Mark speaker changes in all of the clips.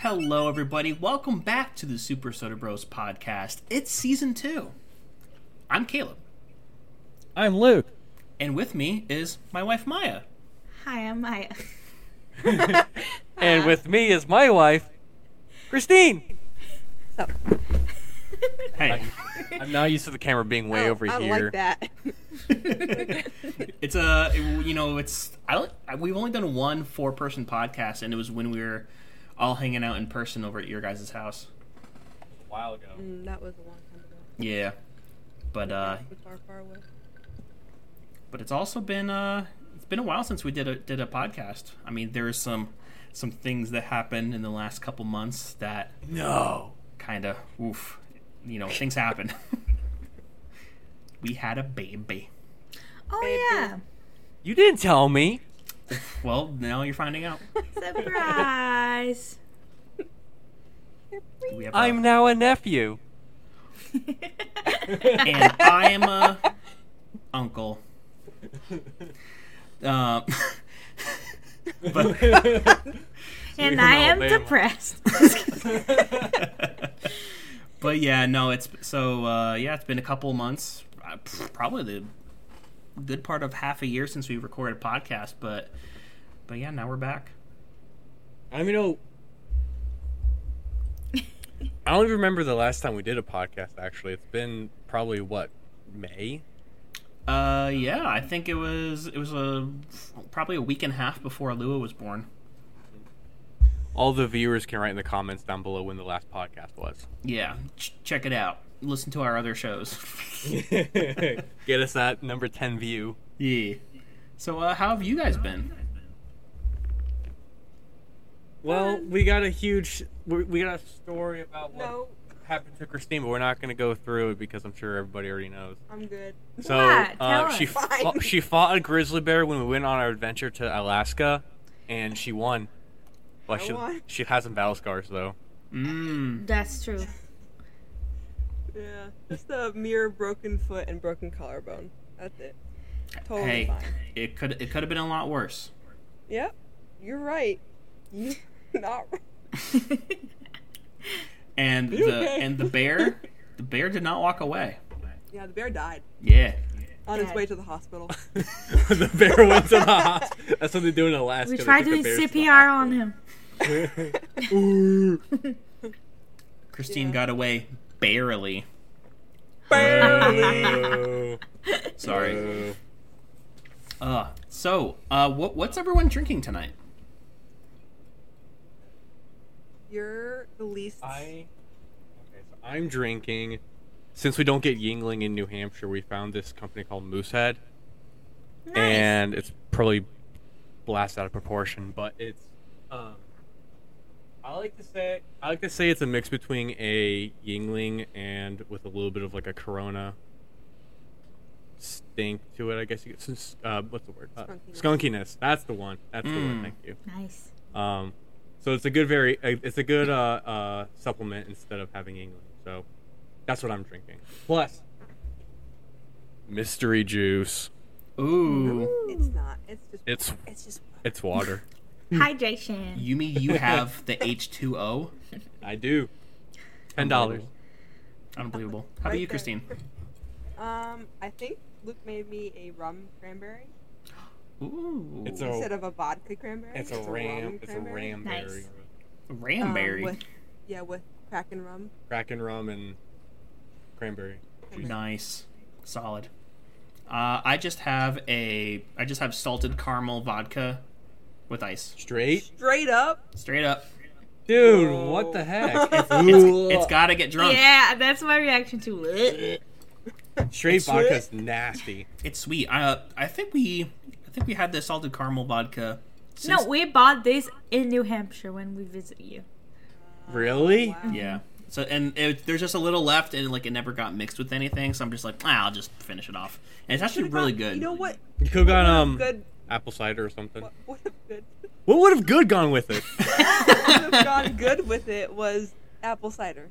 Speaker 1: Hello, everybody. Welcome back to the Super Soda Bros podcast. It's season two. I'm Caleb,
Speaker 2: I'm Luke.
Speaker 1: and with me is my wife Maya.
Speaker 3: Hi, I'm Maya.
Speaker 4: Uh,
Speaker 2: And with me is my wife, Christine.
Speaker 4: oh.
Speaker 1: Hey,
Speaker 2: I'm now used to the camera being way over
Speaker 4: Oh, I
Speaker 2: here.
Speaker 4: like that.
Speaker 1: it's a you know it's I don't I- we've only done one four person podcast, and it was when we were all hanging out in person over at your guys' house.
Speaker 2: A while ago.
Speaker 4: Mm, that was a long time ago.
Speaker 1: Yeah, but uh,
Speaker 4: Which are far away.
Speaker 1: but it's also been uh it's been a while since we did a did a podcast. I mean, there's some some things that happened in the last couple months that
Speaker 2: No.
Speaker 1: kind of oof you know things happen we had a baby
Speaker 3: Oh
Speaker 4: Baby.
Speaker 3: yeah,
Speaker 2: You didn't tell me.
Speaker 1: well now you're finding out
Speaker 3: surprise.
Speaker 1: we have a-
Speaker 2: I'm now a nephew.
Speaker 1: and i'm a uncle um but
Speaker 3: and
Speaker 2: from
Speaker 3: I am
Speaker 2: Alabama.
Speaker 3: depressed.
Speaker 1: but yeah no it's so uh yeah it's been a couple months uh, pff, probably the good part of half a year since we recorded a podcast but but yeah now we're back
Speaker 2: I mean, oh, I don't even remember the last time we did a podcast. Actually, it's been probably what May.
Speaker 1: Uh, yeah, I think it was it was a probably a week and a half before Alua was born.
Speaker 2: All the viewers can write in the comments down below when the last podcast was.
Speaker 1: Yeah, ch- check it out. Listen to our other shows.
Speaker 2: Get us that number ten view.
Speaker 1: yeah. So, uh, how have you guys been?
Speaker 2: Well, we got a huge, we we got a story about what
Speaker 4: No,
Speaker 2: happened to Christine, but we're not going to go through it because I'm sure everybody already knows.
Speaker 4: I'm good.
Speaker 2: So
Speaker 3: What?
Speaker 2: uh,
Speaker 3: Tell
Speaker 2: she
Speaker 3: us.
Speaker 2: fought, she fought a grizzly bear when we went on our adventure to Alaska, and she won. Well,
Speaker 4: I
Speaker 2: she
Speaker 4: won.
Speaker 2: she has some battle scars though.
Speaker 1: Mm.
Speaker 3: That's true.
Speaker 4: Yeah, just a mere broken foot and broken collarbone. That's it. Totally
Speaker 1: Hey,
Speaker 4: fine.
Speaker 1: it could it could have been a lot worse.
Speaker 4: Yep, you're right. You not right.
Speaker 1: And
Speaker 4: You
Speaker 1: the
Speaker 4: okay?
Speaker 1: and the bear, the bear did not walk away.
Speaker 4: Yeah, the bear died
Speaker 1: Yeah.
Speaker 4: on his
Speaker 3: Dead.
Speaker 4: way to the hospital.
Speaker 2: the bear went to the hospital. That's what they do in Alaska.
Speaker 3: We
Speaker 2: They
Speaker 3: tried
Speaker 2: take the
Speaker 3: doing
Speaker 2: bears to the
Speaker 3: CPR on him.
Speaker 2: hospital. Ooh.
Speaker 1: Christine
Speaker 4: Yeah.
Speaker 1: got away barely.
Speaker 2: Boo.
Speaker 1: Sorry.
Speaker 2: Boo.
Speaker 1: Uh, so, uh, what what's everyone drinking tonight?
Speaker 4: You're the least.
Speaker 2: I okay, so I'm drinking. Since we don't get Yingling in New Hampshire, we found this company called Moosehead, and it's probably blasted out of proportion, but it's. Um, I like to say I like to say it's a mix between a Yingling and with a little bit of like a Corona stink to it. I guess you could, s- uh, what's the word? Uh,
Speaker 4: Skunkiness.
Speaker 2: skunkiness. That's the one. That's the one.
Speaker 1: Mm.
Speaker 2: Thank you.
Speaker 3: Nice.
Speaker 2: Um, so it's a good very it's a good uh, uh, supplement instead of having England. So that's what I'm drinking. Plus, mystery juice.
Speaker 1: Ooh,
Speaker 4: It's not. It's just.
Speaker 2: It's
Speaker 4: It's just.
Speaker 2: it's water.
Speaker 3: Hydration.
Speaker 1: you mean you have the H two O?
Speaker 2: I do. Ten dollars.
Speaker 1: Unbelievable. How about
Speaker 4: Right
Speaker 1: you,
Speaker 4: there.
Speaker 1: Christine?
Speaker 4: Um, I think Luke made me a rum cranberry
Speaker 1: Ooh.
Speaker 2: It's a- Oh.
Speaker 4: instead of a vodka cranberry.
Speaker 2: It's a ram.
Speaker 4: rum
Speaker 2: It's a
Speaker 4: cranberry.
Speaker 2: ramberry.
Speaker 3: Nice.
Speaker 4: Um,
Speaker 1: Ramberry.
Speaker 4: with, yeah, with Kraken rum.
Speaker 2: Kraken rum and cranberry.
Speaker 1: nice. Solid. Uh, I just have a I just have salted caramel vodka with ice.
Speaker 2: Straight,
Speaker 4: Straight up.
Speaker 1: Straight up.
Speaker 2: dude.
Speaker 4: Whoa.
Speaker 2: What the heck?
Speaker 4: It's-
Speaker 1: It's gotta get drunk.
Speaker 3: Yeah, that's my reaction to it.
Speaker 2: straight
Speaker 4: it's-
Speaker 2: vodka's nasty.
Speaker 1: It's sweet. I uh, I think we I think we had the salted caramel vodka. Since,
Speaker 3: No, we bought this in New Hampshire when we visit you.
Speaker 2: Really?
Speaker 4: Oh, Wow.
Speaker 1: Yeah. So and it, there's just a little left and like it never got mixed with anything. So I'm just like, ah, I'll just finish it off. And it's actually really good.
Speaker 4: You know what?
Speaker 2: You could have got um
Speaker 4: Good.
Speaker 2: apple cider or something.
Speaker 4: What, what if good?
Speaker 2: What would have good gone with it?
Speaker 4: What would have gone good with it was apple cider,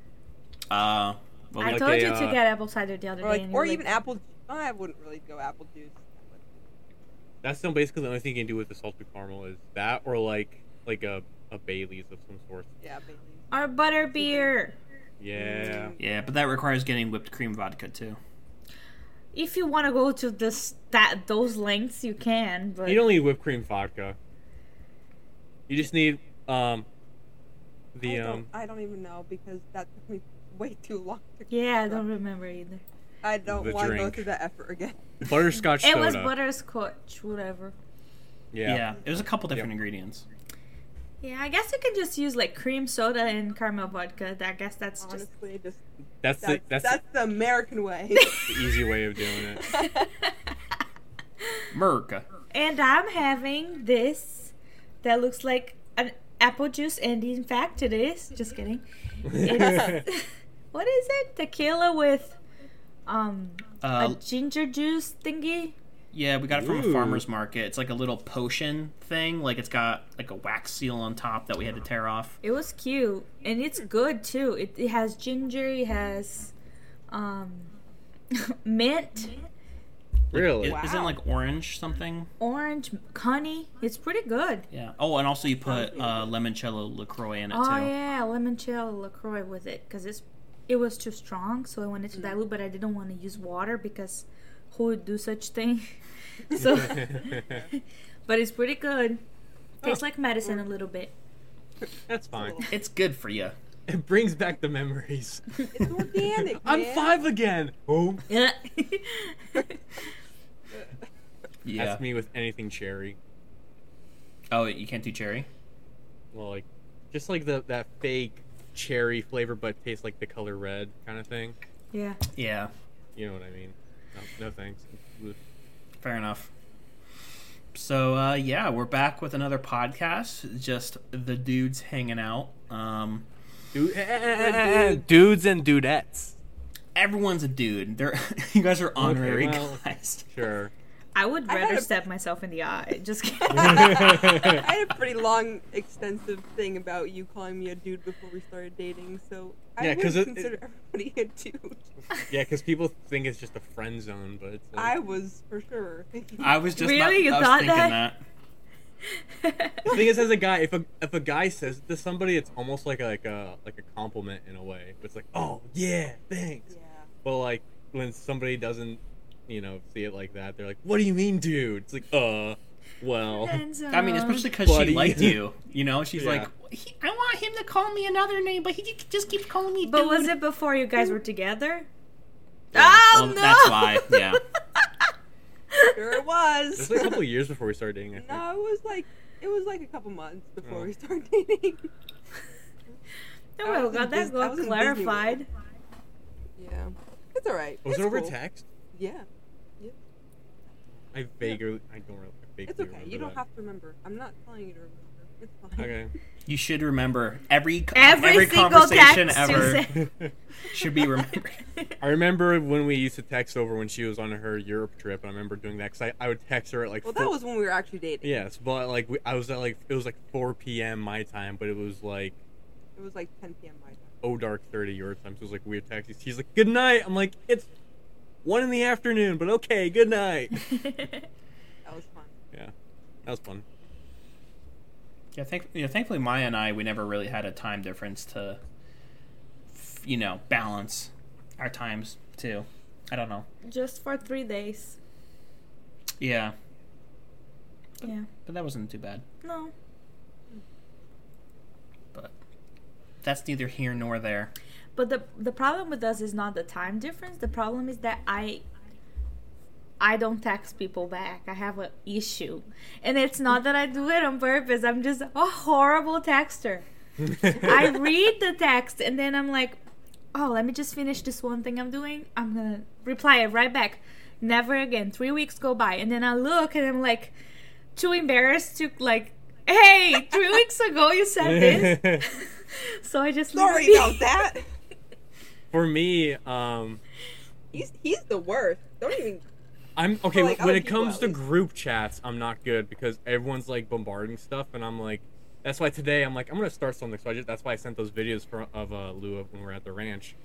Speaker 1: Uh, well,
Speaker 3: I
Speaker 1: we-
Speaker 2: like
Speaker 3: told
Speaker 2: a,
Speaker 3: you
Speaker 2: uh,
Speaker 3: to get apple cider the other
Speaker 4: or
Speaker 3: day,
Speaker 4: like,
Speaker 3: and you
Speaker 4: or
Speaker 3: were
Speaker 4: even
Speaker 3: like,
Speaker 4: apple. I wouldn't really go apple juice.
Speaker 2: That's still basically the only thing you can do with the salted caramel is that or like like a, a Bailey's of some sort.
Speaker 4: Yeah, Bailey's.
Speaker 3: Our butter beer.
Speaker 2: Yeah.
Speaker 4: Mm.
Speaker 1: Yeah, but that requires getting whipped cream vodka too.
Speaker 3: If you want to go to this that those lengths, you can. But
Speaker 2: You don't need whipped cream vodka. You just need um the
Speaker 4: I don't,
Speaker 2: um
Speaker 4: I don't even know because that took me way too long. To
Speaker 3: yeah, I don't remember either.
Speaker 4: I don't
Speaker 2: The
Speaker 4: want to go
Speaker 2: drink.
Speaker 4: through that effort again.
Speaker 2: butterscotch
Speaker 3: It
Speaker 2: soda.
Speaker 3: was butterscotch, whatever.
Speaker 1: Yeah,
Speaker 2: yeah.
Speaker 1: it was a couple different
Speaker 2: Yep.
Speaker 1: ingredients.
Speaker 3: Yeah, I guess you can just use like cream soda and caramel vodka. I guess that's just.
Speaker 4: Honestly, just
Speaker 2: That's
Speaker 4: that's
Speaker 2: the,
Speaker 4: that's,
Speaker 2: that's
Speaker 4: the American way.
Speaker 2: the easy way of doing it.
Speaker 1: Merca.
Speaker 3: and I'm having this that looks like an apple juice, and in fact, it is. Just kidding. It's, what is it? Tequila with um
Speaker 1: Uh,
Speaker 3: a ginger juice thingy.
Speaker 1: yeah, we got it from a
Speaker 2: Ooh.
Speaker 1: farmer's market. It's like a little potion thing. Like it's got like a wax seal on top that we had to tear off.
Speaker 3: It was cute, and it's good too. It, it has ginger. It has um mint,
Speaker 2: really?
Speaker 1: It,
Speaker 4: Wow.
Speaker 1: Isn't it like orange something?
Speaker 3: orange, honey. It's pretty good.
Speaker 1: Yeah. Oh, and also you put uh, limoncello Lacroix in it
Speaker 3: Oh
Speaker 1: too.
Speaker 3: yeah, limoncello Lacroix with it because it's it was too strong, so I wanted to
Speaker 1: Mm.
Speaker 3: dilute, but I didn't want to use water because who would do such thing? so, but it's pretty good. Tastes like
Speaker 1: Oh.
Speaker 3: medicine a little bit.
Speaker 2: that's fine.
Speaker 1: It's good for you.
Speaker 2: It brings back the memories.
Speaker 4: it's organic.
Speaker 2: I'm
Speaker 4: man.
Speaker 2: five again. Oh,
Speaker 3: Yeah.
Speaker 1: Yeah.
Speaker 2: that's me with anything cherry.
Speaker 1: Oh, you can't do cherry.
Speaker 2: Well, like just like the that fake cherry flavor, but tastes like the color red kind of thing.
Speaker 3: yeah.
Speaker 1: Yeah.
Speaker 2: You know what I mean? No, no thanks. Ugh.
Speaker 1: Fair enough. So uh, yeah, we're back with another podcast. Just the dudes hanging out. Um,
Speaker 2: eh, Dude, dudes and dudettes.
Speaker 1: everyone's a dude. They're you guys are honorary
Speaker 2: well-
Speaker 1: guys.
Speaker 2: Sure.
Speaker 3: I would
Speaker 4: I had
Speaker 3: rather
Speaker 4: a-
Speaker 3: stab myself in the eye. Just kidding.
Speaker 4: I had a pretty long, extensive thing about you calling me a dude before we started dating, so I
Speaker 2: Yeah,
Speaker 4: would
Speaker 2: 'cause it-
Speaker 4: consider everybody a dude.
Speaker 2: yeah, because people think it's just a friend zone, but it's like,
Speaker 4: I was for sure.
Speaker 1: I was just
Speaker 3: Really?
Speaker 1: not,
Speaker 3: You
Speaker 1: I was
Speaker 3: thought
Speaker 1: thinking that?
Speaker 3: that?
Speaker 2: the thing is, as a guy, if a if a guy says it to somebody, it's almost like a, like a like a compliment in a way. It's like, oh yeah, thanks.
Speaker 4: yeah.
Speaker 2: But like when somebody doesn't, you know, see it like that, they're like, what do you mean, dude? It's like, uh, well,
Speaker 1: I mean, especially because she
Speaker 2: Buddy.
Speaker 1: liked you. You know, she's
Speaker 2: Yeah.
Speaker 1: like, he, I want him to call me another name, but he j- just keeps calling me.
Speaker 3: But
Speaker 1: dude."
Speaker 3: was it before you guys were together?
Speaker 2: Yeah.
Speaker 3: Oh
Speaker 1: Well,
Speaker 3: no!
Speaker 1: that's why. Yeah.
Speaker 4: Sure it
Speaker 2: it's
Speaker 4: was.
Speaker 2: like a couple of years before we started dating. I think.
Speaker 4: no, it was like it was like a couple months before
Speaker 2: Oh.
Speaker 4: we started dating.
Speaker 3: Oh,
Speaker 4: I
Speaker 3: well,
Speaker 4: was in
Speaker 3: got
Speaker 4: Dis-
Speaker 3: that
Speaker 4: I
Speaker 3: got
Speaker 4: was in Disney World.
Speaker 3: clarified.
Speaker 4: Yeah, it's all right.
Speaker 2: Was
Speaker 4: it's
Speaker 2: Oh, it over
Speaker 4: cool.
Speaker 2: text?
Speaker 4: Yeah,
Speaker 2: I vaguely, I don't really. I vaguely
Speaker 4: it's okay. You don't
Speaker 2: remember
Speaker 4: have to remember. I'm not telling you to remember. It's fine.
Speaker 2: that.
Speaker 1: You should remember every co-
Speaker 3: Every
Speaker 1: every
Speaker 3: single
Speaker 1: conversation
Speaker 3: text you
Speaker 1: ever
Speaker 3: said.
Speaker 2: Okay.
Speaker 1: should be remembered.
Speaker 2: I remember when we used to text over when she was on her Europe trip, and I remember doing that because I, I would text her at like.
Speaker 4: Well,
Speaker 2: four-
Speaker 4: that was when we were actually dating.
Speaker 2: Yes, but like we, I was at like it was like 4 p.m. my time, but it was like
Speaker 4: It was like 10 p.m. my time.
Speaker 2: oh dark 30 your time, so it was like weird taxis. She's like good night. I'm like it's one in the afternoon, but okay, good night.
Speaker 4: That was fun.
Speaker 2: yeah, that was fun.
Speaker 1: Yeah, thank, you know, thankfully Maya and I we never really had a time difference to, f- you know, balance our times too. I don't know.
Speaker 3: Just for three days.
Speaker 1: Yeah,
Speaker 3: Yeah.
Speaker 1: but that wasn't too bad.
Speaker 3: No.
Speaker 1: But that's neither here nor there.
Speaker 3: But the the problem with us is not the time difference. The problem is that I I don't text people back. I have an issue. And it's not that I do it on purpose. I'm just a horrible texter. I read the text and then I'm like, "Oh, let me just finish this one thing I'm doing. I'm going to reply it right back." Never again. 3 weeks go by and then I look and I'm like too embarrassed to like, "Hey, 3 weeks ago you said this." So I just leave it
Speaker 4: Sorry
Speaker 3: be.
Speaker 4: about that.
Speaker 2: For me, um,
Speaker 4: He's he's the worst. Don't even.
Speaker 2: I'm okay
Speaker 4: like,
Speaker 2: when
Speaker 4: other
Speaker 2: it
Speaker 4: people,
Speaker 2: comes
Speaker 4: at
Speaker 2: to
Speaker 4: least.
Speaker 2: group chats. I'm not good because everyone's like bombarding stuff, and I'm like, that's why today I'm like, I'm gonna start something. So I just, that's why I sent those videos for, of uh, Lou of when we we're at the ranch,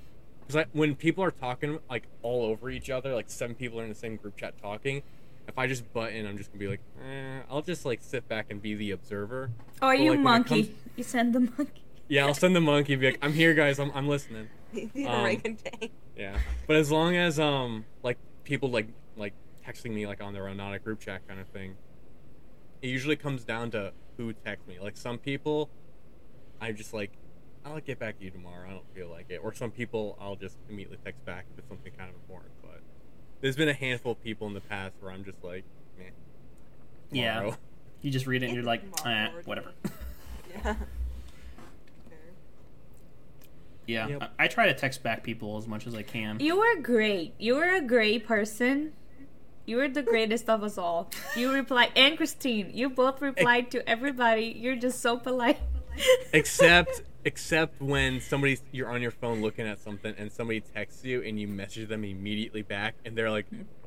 Speaker 2: because when people are talking like all over each other, like seven people are in the same group chat talking, If I just butt in, I'm just gonna be like, eh, I'll just like sit back and be the observer.
Speaker 3: Oh,
Speaker 2: But,
Speaker 3: you
Speaker 2: like, when it
Speaker 3: monkey.
Speaker 2: comes-
Speaker 3: You send the monkey.
Speaker 2: Yeah, I'll send the monkey. Be like, I'm here, guys. I'm I'm listening.
Speaker 4: the
Speaker 2: Um,
Speaker 4: orangutan.
Speaker 2: Yeah, but as long as um like people like like texting me like on their own, not a group chat kind of thing. It usually comes down to who texts me. Like some people, I'm just like, I'll get back to you tomorrow. I don't feel like it. Or some people, I'll just immediately text back if it's something kind of important. But there's been a handful of people in the past where I'm just like, meh.
Speaker 1: Yeah.
Speaker 2: tomorrow.
Speaker 1: You just read it and you're like, eh,
Speaker 4: Tomorrow.
Speaker 1: whatever.
Speaker 4: Yeah.
Speaker 1: Yeah,
Speaker 2: Yep.
Speaker 1: I, I try to text back people as much as I can.
Speaker 3: You were great. You were a great person. You were the greatest of us all. You reply and Christine. You both replied to everybody. You're just so polite.
Speaker 2: except except when somebody's you're on your phone looking at something and somebody texts you and you message them immediately back and they're like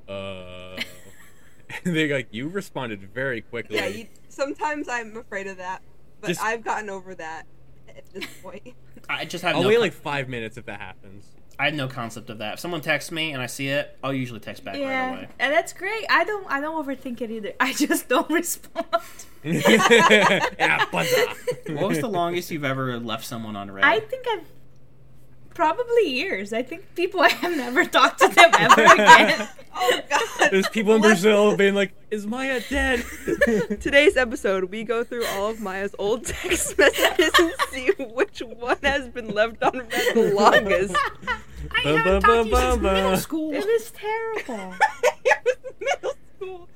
Speaker 2: uh and they're like you responded very quickly
Speaker 4: Yeah. You, sometimes I'm afraid of that, but
Speaker 2: Just-
Speaker 4: I've gotten over that at this point.
Speaker 1: I just have
Speaker 2: i'll
Speaker 1: no
Speaker 2: wait
Speaker 1: con-
Speaker 2: like five minutes if that happens
Speaker 1: I have no concept of that. If someone texts me and I see it, I'll usually text back right
Speaker 3: yeah,
Speaker 1: away.
Speaker 3: and that's great. I don't. I don't overthink it either. I just don't respond.
Speaker 2: yeah buzzer.
Speaker 1: What was the longest you've ever left someone on red?
Speaker 3: I think I've probably years. I think people I have never talked to them ever again.
Speaker 4: oh God.
Speaker 2: there's people in
Speaker 4: What?
Speaker 2: brazil being like is maya dead
Speaker 4: Today's episode, we go through all of Maya's old text messages and see which one has been left on read the longest.
Speaker 1: I
Speaker 2: Bum,
Speaker 1: haven't
Speaker 2: bum,
Speaker 1: talked to you since
Speaker 2: bum, bum,
Speaker 1: middle
Speaker 2: bum.
Speaker 1: school.
Speaker 3: It was terrible.
Speaker 4: it was middle school.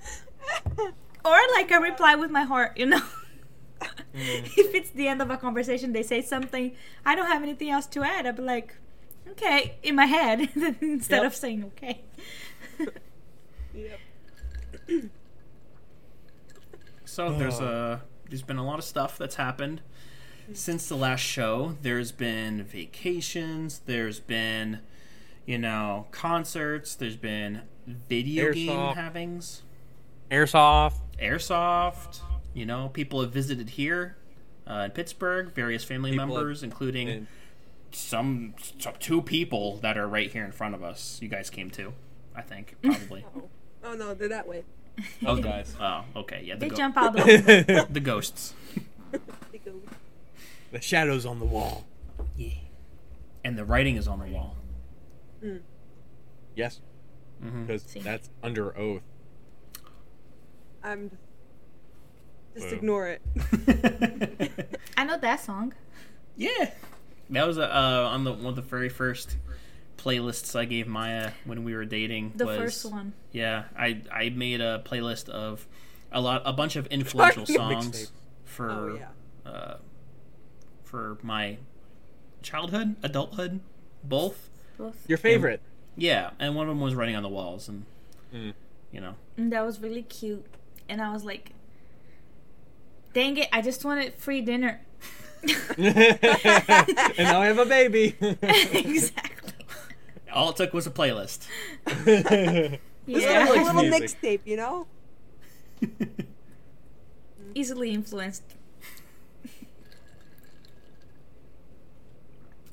Speaker 3: or like I reply with my heart, you know.
Speaker 2: Mm.
Speaker 3: if it's the end of a conversation, they say something, I don't have anything else to add. I'd be like, okay, in my head, instead
Speaker 2: Yep.
Speaker 3: of saying okay.
Speaker 4: yep.
Speaker 1: So there's a there's been a lot of stuff that's happened since the last show. There's been vacations. There's been you know concerts. There's been video game
Speaker 2: Airsoft.
Speaker 1: havings,
Speaker 2: airsoft
Speaker 1: airsoft. You know, people have visited here uh, in Pittsburgh. Various family
Speaker 2: People have
Speaker 1: members, including
Speaker 2: and
Speaker 1: some t- two people that are right here in front of us. You guys came too, I think probably.
Speaker 4: Oh no, they're that way.
Speaker 2: those guys
Speaker 1: oh, okay, yeah. The
Speaker 3: They
Speaker 1: go-
Speaker 3: jump out of the
Speaker 2: the
Speaker 1: The ghosts.
Speaker 4: Take a look.
Speaker 2: shadows on the wall
Speaker 1: Yeah. And the writing is on the wall.
Speaker 2: yes
Speaker 1: Mhm.
Speaker 2: because
Speaker 3: See.
Speaker 2: that's under oath
Speaker 4: I'm just, just
Speaker 2: Wow.
Speaker 4: ignore it.
Speaker 3: I know that song.
Speaker 1: yeah, that was uh, uh, on the one of the very first playlists I gave Maya when we were dating.
Speaker 3: The
Speaker 1: was,
Speaker 3: first one.
Speaker 1: Yeah, I I made a playlist of a lot a bunch of influential songs
Speaker 2: Mixtapes.
Speaker 1: for
Speaker 4: Oh yeah.
Speaker 1: uh, for my childhood, adulthood, both.
Speaker 3: Both.
Speaker 2: your favorite
Speaker 1: Yeah, and one of them was running on the walls, and
Speaker 2: Mm.
Speaker 1: you know,
Speaker 3: And that was really cute. And I was like, dang it, I just wanted free dinner.
Speaker 2: and now I have a baby.
Speaker 3: exactly.
Speaker 1: all it took was a playlist.
Speaker 4: Like
Speaker 2: I
Speaker 4: a
Speaker 2: like
Speaker 3: Yeah.
Speaker 4: little
Speaker 2: music.
Speaker 4: mixtape, you know?
Speaker 3: Easily influenced.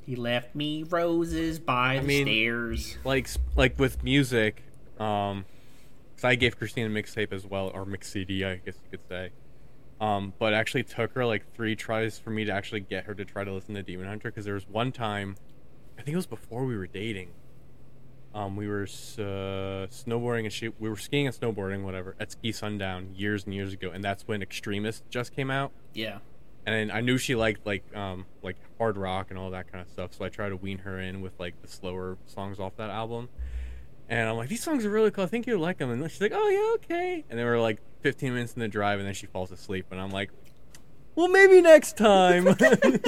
Speaker 1: he left me roses by the
Speaker 2: mean-
Speaker 1: stairs.
Speaker 2: like like with music, um, 'cause I gave Christine a mixtape as well, or mix CD, I guess you could say. Um, but it actually took her like three tries for me to actually get her to try to listen to Demon Hunter because there was one time, I think it was before we were dating. Um, we were s- uh, snowboarding and she, we were skiing and snowboarding, whatever, at Ski Sundown years and years ago, and that's when Extremist just came out.
Speaker 1: Yeah,
Speaker 2: and I knew she liked like um like hard rock and all that kind of stuff. So I tried to wean her in with like the slower songs off that album. And I'm like, these songs are really cool. I think you would like them. And she's like, oh yeah, okay. And then we're like 15 minutes in the drive, and then she falls asleep. And I'm like, well, maybe next time. and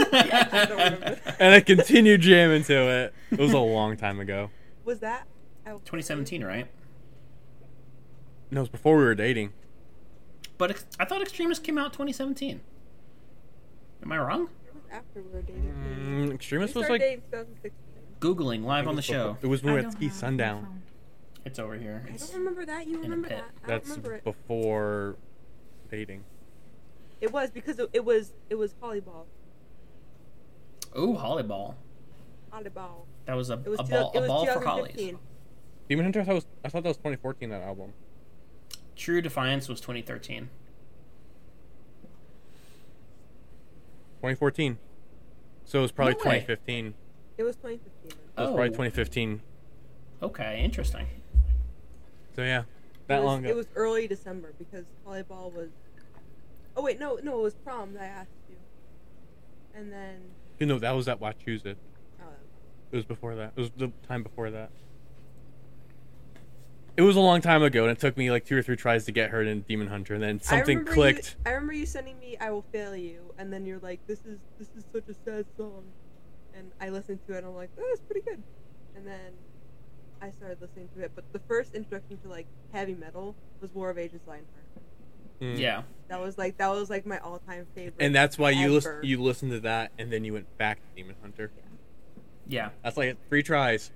Speaker 2: I continue jamming to it. It was a long time ago.
Speaker 4: Was that? I-
Speaker 1: 2017, right?
Speaker 2: No, it was before we were dating.
Speaker 1: But ex- I thought Extremist came out 2017. Am I wrong?
Speaker 4: It was after we were dating.
Speaker 2: Mm,
Speaker 4: we
Speaker 2: Extremist was
Speaker 4: started
Speaker 2: like
Speaker 4: dating in 2016.
Speaker 1: Googling live on the show.
Speaker 2: It was when we
Speaker 3: I
Speaker 2: were at
Speaker 3: don't
Speaker 2: Ski
Speaker 3: have my
Speaker 2: Sundown.
Speaker 3: phone.
Speaker 1: It's over here.
Speaker 4: I
Speaker 1: It's-
Speaker 4: don't remember that. You remember
Speaker 1: pit.
Speaker 4: that? I don't
Speaker 2: That's
Speaker 4: remember it.
Speaker 2: before dating.
Speaker 4: It was because it, it was it was volleyball.
Speaker 1: Ooh, volleyball.
Speaker 4: Volleyball.
Speaker 1: That was a,
Speaker 4: It was,
Speaker 1: a
Speaker 4: two-
Speaker 1: ball,
Speaker 4: it
Speaker 1: a
Speaker 4: was
Speaker 1: ball for
Speaker 4: 2015.
Speaker 1: Hollies.
Speaker 2: Demon Hunter, I thought, was, I thought that was 2014, that album.
Speaker 1: True Defiance was 2013.
Speaker 2: 2014. So it was probably
Speaker 1: No way.
Speaker 2: 2015.
Speaker 4: It was 2015.
Speaker 2: It was probably 2015.
Speaker 1: Oh, Okay, interesting.
Speaker 2: So yeah,
Speaker 4: it
Speaker 2: that
Speaker 4: was,
Speaker 2: long ago.
Speaker 4: It was early December because volleyball was. Oh wait, no, no, it was prom that I asked you. And then,
Speaker 2: you know, that was at Wachusett.
Speaker 4: oh,
Speaker 2: It was before that. It was the time before that. It was a long time ago, and it took me like two or three tries to get her in Demon Hunter, and then
Speaker 4: I
Speaker 2: something
Speaker 4: remember you-
Speaker 2: clicked.
Speaker 4: I remember you sending me "I Will Fail You," and then you're like, "This is this is such a sad song," and I listened to it, and I'm like, "Oh, that's pretty good," and then I started listening to it. But the first introduction to like heavy metal was War of Ages Lionheart.
Speaker 2: Mm.
Speaker 1: Yeah.
Speaker 4: That was like that was like my all-time favorite.
Speaker 2: And that's why you listen
Speaker 4: ever. Um,
Speaker 2: you listened to that, and then you went back to Demon Hunter.
Speaker 1: Yeah.
Speaker 2: That's like three tries.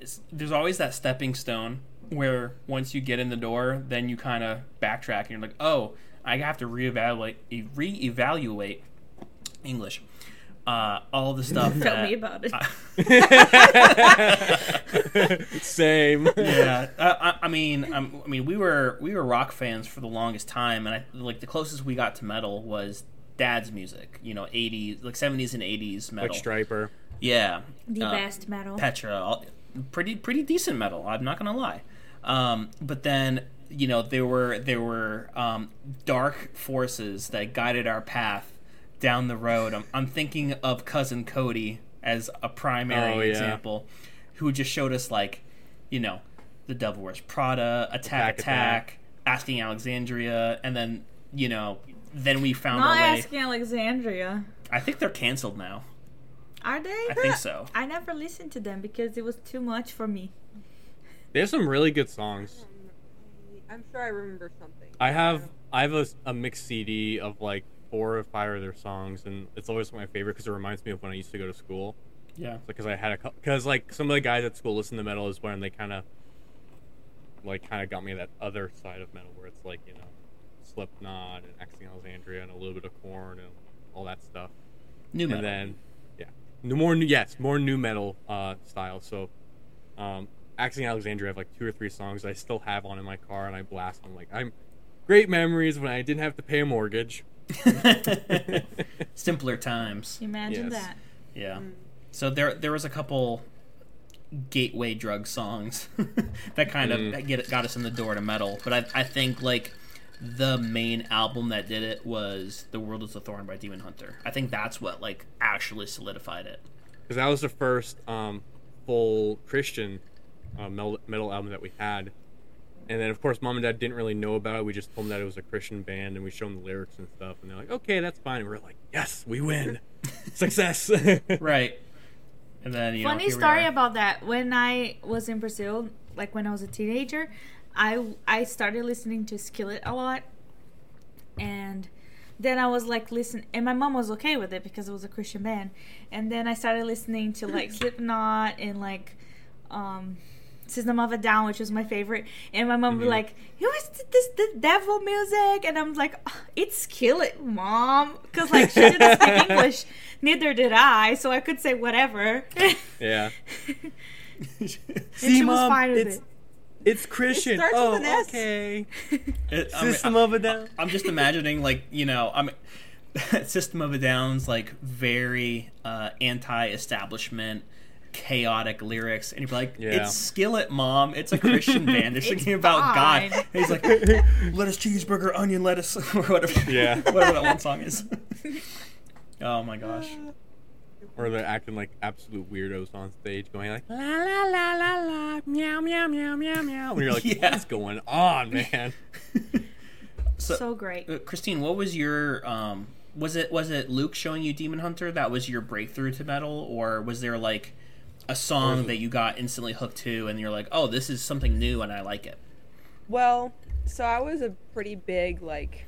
Speaker 1: It's, there's always that stepping stone where once you get in the door, then you kind of backtrack and you're like, "Oh, I have to reevaluate e- reevaluate English. Uh, all the stuff
Speaker 3: Tell me
Speaker 1: that
Speaker 3: about it.
Speaker 2: Same.
Speaker 1: yeah, I, I, I mean, I'm, I mean, we were we were rock fans for the longest time, and I like the closest we got to metal was dad's music. You know, '80s, like '70s and '80s metal.
Speaker 2: Like Striper.
Speaker 1: Yeah,
Speaker 3: the
Speaker 1: Uh,
Speaker 3: best metal.
Speaker 1: Petra, all, pretty pretty decent metal. I'm not gonna lie. Um, but then you know there were there were um, dark forces that guided our path down the road. I'm, I'm thinking of cousin Cody as a primary
Speaker 2: Oh, yeah.
Speaker 1: example, who just showed us like, you know, the Devil Wears Prada, Attack Attack,
Speaker 2: Attack, Attack.
Speaker 1: Asking Alexandria, and then you know then we found
Speaker 3: Not
Speaker 1: our way.
Speaker 3: asking Alexandria.
Speaker 1: I think they're canceled now.
Speaker 3: Are they?
Speaker 1: I think so.
Speaker 3: I never listened to them because it was too much for me.
Speaker 2: They have some really good songs.
Speaker 4: I'm sure I remember something.
Speaker 2: I have I have a, a mixed CD of like four or five of their songs, and it's always my favorite because it reminds me of when I used to go to school.
Speaker 1: Yeah.
Speaker 2: Because I had a because like some of the guys at school listen to metal is when they kind of like kind of got me that other side of metal where it's like you know Slipknot and Axing Alexandria and a little bit of Corn and all that stuff.
Speaker 1: New metal.
Speaker 2: and then yeah no more new yes more new metal uh style so um axing alexandria have like two or three songs i still have on in my car and i blast them like i'm great memories when i didn't have to pay a mortgage
Speaker 1: Simpler times.
Speaker 3: Imagine
Speaker 2: Yes.
Speaker 3: that.
Speaker 1: Yeah. So there there was a couple gateway drug songs that kind of
Speaker 2: Mm.
Speaker 1: get got us in the door to metal. But I I think like the main album that did it was The World is a Thorn by Demon Hunter. I think that's what like actually solidified it.
Speaker 2: because that was the first um full christian uh, metal, metal album that we had and then of course mom and dad didn't really know about it we just told them that it was a christian band and we showed them the lyrics and stuff and they're like okay that's fine and we're like yes we win success
Speaker 1: Right. And then you know,
Speaker 3: Funny
Speaker 1: here we
Speaker 3: story
Speaker 1: are.
Speaker 3: about that. When I was in Brazil, like when I was a teenager, I I started listening to Skillet a lot, and then I was like listen, and my mom was okay with it because it was a Christian band, and then I started listening to like Slipknot and like. um System of a Down, which was my favorite, and my mom was
Speaker 1: Mm-hmm.
Speaker 2: Mhm.
Speaker 3: like, "You always did this the devil music," and I'm like, "Ugh, "It's kill it, mom," because like she didn't speak English, neither did I, so I could say whatever.
Speaker 2: yeah
Speaker 3: And she was fine with it.
Speaker 2: It's Christian.
Speaker 4: starts with
Speaker 2: oh,
Speaker 4: an S.
Speaker 2: okay.
Speaker 1: It- I mean,
Speaker 2: System
Speaker 1: I-
Speaker 2: of a Down.
Speaker 1: I'm just imagining like you know I'm System of a Down's like very uh, anti-establishment, chaotic lyrics, and you'd be like,
Speaker 2: Yeah.
Speaker 1: "It's Skillet, Mom. It's a Christian band. They're
Speaker 3: It's
Speaker 1: singing about God."
Speaker 3: fine.
Speaker 1: And he's like, "Lettuce, cheeseburger, onion, lettuce, or whatever."
Speaker 2: Yeah.
Speaker 1: whatever that one song is. oh my
Speaker 4: Um,
Speaker 1: gosh.
Speaker 2: Or they're acting like absolute weirdos on stage, going like la la la la la meow meow meow meow meow. And you're like,
Speaker 1: Yeah.
Speaker 2: what's going on, man?
Speaker 3: Uh,
Speaker 1: So-
Speaker 3: so great.
Speaker 1: Uh, Christine, what was your um was it was it Luke showing you Demon Hunter that was your breakthrough to metal or was there like a song
Speaker 2: it-
Speaker 1: that you got instantly hooked to and you're like, "Oh, this is something new and I like it."
Speaker 4: Well, so I was a pretty big like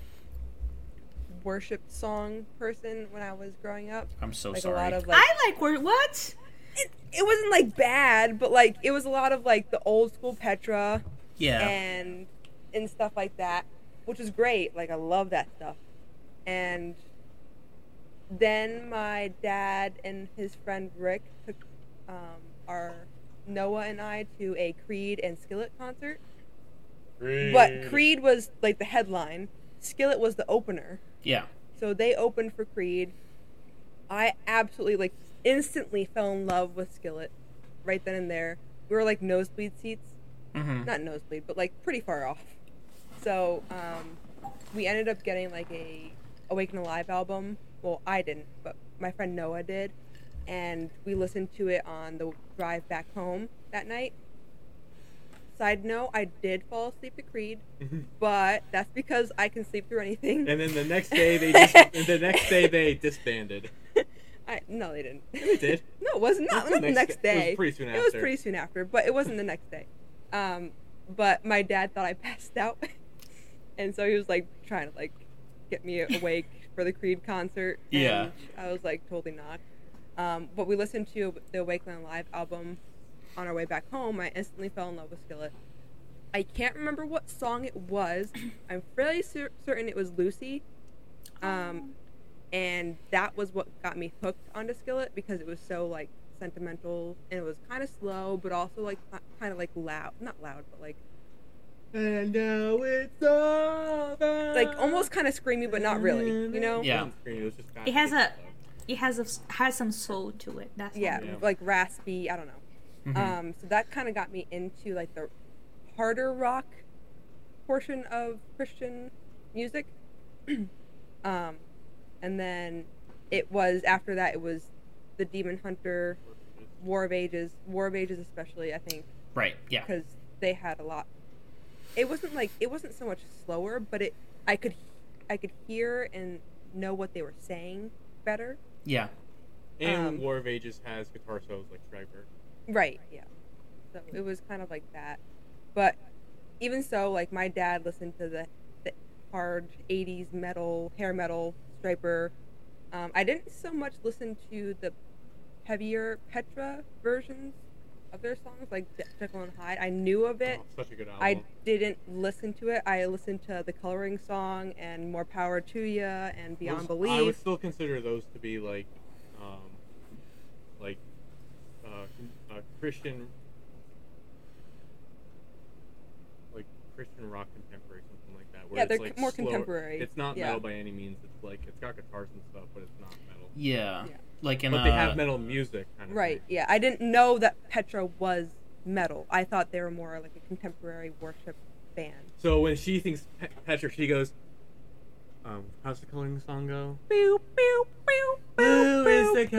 Speaker 4: worship song person when I was growing up.
Speaker 1: I'm
Speaker 2: Oh,
Speaker 1: so
Speaker 4: Like
Speaker 1: sorry.
Speaker 4: a lot of like
Speaker 3: I like word. What?
Speaker 4: it, it wasn't like bad, but like it was a lot of like the old school Petra
Speaker 1: yeah.
Speaker 4: and and stuff like that, which is great. Like I love that stuff. And then my dad and his friend Rick took um, our Noah and I to a Creed and Skillet concert, But Creed was like the headline. Skillet was the opener.
Speaker 1: Yeah.
Speaker 4: So they opened for Creed. I absolutely like instantly fell in love with Skillet right then and there. We were like nosebleed seats.
Speaker 1: Mm-hmm.
Speaker 4: Not nosebleed, but like pretty far off. So um, we ended up getting like a Awaken Alive album. Well, I didn't, but my friend Noah did. And we listened to it on the drive back home that night. Side note, I did fall asleep to Creed,
Speaker 2: Mhm.
Speaker 4: but that's because I can sleep through anything.
Speaker 2: And then the next day they dis- and the next day they disbanded.
Speaker 4: I no, they didn't.
Speaker 2: They did.
Speaker 4: no, it was
Speaker 2: It
Speaker 4: not
Speaker 2: was
Speaker 4: not the next
Speaker 2: It
Speaker 4: day.
Speaker 2: was pretty soon after.
Speaker 4: It was pretty soon after, but it wasn't the next day. Um, but my dad thought I passed out, and so he was like trying to like get me awake for the Creed concert. and
Speaker 1: Yeah.
Speaker 4: I was like totally not. Um, but we listened to the Wakeland Live album on our way back home. I instantly fell in love with Skillet. I can't remember what song it was. I'm fairly cer- certain it was Lucy. Um, and that was what got me hooked onto Skillet because it was so like sentimental and it was kind of slow, but also like kind of like loud, not loud, but like
Speaker 2: And now it's over.
Speaker 4: like almost kind of screamy, but not really, you know?
Speaker 1: Yeah.
Speaker 3: It has a- It has a s- has some soul to it. That's all.
Speaker 4: Yeah,
Speaker 2: Yeah.
Speaker 4: like raspy. I don't know.
Speaker 1: Mhm.
Speaker 4: Um, so that kind of got me into like the harder rock portion of Christian music. um, and then it was after that it was the Demon Hunter, War of Ages, War of Ages especially I think
Speaker 1: right. Yeah.
Speaker 4: because they had a lot. It wasn't like it wasn't so much slower, but it I could I could hear and know what they were saying better.
Speaker 1: Yeah.
Speaker 2: And
Speaker 4: Um,
Speaker 2: War of Ages has guitar solos like Striper.
Speaker 4: Right. Yeah. So it was kind of like that, but even so, like my dad listened to the, the hard '80s metal, hair metal, striper. Um, I didn't so much listen to the heavier Petra versions of their songs, like Je- Jekyll and Hyde. I knew of it.
Speaker 2: Oh, such a good album.
Speaker 4: I didn't listen to it. I listened to the coloring song and More Power to Ya and Beyond
Speaker 2: Those-
Speaker 4: Belief.
Speaker 2: I would still consider those to be like, um, like uh, uh, Christian, like Christian rock contemporary, something like that. Where
Speaker 4: yeah,
Speaker 2: it's
Speaker 4: they're
Speaker 2: like
Speaker 4: c- more
Speaker 2: slower-
Speaker 4: contemporary.
Speaker 2: It's not
Speaker 4: yeah.
Speaker 2: metal by any means. It's like it's got guitars and stuff, but it's not metal.
Speaker 1: Yeah.
Speaker 4: Yeah.
Speaker 1: Like in
Speaker 2: but
Speaker 1: uh,
Speaker 2: they have metal music, kind of
Speaker 4: Right.
Speaker 2: thing.
Speaker 4: Yeah, I didn't know that Petra was metal. I thought they were more like a contemporary worship band.
Speaker 2: So when she thinks Pe- Petra, she goes, um, "How's the coloring song go?"
Speaker 4: Pew, pew, pew, pew, pew, pew, pew, pew,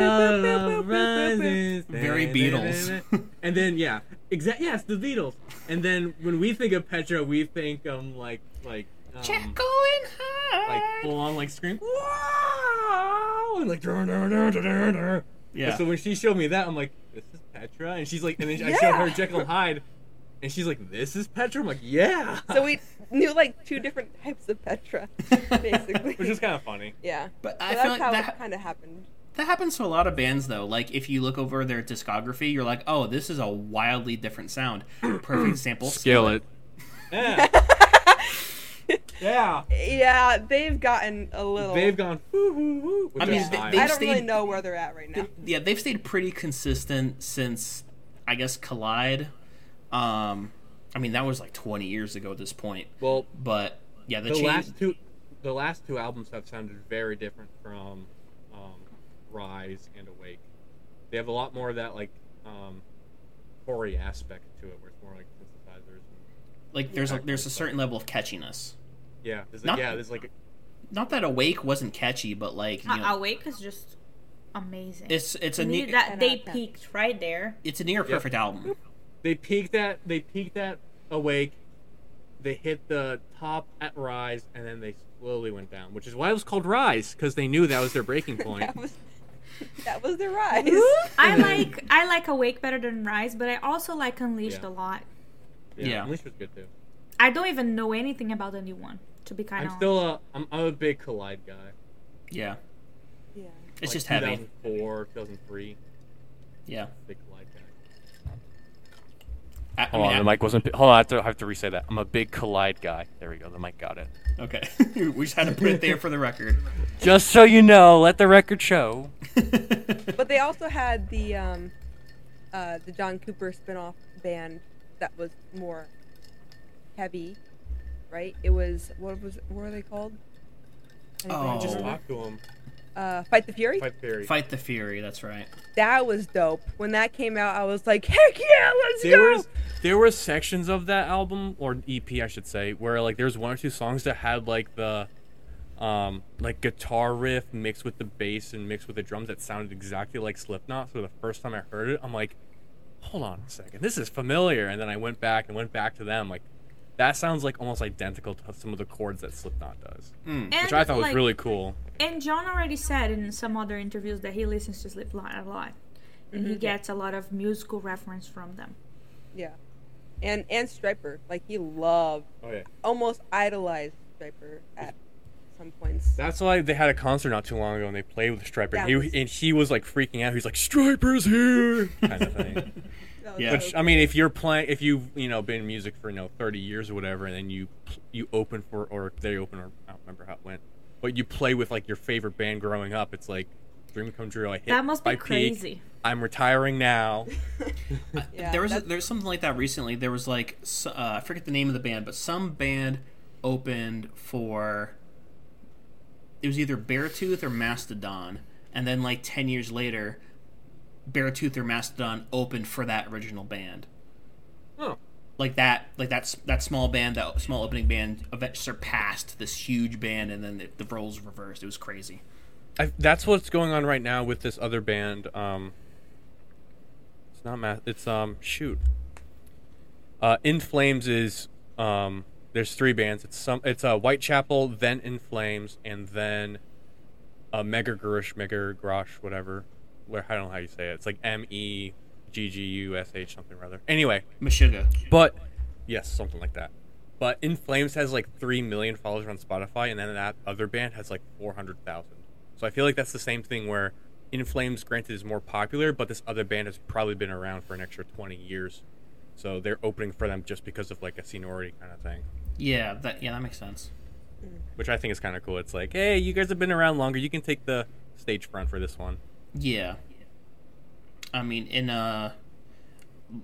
Speaker 4: pew, pew, pew.
Speaker 1: very Beatles.
Speaker 2: And then yeah, exact yeah, it's the Beatles. And then when we think of Petra, we think um like like um,
Speaker 1: and
Speaker 2: like
Speaker 1: Hyde.
Speaker 2: full on like scream wow and like "Dun, dun, dun, dun, dun, dun." And
Speaker 1: Yeah.
Speaker 2: so when she showed me that, I'm like, this is Petra, and she's like, and then I showed her
Speaker 4: Yeah.
Speaker 2: Jekyll and Hyde, and she's like, this is Petra. I'm like, yeah.
Speaker 4: So we knew like two different types of Petra, basically.
Speaker 2: which is kind of funny.
Speaker 4: yeah.
Speaker 1: But
Speaker 4: So
Speaker 1: I
Speaker 4: that's
Speaker 1: feel like
Speaker 4: how
Speaker 1: that
Speaker 4: it kind of happened.
Speaker 1: That happens to a lot of bands, though. Like, if you look over their discography, you're like, oh, this is a wildly different sound. Perfect sample.
Speaker 2: Yeah. yeah.
Speaker 4: yeah, they've gotten a little.
Speaker 2: They've gone. Woo, woo, woo, with
Speaker 1: I
Speaker 2: their
Speaker 1: mean, they-
Speaker 2: style.
Speaker 1: they-
Speaker 4: I don't really
Speaker 1: stayed-
Speaker 4: know where they're at right now.
Speaker 1: Yeah, they've stayed pretty consistent since, I guess, Collide. Um, I mean, that was like 20 years ago at this point.
Speaker 2: well,
Speaker 1: But, yeah, the,
Speaker 2: the
Speaker 1: change.
Speaker 2: last two the last two albums have sounded very different from um, rise and awake they have a lot more of that like um hoary aspect to it where it's more like synthesizers and,
Speaker 1: like, there's a, there's a certain level of catchiness.
Speaker 2: yeah there's
Speaker 1: Not-
Speaker 2: like, yeah there's like
Speaker 1: Not that Awake wasn't catchy, but, like, you
Speaker 3: Uh,
Speaker 1: know,
Speaker 3: Awake is just amazing.
Speaker 1: it's, it's,
Speaker 3: to
Speaker 1: a,
Speaker 3: me,
Speaker 1: ne-
Speaker 3: that they
Speaker 4: Yeah.
Speaker 3: peaked right there.
Speaker 1: it's a near perfect album.
Speaker 2: they peaked that they peaked that awake they hit the top at rise and then they slowly went down which is why it was called rise because they knew that was their breaking point
Speaker 4: That was that was their rise.
Speaker 3: I like I like Awake better than Rise, but I also like Unleashed
Speaker 2: Yeah.
Speaker 3: a lot.
Speaker 1: Yeah.
Speaker 2: Unleashed was good too
Speaker 3: I don't even know anything about the new one, to be kind
Speaker 2: i'm
Speaker 3: of
Speaker 2: still a I'm, I'm a big collide guy
Speaker 1: Yeah.
Speaker 4: yeah.
Speaker 1: It's
Speaker 2: Like
Speaker 1: just heavy.
Speaker 2: 2004 2003
Speaker 1: Yeah.
Speaker 2: big collide guy
Speaker 1: I, I
Speaker 2: Hold
Speaker 1: mean,
Speaker 2: on,
Speaker 1: I-
Speaker 2: the mic wasn't. Hold on, I have to, I have to re-say that. I'm a big collide guy. There we go. The mic got it.
Speaker 1: Okay. we just had to put it there for the record.
Speaker 2: Just so you know, let the record show.
Speaker 4: But they also had the um, uh, the John Cooper spin-off band that was more heavy right? It was what was what were they called? I don't
Speaker 1: Oh.
Speaker 2: Just
Speaker 4: remember.
Speaker 2: talk to him.
Speaker 4: uh, Fight the Fury.
Speaker 2: Fight Fury.
Speaker 1: Fight the Fury, that's right.
Speaker 4: That was dope. When that came out, I was like, heck yeah, let's
Speaker 2: there
Speaker 4: go.
Speaker 2: was there were sections of that album or EP I should say where like there was one or two songs that had like the um like guitar riff mixed with the bass and mixed with the drums that sounded exactly like Slipknot. So the first time I heard it, I'm like, hold on a second, this is familiar. And then I went back and went back to them like that sounds like almost identical to some of the chords that Slipknot does,
Speaker 3: And,
Speaker 2: which I thought was
Speaker 3: like-
Speaker 2: really cool.
Speaker 3: And John already said in some other interviews that he listens to Slipknot a lot, and
Speaker 4: Mm-hmm.
Speaker 3: he gets a lot of musical reference from them.
Speaker 4: Yeah, and and Striper, like he loved,
Speaker 2: Oh yeah.
Speaker 4: almost idolized Striper at some points.
Speaker 2: That's why they had a concert not too long ago, and they played with Striper.
Speaker 4: That
Speaker 2: and, he,
Speaker 4: was-
Speaker 2: and he was like freaking out. He's like, "Striper's here!" kind of thing.
Speaker 4: That was
Speaker 1: Yeah.
Speaker 4: dope.
Speaker 2: Which I mean, if you're playing, if you've you know been in music for you know 30 years or whatever, and then you you open for or they open or I don't remember how it went, but you play with like your favorite band growing up. It's like dream come true. I hit
Speaker 3: That must
Speaker 2: my
Speaker 3: be
Speaker 2: peak.
Speaker 3: crazy.
Speaker 2: I'm retiring now.
Speaker 4: Yeah,
Speaker 1: there was
Speaker 4: that's-
Speaker 1: there's something like that recently. There was like s- uh, I forget the name of the band, but some band opened for it was either Beartooth or Mastodon, and then like ten years later, Beartooth or Mastodon opened for that original band.
Speaker 2: Oh.
Speaker 1: Like that, like that s- that small band, that small opening band, event surpassed this huge band, and then the, the roles reversed. It was crazy.
Speaker 2: I, that's what's going on right now with this other band. Um, it's not math. It's um shoot. Uh, In Flames is um. There's three bands. It's some. It's uh, Whitechapel, then In Flames, and then uh, Mega Grush, Mega Grosh, whatever. Where I don't know how you say it. It's like M E G G U S H something or other. Anyway,
Speaker 1: Meshuggah.
Speaker 2: but yes, something like that. But In Flames has like three million followers on Spotify, and then that other band has like four hundred thousand. So I feel like that's the same thing where In Flames, granted, is more popular, but this other band has probably been around for an extra twenty years. So they're opening for them just because of like a seniority kind of thing,
Speaker 1: Yeah, that yeah that makes sense.
Speaker 2: which I think is kind of cool. It's like, hey, you guys have been around longer, you can take the stage front for this one.
Speaker 1: Yeah. I mean, in uh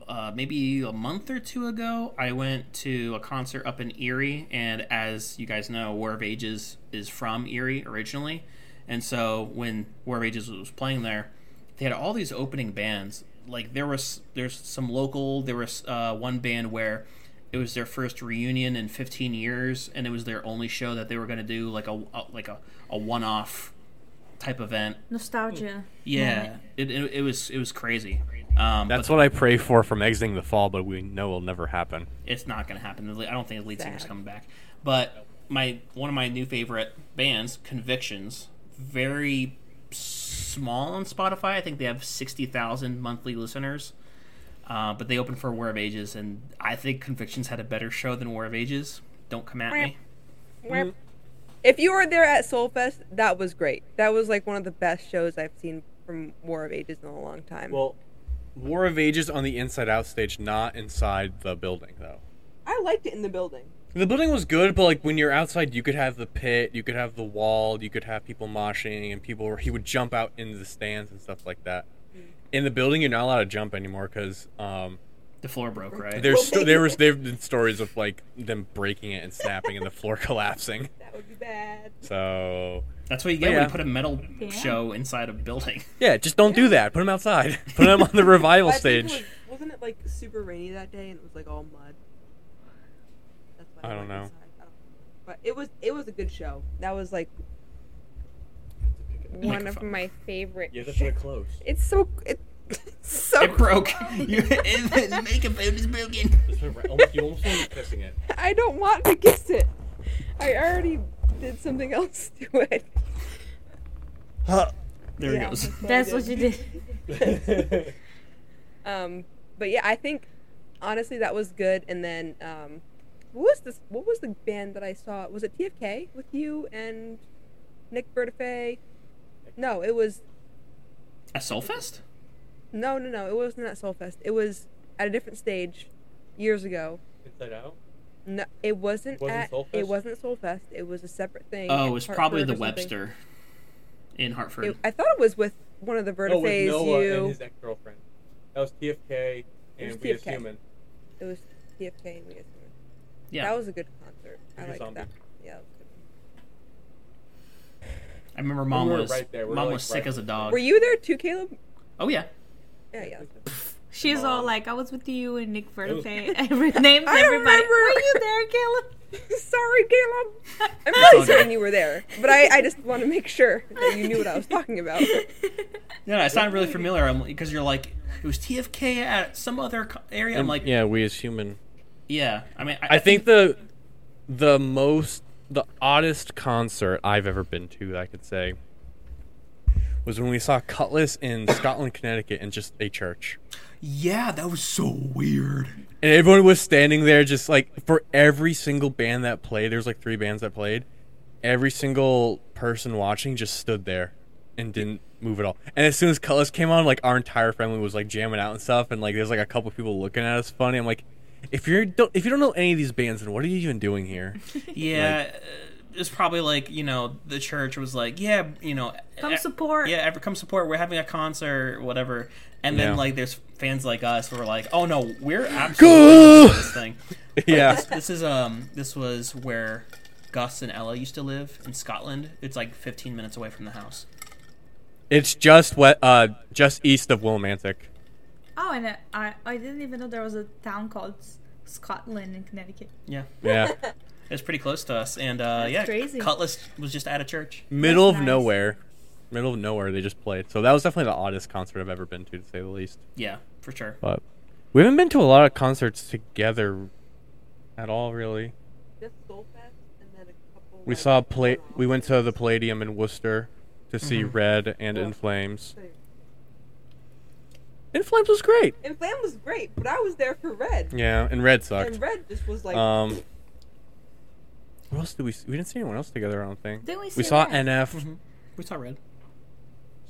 Speaker 1: uh, maybe a month or two ago, I went to a concert up in Erie, and as you guys know, War of Ages is from Erie originally, and so when War of Ages was playing there, they had all these opening bands. Like there was there's some local, there was uh, one band where it was their first reunion in 15 years, and it was their only show that they were going to do like a like a, a one off type event
Speaker 4: Mm.
Speaker 3: Nostalgia.
Speaker 1: yeah, it, it, it was it was crazy. Um,
Speaker 2: That's
Speaker 1: but
Speaker 2: what I pray for from exiting the fall, but we know will never happen.
Speaker 1: it's not going to happen. The lead- I don't think the lead singer's
Speaker 4: Sad.
Speaker 1: coming back. But my one of my new favorite bands, Convictions, very small on Spotify. I think they have sixty thousand monthly listeners. Uh, but they opened for War of Ages, and I think Convictions had a better show than War of Ages. Don't come at me.
Speaker 4: If you were there at Soulfest, that was great. That was like one of the best shows I've seen from War of Ages in a long time.
Speaker 2: Well, War of Ages on the Inside Out stage, not inside the building though.
Speaker 4: I liked it in the building.
Speaker 2: The building was good, but like when you're outside, you could have the pit, you could have the wall, you could have people moshing, and people he would jump out into the stands and stuff like that.
Speaker 4: Mm.
Speaker 2: In the building, you're not allowed to jump anymore because um,
Speaker 1: The floor broke, right?
Speaker 2: there's sto- there was there've been stories of like them breaking it and snapping and the floor collapsing.
Speaker 4: That would be bad.
Speaker 2: So
Speaker 1: That's what you get when
Speaker 2: Oh, Yeah.
Speaker 1: you put a metal
Speaker 3: Yeah.
Speaker 1: show inside a building.
Speaker 2: yeah, just don't do that. Put them outside. Put them on the revival
Speaker 4: But I think it
Speaker 2: stage.
Speaker 4: Was, wasn't it like super rainy that day and it was like all mud? That's
Speaker 2: I
Speaker 4: why
Speaker 2: don't
Speaker 4: went
Speaker 2: know.
Speaker 4: inside. I don't know. But it was it was a good show. That was like one of
Speaker 1: Microphone.
Speaker 4: my favorite.
Speaker 2: close.
Speaker 4: It's so it, it's so
Speaker 1: It broke. Your the microphone is broken.
Speaker 2: You almost kissing it.
Speaker 4: I don't want to kiss it. I already did something else to it.
Speaker 1: There
Speaker 4: Yeah,
Speaker 1: it goes.
Speaker 4: I
Speaker 3: That's what you did.
Speaker 4: Um, but yeah, I think honestly that was good. And then um, what was this? What was the band that I saw? Was it TFK with you and Nick Verdefe? No, it was
Speaker 1: A Soulfest?
Speaker 4: no, no, no. It wasn't at Soulfest. It was at a different stage years ago.
Speaker 2: Inside out.
Speaker 4: No, it wasn't,
Speaker 2: Wasn't
Speaker 4: at.
Speaker 2: Soulfest?
Speaker 4: It wasn't Soulfest. It was a separate thing.
Speaker 1: Oh,
Speaker 4: in
Speaker 1: it was
Speaker 4: Hartford
Speaker 1: probably
Speaker 4: or
Speaker 1: the
Speaker 4: something.
Speaker 1: Webster in Hartford.
Speaker 4: It- I thought it was with one of the Vertifes. you.
Speaker 2: ex-girlfriend. That was TFK
Speaker 4: It was and We As TFK. Human. It was TFK and we as
Speaker 1: Yeah.
Speaker 4: That was a good concert. I
Speaker 2: Your
Speaker 4: like
Speaker 2: zombie.
Speaker 4: that. Yeah. that was good.
Speaker 1: I remember mom
Speaker 2: We were
Speaker 1: was
Speaker 2: right there. We were,
Speaker 1: mom
Speaker 2: like,
Speaker 1: was
Speaker 2: right
Speaker 1: sick as a
Speaker 2: next
Speaker 1: dog.
Speaker 4: Were you there too, Caleb?
Speaker 1: Oh yeah.
Speaker 4: Yeah, yeah.
Speaker 3: She's all
Speaker 2: Um,
Speaker 3: like, I was with you and Nick
Speaker 2: was-
Speaker 3: Forte. Every names
Speaker 4: Oh. I
Speaker 3: everybody.
Speaker 4: remember.
Speaker 3: Were you there, Caleb?
Speaker 4: Sorry, Caleb. I'm
Speaker 1: all
Speaker 4: really
Speaker 1: good.
Speaker 4: certain you were there, but I, I just want to make sure that you knew what I was talking about.
Speaker 1: Yeah, it sounded really familiar because you're like it was TFK at some other co- area. I'm like yeah.
Speaker 2: Um, yeah, we as human.
Speaker 1: I mean, I,
Speaker 2: I think the the most the oddest concert I've ever been to, that I could say, was when we saw Cutlass in Scotland, Connecticut, in just a church,
Speaker 1: yeah, that was so weird.
Speaker 2: and everyone was standing there, just like for every single band that played. There's like three bands that played. Every single person watching just stood there and didn't move at all. And as soon as Cutlass came on, like our entire family was like jamming out and stuff. And like there's like a couple people looking at us funny. I'm like, if you're don't, if you don't know any of these bands, then what are you even doing here?
Speaker 1: Yeah, uh, it's probably like you know the church was like yeah you know
Speaker 3: Come
Speaker 1: e-
Speaker 3: support.
Speaker 1: yeah ever come support we're having a concert whatever and then
Speaker 2: Yeah.
Speaker 1: like there's fans like us who are like oh no we're
Speaker 2: Go!
Speaker 1: absolutely doing this thing.
Speaker 2: yeah.
Speaker 1: This is um this was where Gus and Ella used to live in Scotland. It's like 15 minutes away from the house.
Speaker 2: It's just we- uh just east of Willimantic.
Speaker 3: Oh, and I- I, I didn't even know there was a town called S- Scotland in Connecticut.
Speaker 1: Yeah.
Speaker 2: Yeah.
Speaker 1: It's pretty close to us, and uh,
Speaker 3: That's
Speaker 1: yeah,
Speaker 3: crazy.
Speaker 1: Cutlass was just at a church.
Speaker 2: Middle of
Speaker 3: That's nice.
Speaker 2: nowhere. Middle of nowhere they just played. So that was definitely the oddest concert I've ever been to to say the least.
Speaker 1: Yeah, for sure.
Speaker 2: But we haven't been to a lot of concerts together at all really.
Speaker 4: Just Soulfest, and then a couple.
Speaker 2: We
Speaker 4: like,
Speaker 2: saw play we went to the
Speaker 4: one-offs.
Speaker 2: Palladium in Worcester to see
Speaker 1: Mhm.
Speaker 2: Red and
Speaker 4: Yeah.
Speaker 2: In Flames. In Flames was great.
Speaker 4: And Flam was great, but I was there for Red,
Speaker 2: Yeah, and Red sucked.
Speaker 4: and Red just was like,
Speaker 2: Um what else did we see? We didn't see anyone else together, I don't think.
Speaker 3: Didn't we
Speaker 2: we
Speaker 3: see
Speaker 2: saw
Speaker 3: Red?
Speaker 2: NF.
Speaker 1: Mhm. We saw red.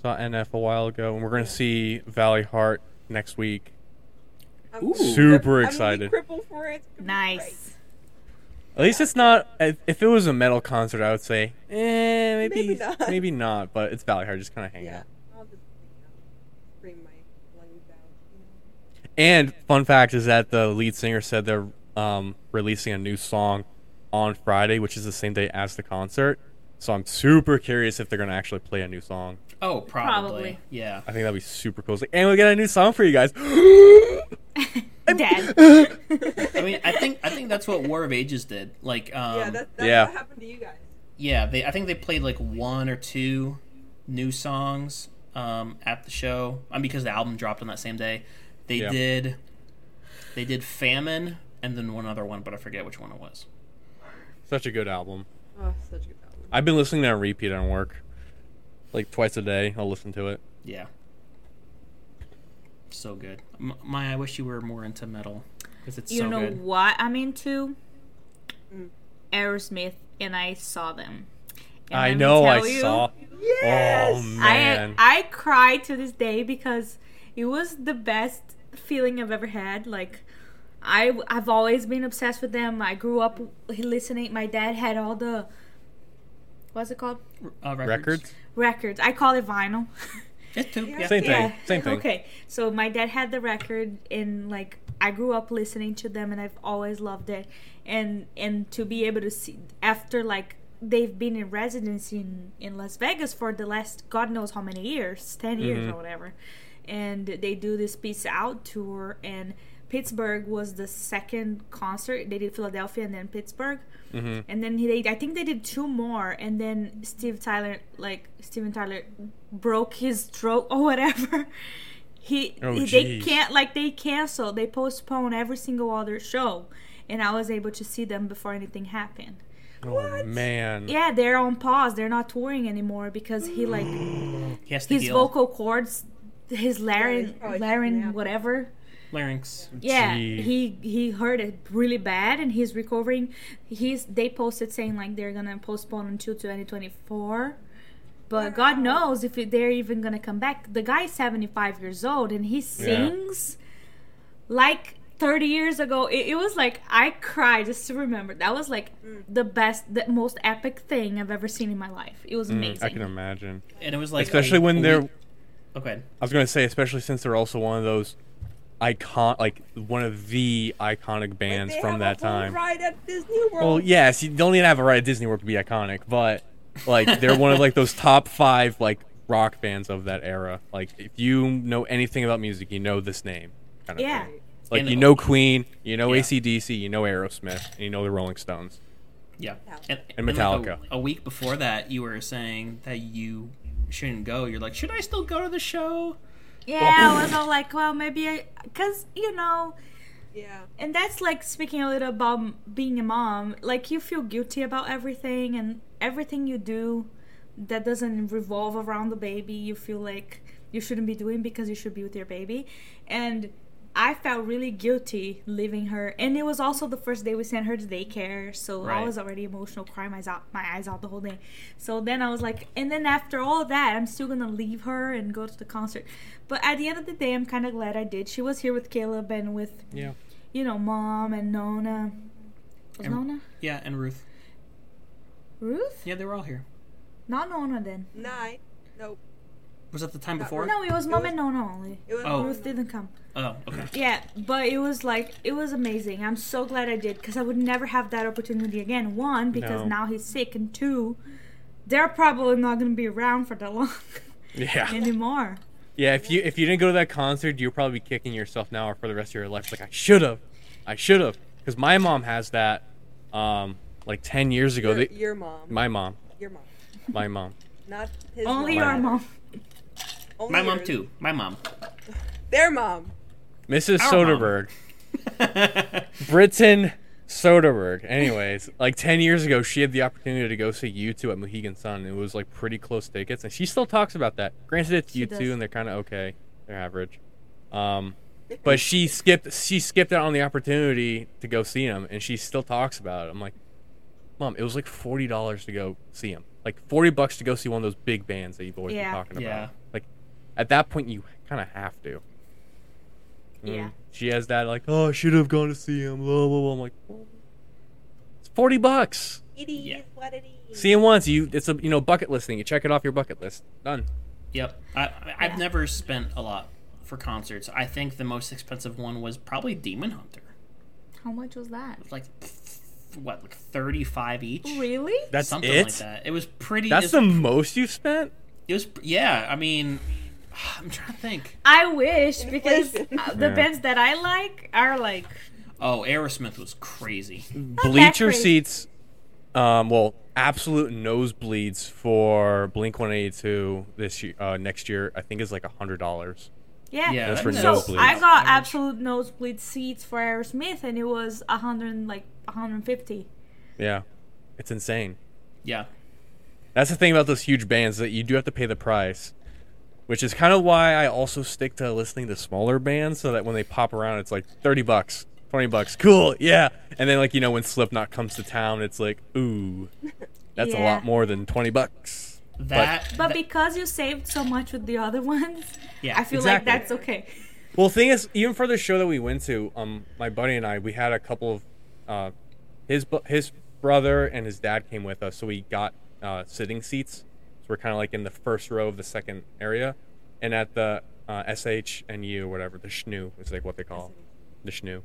Speaker 2: saw NF a while ago, and we're gonna see Valley Heart next week.
Speaker 4: I'm
Speaker 1: Ooh.
Speaker 4: gonna be
Speaker 2: Super
Speaker 4: crippled-
Speaker 2: excited.
Speaker 4: I'm gonna be crippled for it. It's gonna be
Speaker 3: Nice.
Speaker 2: At least it's not. if- If it was a metal concert, I would say, eh, maybe,
Speaker 4: Maybe
Speaker 2: maybe
Speaker 4: not.
Speaker 2: not. But it's Valley Heart, just kind of
Speaker 4: great.
Speaker 2: hang
Speaker 4: Yeah.
Speaker 2: out.
Speaker 4: I'll just you know, scream my lungs out. You know.
Speaker 2: And fun fact is that the lead singer said they're um, releasing a new song on Friday, which is the same day as the concert. So I'm super curious if they're gonna actually play a new song.
Speaker 1: Oh, probably.
Speaker 3: Probably.
Speaker 1: Yeah.
Speaker 2: I think that'd be super cool. It's like, and we got a new song for you guys.
Speaker 3: Dad.
Speaker 1: I mean, I think I think that's what War of Ages did. Like, um,
Speaker 4: yeah, that, that's
Speaker 2: yeah.
Speaker 4: what happened to you guys.
Speaker 1: yeah, they I think they played like one or two new songs um, at the show. Um, because the album dropped on that same day. They
Speaker 2: Yeah.
Speaker 1: did they did Famine and then one other one, but I forget which one it was.
Speaker 2: Such a good album.
Speaker 4: Oh, such a good album.
Speaker 2: I've been listening to it on repeat on work, like twice a day. I'll listen to it.
Speaker 1: Yeah. So good. M- my I wish you were more into metal cuz it's
Speaker 3: you
Speaker 1: so
Speaker 3: know
Speaker 1: good.
Speaker 3: what I'm into?
Speaker 4: Mm.
Speaker 3: Aerosmith, and I saw them. And
Speaker 2: I
Speaker 3: let me
Speaker 2: know I
Speaker 3: tell you,
Speaker 2: saw.
Speaker 4: Yes!
Speaker 2: Oh
Speaker 3: I
Speaker 2: man.
Speaker 3: I cry to this day because it was the best feeling I've ever had. Like I I've always been obsessed with them. I grew up listening. My dad had all the what's it called
Speaker 1: Uh,
Speaker 2: Records?
Speaker 3: records. I call it vinyl.
Speaker 1: It too. Yeah.
Speaker 2: Same thing.
Speaker 3: Yeah.
Speaker 2: Same thing.
Speaker 3: Okay. So my dad had the record and like I grew up listening to them and I've always loved it. And and to be able to see after like they've been in residency in, in Las Vegas for the last God knows how many years, 10 years
Speaker 2: Mhm.
Speaker 3: or whatever. And they do this peace out tour and Pittsburgh was the second concert. They did Philadelphia and then Pittsburgh
Speaker 2: Mm-hmm.
Speaker 3: and then he, they, I think they did two more, and then Steve Tyler, like Steven Tyler, broke his throat or whatever. He,
Speaker 2: Oh,
Speaker 3: he- they
Speaker 2: jeez.
Speaker 3: can't like they cancel, they postpone every single other show, and I was able to see them before anything happened.
Speaker 2: Oh man.
Speaker 3: Yeah, they're on pause. They're not touring anymore because he like
Speaker 2: Mm.
Speaker 1: He has to
Speaker 3: his
Speaker 1: heal.
Speaker 3: vocal cords, his larynx,
Speaker 4: probably
Speaker 3: larynx,
Speaker 4: snapped.
Speaker 3: whatever.
Speaker 1: larynx.
Speaker 3: Yeah,
Speaker 2: Gee.
Speaker 3: he he hurt it really bad, and he's recovering. He's they posted saying like they're gonna postpone until 2024, but God knows if it- they're even gonna come back. The guy's 75 years old, and he sings like 30 years ago. It, it was like I cried just to remember. That was like the best, the most epic thing I've ever seen in my life. It was amazing.
Speaker 2: Mm, I can imagine.
Speaker 1: And it was like
Speaker 2: especially
Speaker 1: a-
Speaker 2: when
Speaker 1: a
Speaker 2: they're.
Speaker 1: week- Oh, go ahead.
Speaker 2: I was gonna say, especially since they're also one of those icon like one of the iconic bands
Speaker 4: they
Speaker 2: from
Speaker 4: have
Speaker 2: that
Speaker 4: a whole
Speaker 2: time.
Speaker 4: Ride at Disney World.
Speaker 2: Well, yes, you don't even have a ride at Disney World to be iconic, but like they're one of like those top five like rock bands of that era. Like if you know anything about music, you know this name. Kind of
Speaker 3: Yeah.
Speaker 2: thing. Like
Speaker 1: And-
Speaker 2: you know Queen, you know
Speaker 1: Yeah.
Speaker 2: ACDC, you know Aerosmith, and you know the Rolling Stones.
Speaker 1: Yeah.
Speaker 4: Yeah.
Speaker 2: And
Speaker 1: like,
Speaker 2: Metallica.
Speaker 1: a, a week before that, you were saying that you shouldn't go. You're like, should I still go to the show?
Speaker 3: Yeah, I was all like, well, maybe I, cause you know,
Speaker 4: yeah.
Speaker 3: and that's like speaking a little about m- being a mom. Like you feel guilty about everything and everything you do that doesn't revolve around the baby. You feel like you shouldn't be doing because you should be with your baby, and I felt really guilty leaving her. And it was also the first day we sent her to daycare, so I
Speaker 1: Right.
Speaker 3: was already emotional, crying my eyes out, my eyes out the whole day. So then I was like, and then after all that, I'm still gonna leave her and go to the concert. But at the end of the day, I'm kind of glad I did. She was here with Caleb and with
Speaker 2: Yeah.
Speaker 3: you know, mom and Nona. Was
Speaker 1: And-
Speaker 3: Nona?
Speaker 1: Yeah, and Ruth.
Speaker 3: Ruth?
Speaker 1: Yeah, they were all here.
Speaker 3: Not Nona then.
Speaker 4: Nine. Nope.
Speaker 1: Was that the time
Speaker 4: Not
Speaker 1: before?
Speaker 3: Uh, No, it was mom
Speaker 4: was-
Speaker 3: and Nona only.
Speaker 4: It was
Speaker 1: Oh.
Speaker 4: no,
Speaker 3: Ruth
Speaker 4: no, no.
Speaker 3: didn't come.
Speaker 1: Oh, okay.
Speaker 3: Yeah, but it was like it was amazing. I'm so glad I did because I would never have that opportunity again. One, because
Speaker 2: No.
Speaker 3: now he's sick, and two, they're probably not gonna be around for that long
Speaker 2: Yeah.
Speaker 3: anymore.
Speaker 2: Yeah, if you if you didn't go to that concert, you're probably kicking yourself now or for the rest of your life. It's Like I should have. I should have. Because my mom has that um like ten years ago.
Speaker 4: Your,
Speaker 2: They,
Speaker 4: your mom.
Speaker 2: my mom.
Speaker 4: your mom.
Speaker 2: My mom.
Speaker 4: Not his.
Speaker 3: Only
Speaker 2: Wow.
Speaker 3: your mom.
Speaker 4: Only
Speaker 1: My mom
Speaker 4: yours.
Speaker 1: too. My mom.
Speaker 4: Their mom.
Speaker 2: Mrs.
Speaker 1: Our mom.
Speaker 2: Soderberg. Britain Soderberg. Anyways, like ten years ago, she had the opportunity to go see U two at Mohegan Sun. It was like pretty close tickets, and she still talks about that. Granted, it's
Speaker 3: She
Speaker 2: U
Speaker 3: does.
Speaker 2: two, and they're kind of okay, they're average. Um, but she skipped she skipped out on the opportunity to go see him, and she still talks about it. I'm like, Mom, it was like forty dollars to go see him, like forty bucks to go see one of those big bands that you've always
Speaker 3: Yeah.
Speaker 2: been talking about.
Speaker 1: Yeah.
Speaker 2: Like, at that point, you kind of have to. And
Speaker 3: Yeah.
Speaker 2: She has that like, oh, I should have gone to see him. Blah blah blah. I'm like, well, it's forty bucks.
Speaker 4: It is
Speaker 1: Yeah.
Speaker 4: what it is.
Speaker 2: See him once. You, it's a you know bucket list thing. You check it off your bucket list. Done.
Speaker 1: Yep. I, I- I've
Speaker 3: Yeah.
Speaker 1: never spent a lot for concerts. I think the most expensive one was probably Demon Hunter.
Speaker 3: How much was that?
Speaker 1: It was like, th- what, like 35 each?
Speaker 3: Really?
Speaker 2: That's
Speaker 1: Something
Speaker 2: it.
Speaker 1: like that. It was pretty.
Speaker 2: That's
Speaker 1: it was,
Speaker 2: the most you spent.
Speaker 1: It was, yeah, I mean, I'm trying to think.
Speaker 3: I wish because
Speaker 4: Inflation.
Speaker 3: uh, the
Speaker 2: Yeah.
Speaker 3: bands that I like are like
Speaker 1: Oh, Aerosmith was crazy.
Speaker 2: Bleacher
Speaker 3: crazy.
Speaker 2: seats. Um, well, absolute nosebleeds for Blink One Eighty Two this year, uh, next year. I think is like hundred dollars.
Speaker 3: Yeah.
Speaker 1: Yeah, That's
Speaker 2: for
Speaker 3: so
Speaker 2: nosebleeds.
Speaker 3: I got
Speaker 1: Average.
Speaker 3: absolute nosebleed seats for Aerosmith, and it was a hundred and, like a hundred and fifty.
Speaker 2: Yeah, it's insane.
Speaker 1: Yeah.
Speaker 2: That's the thing about those huge bands that you do have to pay the price, which is kind of why I also stick to listening to smaller bands so that when they pop around, it's like thirty bucks, twenty bucks, cool, yeah. And then like you know when Slipknot comes to town, it's like ooh, that's a
Speaker 3: Yeah.
Speaker 2: lot more than twenty bucks.
Speaker 1: That.
Speaker 3: But
Speaker 1: that-
Speaker 3: because you saved so much with the other ones,
Speaker 1: yeah.
Speaker 3: I feel like
Speaker 2: Exactly.
Speaker 3: that's okay.
Speaker 2: Well, thing is, even for the show that we went to, um, my buddy and I, we had a couple of, uh, his bu- his brother and his dad came with us, so we got uh, sitting seats. So we're kind of like in the first row of the second area, and at the uh, SH and U, whatever the Schnoo is like what they call it, the Schnoo,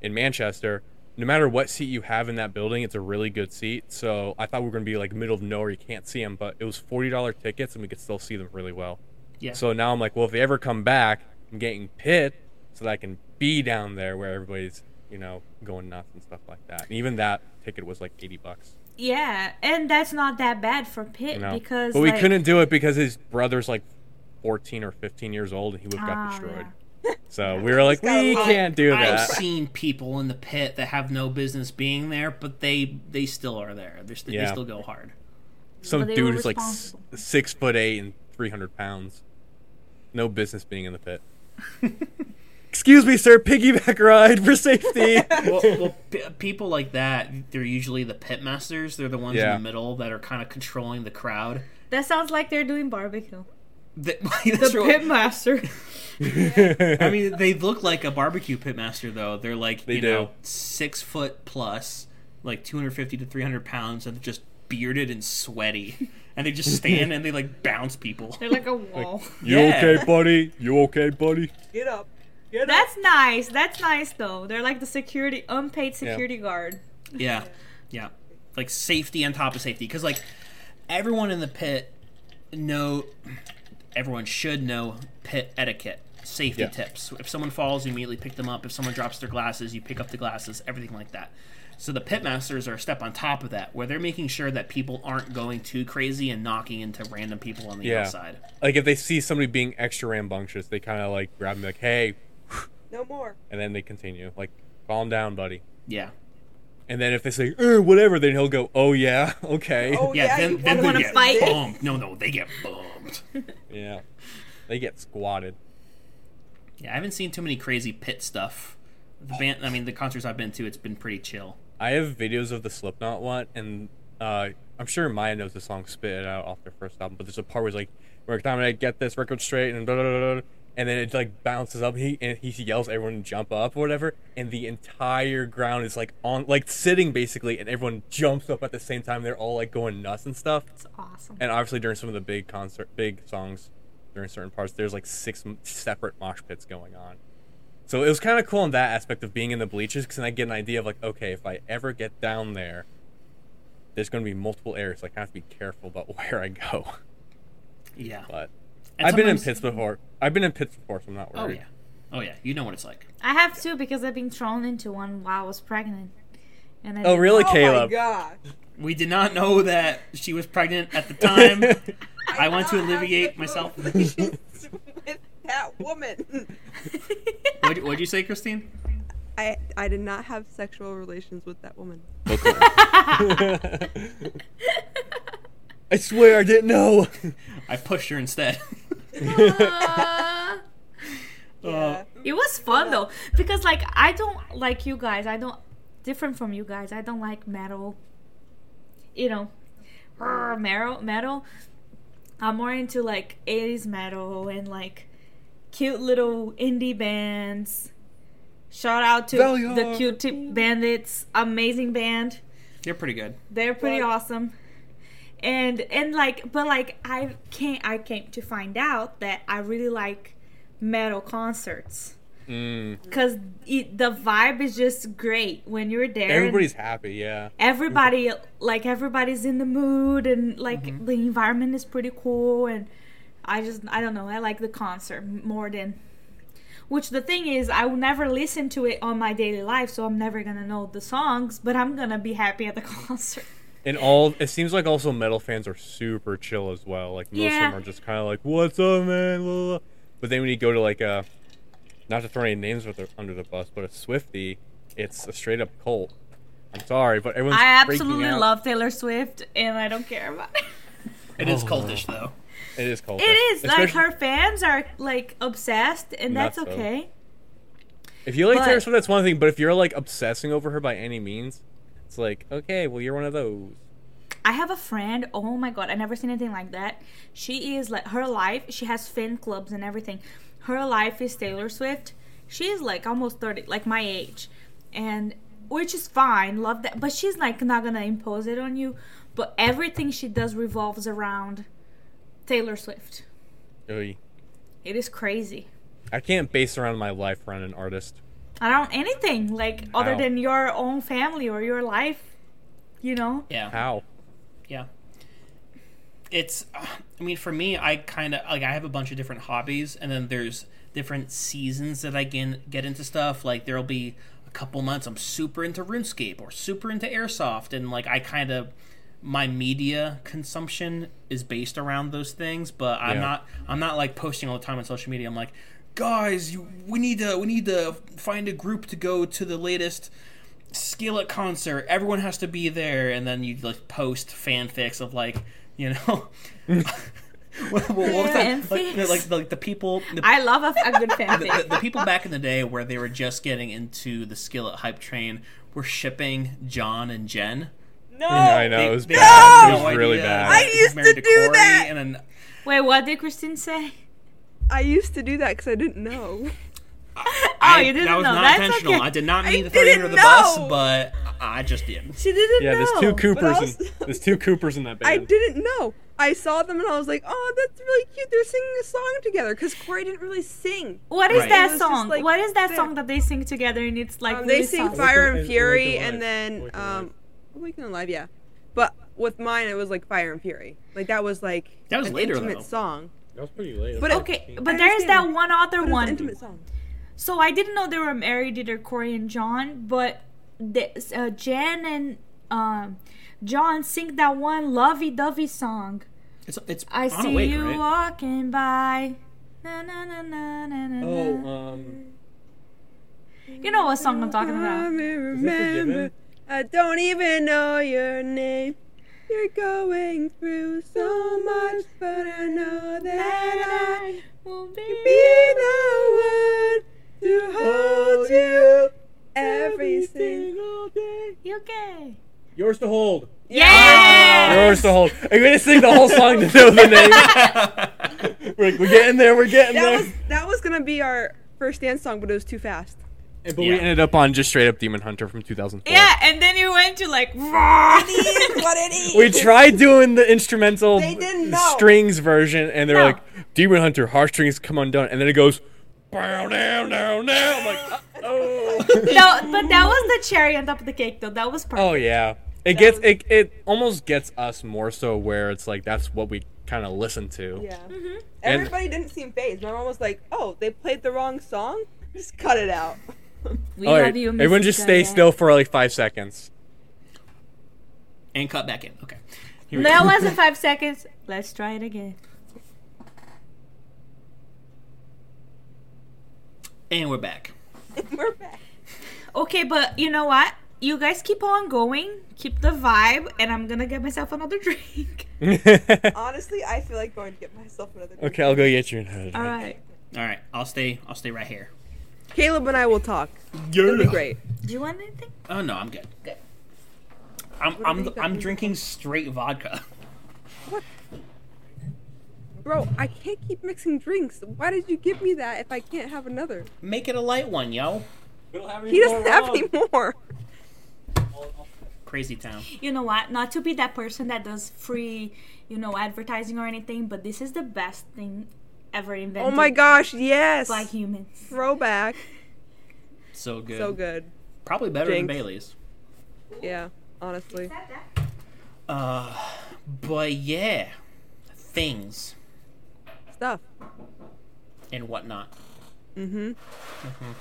Speaker 2: in Manchester. No matter what seat you have in that building, it's a really good seat. So I thought we were gonna be like middle of nowhere, you can't see them, but it was forty dollar tickets, and we could still see them really well.
Speaker 1: yeah.
Speaker 2: So now I'm like, well, if they ever come back, I'm getting pit so that I can be down there where everybody's, you know, going nuts and stuff like that. And even that ticket was like 80 bucks.
Speaker 3: Yeah, and that's not that bad for Pitt
Speaker 2: You know?
Speaker 3: because
Speaker 2: but we
Speaker 3: like,
Speaker 2: couldn't do it because his brother's like 14 or 15 years old and he would have got
Speaker 3: Oh,
Speaker 2: destroyed. So we were like,
Speaker 4: got
Speaker 2: we
Speaker 4: a lot-
Speaker 2: can't do
Speaker 1: I've
Speaker 2: that.
Speaker 1: seen people in the pit that have no business being there, but they they still are there. They're st- They
Speaker 2: Yeah.
Speaker 1: still go hard.
Speaker 2: Some
Speaker 3: But they
Speaker 2: dude
Speaker 3: were
Speaker 2: is like s-
Speaker 3: responsible.
Speaker 2: six foot eight and 300 pounds. No business being in the pit. Excuse me, sir. Piggyback ride for safety.
Speaker 1: well, well p- people like that, they're usually the pit masters. They're the ones
Speaker 2: Yeah.
Speaker 1: in the middle that are kind of controlling the crowd.
Speaker 3: That sounds like they're doing barbecue.
Speaker 1: The,
Speaker 3: The
Speaker 1: that's real-
Speaker 3: pitmaster.
Speaker 1: I mean, they look like a barbecue pit master, though. They're like
Speaker 2: They
Speaker 1: you
Speaker 2: do.
Speaker 1: know six foot plus, like two hundred fifty to three hundred pounds, and just bearded and sweaty, and they just stand and they like bounce people.
Speaker 3: they're like a wall.
Speaker 2: you
Speaker 1: Yeah.
Speaker 2: okay, buddy? You okay, buddy?
Speaker 4: Get up. Get up.
Speaker 3: That's nice. That's nice though. They're like the security, unpaid security guard.
Speaker 1: Yeah, yeah, like safety on top of safety, because like everyone in the pit know, everyone should know pit etiquette, safety
Speaker 2: Yeah.
Speaker 1: tips. If someone falls, you immediately pick them up. If someone drops their glasses, you pick up the glasses. Everything like that. So the pit masters are a step on top of that, where they're making sure that people aren't going too crazy and knocking into random people on the
Speaker 2: Yeah.
Speaker 1: outside.
Speaker 2: Like if they see somebody being extra rambunctious, they kind of like grab them like, "Hey,"
Speaker 4: No more.
Speaker 2: and then they continue like, "Calm down, buddy."
Speaker 1: Yeah,
Speaker 2: And then if they say, "Er, whatever," then he'll go, "Oh yeah, okay."
Speaker 4: Oh yeah,
Speaker 1: yeah. then
Speaker 4: you
Speaker 1: then
Speaker 4: wanna
Speaker 1: they
Speaker 3: wanna
Speaker 1: get
Speaker 3: fight?
Speaker 1: bumped. No, no, they get bumped.
Speaker 2: Yeah. They get squatted.
Speaker 1: Yeah, I haven't seen too many crazy pit stuff. The band, I mean, the concerts I've been to, it's been pretty chill.
Speaker 2: I have videos of the Slipknot one, and uh, I'm sure Maya knows the song "Spit It Out" off their first album. But there's a part where he's like, "We're gonna get this record straight," and blah, blah, blah, blah, and then it like bounces up. And he and he yells, "Everyone jump up" or whatever, and the entire ground is like on like sitting basically, and everyone jumps up at the same time. They're all like going nuts and stuff.
Speaker 3: It's awesome.
Speaker 2: And obviously during some of the big concert, big songs, during certain parts, there's like six m- separate mosh pits going on. So it was kind of cool in that aspect of being in the bleachers because I get an idea of like, okay, if I ever get down there, there's going to be multiple areas. Like I have to be careful about where I go.
Speaker 1: Yeah.
Speaker 2: But
Speaker 1: And
Speaker 2: I've been in
Speaker 1: sometimes-
Speaker 2: pits before. I've been in pits before, so I'm not
Speaker 1: Oh
Speaker 2: worried.
Speaker 1: yeah. Oh yeah. You know what it's like.
Speaker 3: I have two because I've been thrown into one while I was pregnant. And I
Speaker 2: Oh
Speaker 3: did-
Speaker 2: really,
Speaker 4: Oh my
Speaker 2: Caleb?
Speaker 4: gosh.
Speaker 1: We did not know that she was pregnant at the time. I want to
Speaker 4: Not have
Speaker 1: alleviate
Speaker 4: good
Speaker 1: myself.
Speaker 4: relations with that woman.
Speaker 1: What'd, what'd you say, Christine?
Speaker 4: I I did not have sexual relations with that woman.
Speaker 2: I swear I didn't know.
Speaker 1: I pushed her instead. Uh,
Speaker 3: Uh,
Speaker 4: Yeah.
Speaker 3: it was fun though because like I don't like you guys. I don't different from you guys. I don't like metal. You know, "Arr, metal metal. I'm more into like 80s metal and like cute little indie bands. Shout out to the
Speaker 2: Valiant.
Speaker 3: Q-Tip Bandits, amazing band.
Speaker 1: They're pretty good.
Speaker 3: They're pretty
Speaker 4: Right.
Speaker 3: awesome. And and like but like I can't I came to find out that I really like metal concerts
Speaker 2: Mm,
Speaker 3: cuz the vibe is just great when you're there. and
Speaker 2: everybody's happy, yeah.
Speaker 3: everybody like everybody's in the mood and like the environment is pretty cool and I just I don't know, I like the concert more than which the thing is I will never listen to it on my daily life so I'm never going to know the songs, but I'm going to be happy at the concert.
Speaker 2: And all it seems like also metal fans are super chill as well. Like most
Speaker 3: Yeah.
Speaker 2: of them are just kind of like, "What's up, man?" Blah, blah, blah. But then when you go to like a, not to throw any names with the, under the bus, but a Swifty, it's a straight up cult. I'm sorry, but everyone's
Speaker 3: I
Speaker 2: freaking
Speaker 3: absolutely
Speaker 2: out.
Speaker 3: love Taylor Swift, and I don't care about it.
Speaker 1: It is
Speaker 2: Oh.
Speaker 1: cultish though.
Speaker 2: it. Is cult.
Speaker 3: It is like her fans are like obsessed, and that's
Speaker 2: Nuts, though.
Speaker 3: okay.
Speaker 2: If you like Taylor
Speaker 3: but-
Speaker 2: Swift, that's one thing. But if you're like obsessing over her by any means, it's like, okay, well, you're one of those.
Speaker 3: I have a friend. Oh my god, I never seen anything like that. She is like her life. She has fan clubs and everything. Her life is Taylor Swift. She's like almost thirty, like my age, and which is fine. Love that, but she's like not gonna impose it on you. But everything she does revolves around Taylor Swift.
Speaker 2: Oy.
Speaker 3: It is crazy.
Speaker 2: I can't base around my life around an artist.
Speaker 3: around anything like other
Speaker 2: Wow.
Speaker 3: than your own family or your life you know
Speaker 1: Yeah.
Speaker 2: How?
Speaker 1: Yeah. It's, I mean, for me, I kind of like I have a bunch of different hobbies, and then there's different seasons that I can get into stuff. Like there'll be a couple months I'm super into RuneScape or super into airsoft, and like I kind of my media consumption is based around those things. But I'm
Speaker 2: Yeah.
Speaker 1: not I'm not like posting all the time on social media. I'm like, guys, you we need to we need to find a group to go to the latest skillet concert everyone has to be there and then you like post fanfics of like you know what, what was that? Like,
Speaker 3: Fanfics.
Speaker 1: like, like the people the,
Speaker 3: i love a, a good
Speaker 1: the,
Speaker 3: fanfic
Speaker 1: the people back in the day where they were just getting into the skillet hype train were shipping john and jen
Speaker 4: No.
Speaker 3: Oh,
Speaker 2: I know
Speaker 1: They-
Speaker 2: it was
Speaker 1: they
Speaker 2: bad.
Speaker 1: had
Speaker 2: It was
Speaker 1: no
Speaker 2: really
Speaker 1: idea
Speaker 2: bad.
Speaker 1: that
Speaker 4: I
Speaker 1: he was
Speaker 4: used
Speaker 1: married
Speaker 4: to do that.
Speaker 1: and then
Speaker 3: wait what did christine say
Speaker 4: I used to do that because I didn't know.
Speaker 1: I-
Speaker 3: Oh, you didn't
Speaker 1: that was
Speaker 3: know.
Speaker 1: not
Speaker 3: That's
Speaker 1: intentional
Speaker 3: okay.
Speaker 1: i did not
Speaker 4: I
Speaker 1: mean to throw you
Speaker 4: didn't
Speaker 1: under the
Speaker 4: know.
Speaker 1: bus but i I just did
Speaker 3: she didn't
Speaker 2: Yeah,
Speaker 3: know
Speaker 2: there's two Coopers.
Speaker 4: also-
Speaker 2: in, there's two Coopers in that band.
Speaker 4: I didn't know. I saw them and I was like, oh, that's really cute. They're singing a song together because Corey didn't really sing.
Speaker 3: What
Speaker 1: Right.
Speaker 3: is
Speaker 4: It was
Speaker 3: that
Speaker 4: just,
Speaker 3: song?
Speaker 4: like,
Speaker 3: what is that
Speaker 4: there.
Speaker 3: song that they sing together and it's like
Speaker 4: Um,
Speaker 3: really
Speaker 4: they sing
Speaker 3: soft?
Speaker 2: Awaken-
Speaker 4: Fire and
Speaker 2: Awaken
Speaker 4: Fury
Speaker 2: Alive.
Speaker 4: and then
Speaker 2: Awaken Alive.
Speaker 4: um, Awaken Alive, yeah. But with mine, it was like Fire and Fury. Like that was like
Speaker 1: That was
Speaker 4: an
Speaker 1: later,
Speaker 4: intimate
Speaker 1: though.
Speaker 4: song.
Speaker 2: That was pretty late.
Speaker 4: But
Speaker 2: That was
Speaker 3: Okay,
Speaker 2: 15.
Speaker 3: but
Speaker 4: I
Speaker 3: there is that
Speaker 4: understand.
Speaker 3: one
Speaker 4: But
Speaker 3: other
Speaker 4: it was an
Speaker 3: one.
Speaker 4: intimate song.
Speaker 3: So I didn't know they were married, either Corey and John, but the, uh, Jan and um, John sing that one lovey dovey song.
Speaker 1: It's it's
Speaker 3: I
Speaker 1: on
Speaker 3: see
Speaker 1: awake,
Speaker 3: you
Speaker 1: right?
Speaker 3: walking by. Na, na, na, na, na, na,
Speaker 2: Oh,
Speaker 4: uh,
Speaker 3: na.
Speaker 2: um,
Speaker 3: you know what song I'm talking
Speaker 4: I
Speaker 3: about.
Speaker 4: may
Speaker 2: Forgiven?
Speaker 4: remember. I don't even know your name. You're going through so much, but I know that I
Speaker 3: Will be-
Speaker 4: be the one to hold you every single.
Speaker 2: day.
Speaker 3: You okay?
Speaker 2: Yours to hold.
Speaker 3: Yeah!
Speaker 2: Yours to hold. Are you gonna sing the whole song to know the name? We're, like, we're getting there. We're getting
Speaker 4: That
Speaker 2: there.
Speaker 4: was that was gonna be our first dance song, but it was too fast.
Speaker 1: Yeah.
Speaker 2: But we ended up on just straight up Demon Hunter from 2004.
Speaker 3: Yeah, and then you went to like.
Speaker 4: what it is.
Speaker 2: We tried doing the instrumental
Speaker 4: They didn't know.
Speaker 2: strings version, and they're
Speaker 3: No.
Speaker 2: like, Demon Hunter, harsh strings come undone. And then it goes, bow, down, down, down. I'm like, uh, oh.
Speaker 3: no, but that was the cherry on top of the cake, though. That was perfect.
Speaker 2: oh, yeah. It gets, it, it almost gets us more so where it's like, that's what we kind of listen to.
Speaker 4: Yeah.
Speaker 2: And-
Speaker 4: Everybody didn't seem phased. My mom was like, "Oh, they played the wrong song. Just cut it out."
Speaker 3: We
Speaker 2: All
Speaker 3: love
Speaker 2: right,
Speaker 3: you, Mrs.
Speaker 2: Oh, everyone just stay
Speaker 3: Diane.
Speaker 2: still for like five seconds.
Speaker 1: and cut back in. Okay. Here we
Speaker 3: That
Speaker 1: go.
Speaker 3: wasn't five seconds. Let's try it again.
Speaker 1: And we're back.
Speaker 4: We're back.
Speaker 3: Okay, but you know what? You guys keep on going, keep the vibe, and I'm gonna get myself another drink.
Speaker 2: okay,
Speaker 4: Honestly, I feel like going to get myself another. drink.
Speaker 2: I'll go get you another.
Speaker 3: All
Speaker 2: drink.
Speaker 3: right.
Speaker 1: All right, I'll stay. I'll stay right here.
Speaker 4: Caleb and I will talk. It'll be great.
Speaker 3: Do you want anything?
Speaker 1: Oh no, I'm good. Good. I'm
Speaker 4: do you
Speaker 1: I'm
Speaker 4: think that
Speaker 1: I'm
Speaker 4: means?
Speaker 1: drinking straight vodka.
Speaker 4: Bro, I can't keep mixing drinks. Why did you give me that if I can't have another?
Speaker 1: Make it a light one, yo.
Speaker 4: He doesn't have any more.
Speaker 1: Crazy town.
Speaker 3: You know what? Not to be that person that does free, you know, advertising or anything, but this is the best thing ever
Speaker 4: Oh
Speaker 3: invented
Speaker 4: my gosh, yes.
Speaker 3: by humans.
Speaker 4: Throwback.
Speaker 1: So good.
Speaker 4: So good.
Speaker 1: Probably better
Speaker 4: Jinx.
Speaker 1: than Bailey's.
Speaker 4: Yeah, honestly.
Speaker 1: Uh, but yeah, things
Speaker 4: Stuff.
Speaker 1: and whatnot.
Speaker 4: Mm-hmm.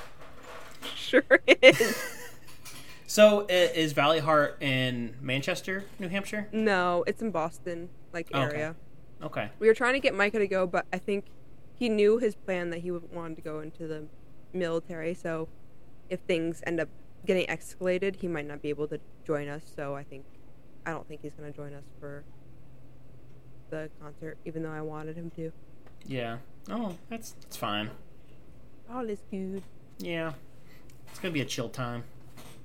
Speaker 4: Sure is.
Speaker 1: So i- is Valley Heart in Manchester, New Hampshire?
Speaker 4: No, it's in Boston, like
Speaker 1: Okay.
Speaker 4: area.
Speaker 1: Okay.
Speaker 4: We were trying to get Micah to go, but I think he knew his plan that he would- wanted to go into the military. So if things end up getting escalated, he might not be able to join us. So I think I don't think he's going to join us for the concert, even though I wanted him to.
Speaker 1: Yeah. Oh, that's that's fine.
Speaker 4: All is good.
Speaker 1: Yeah. It's gonna be a chill time.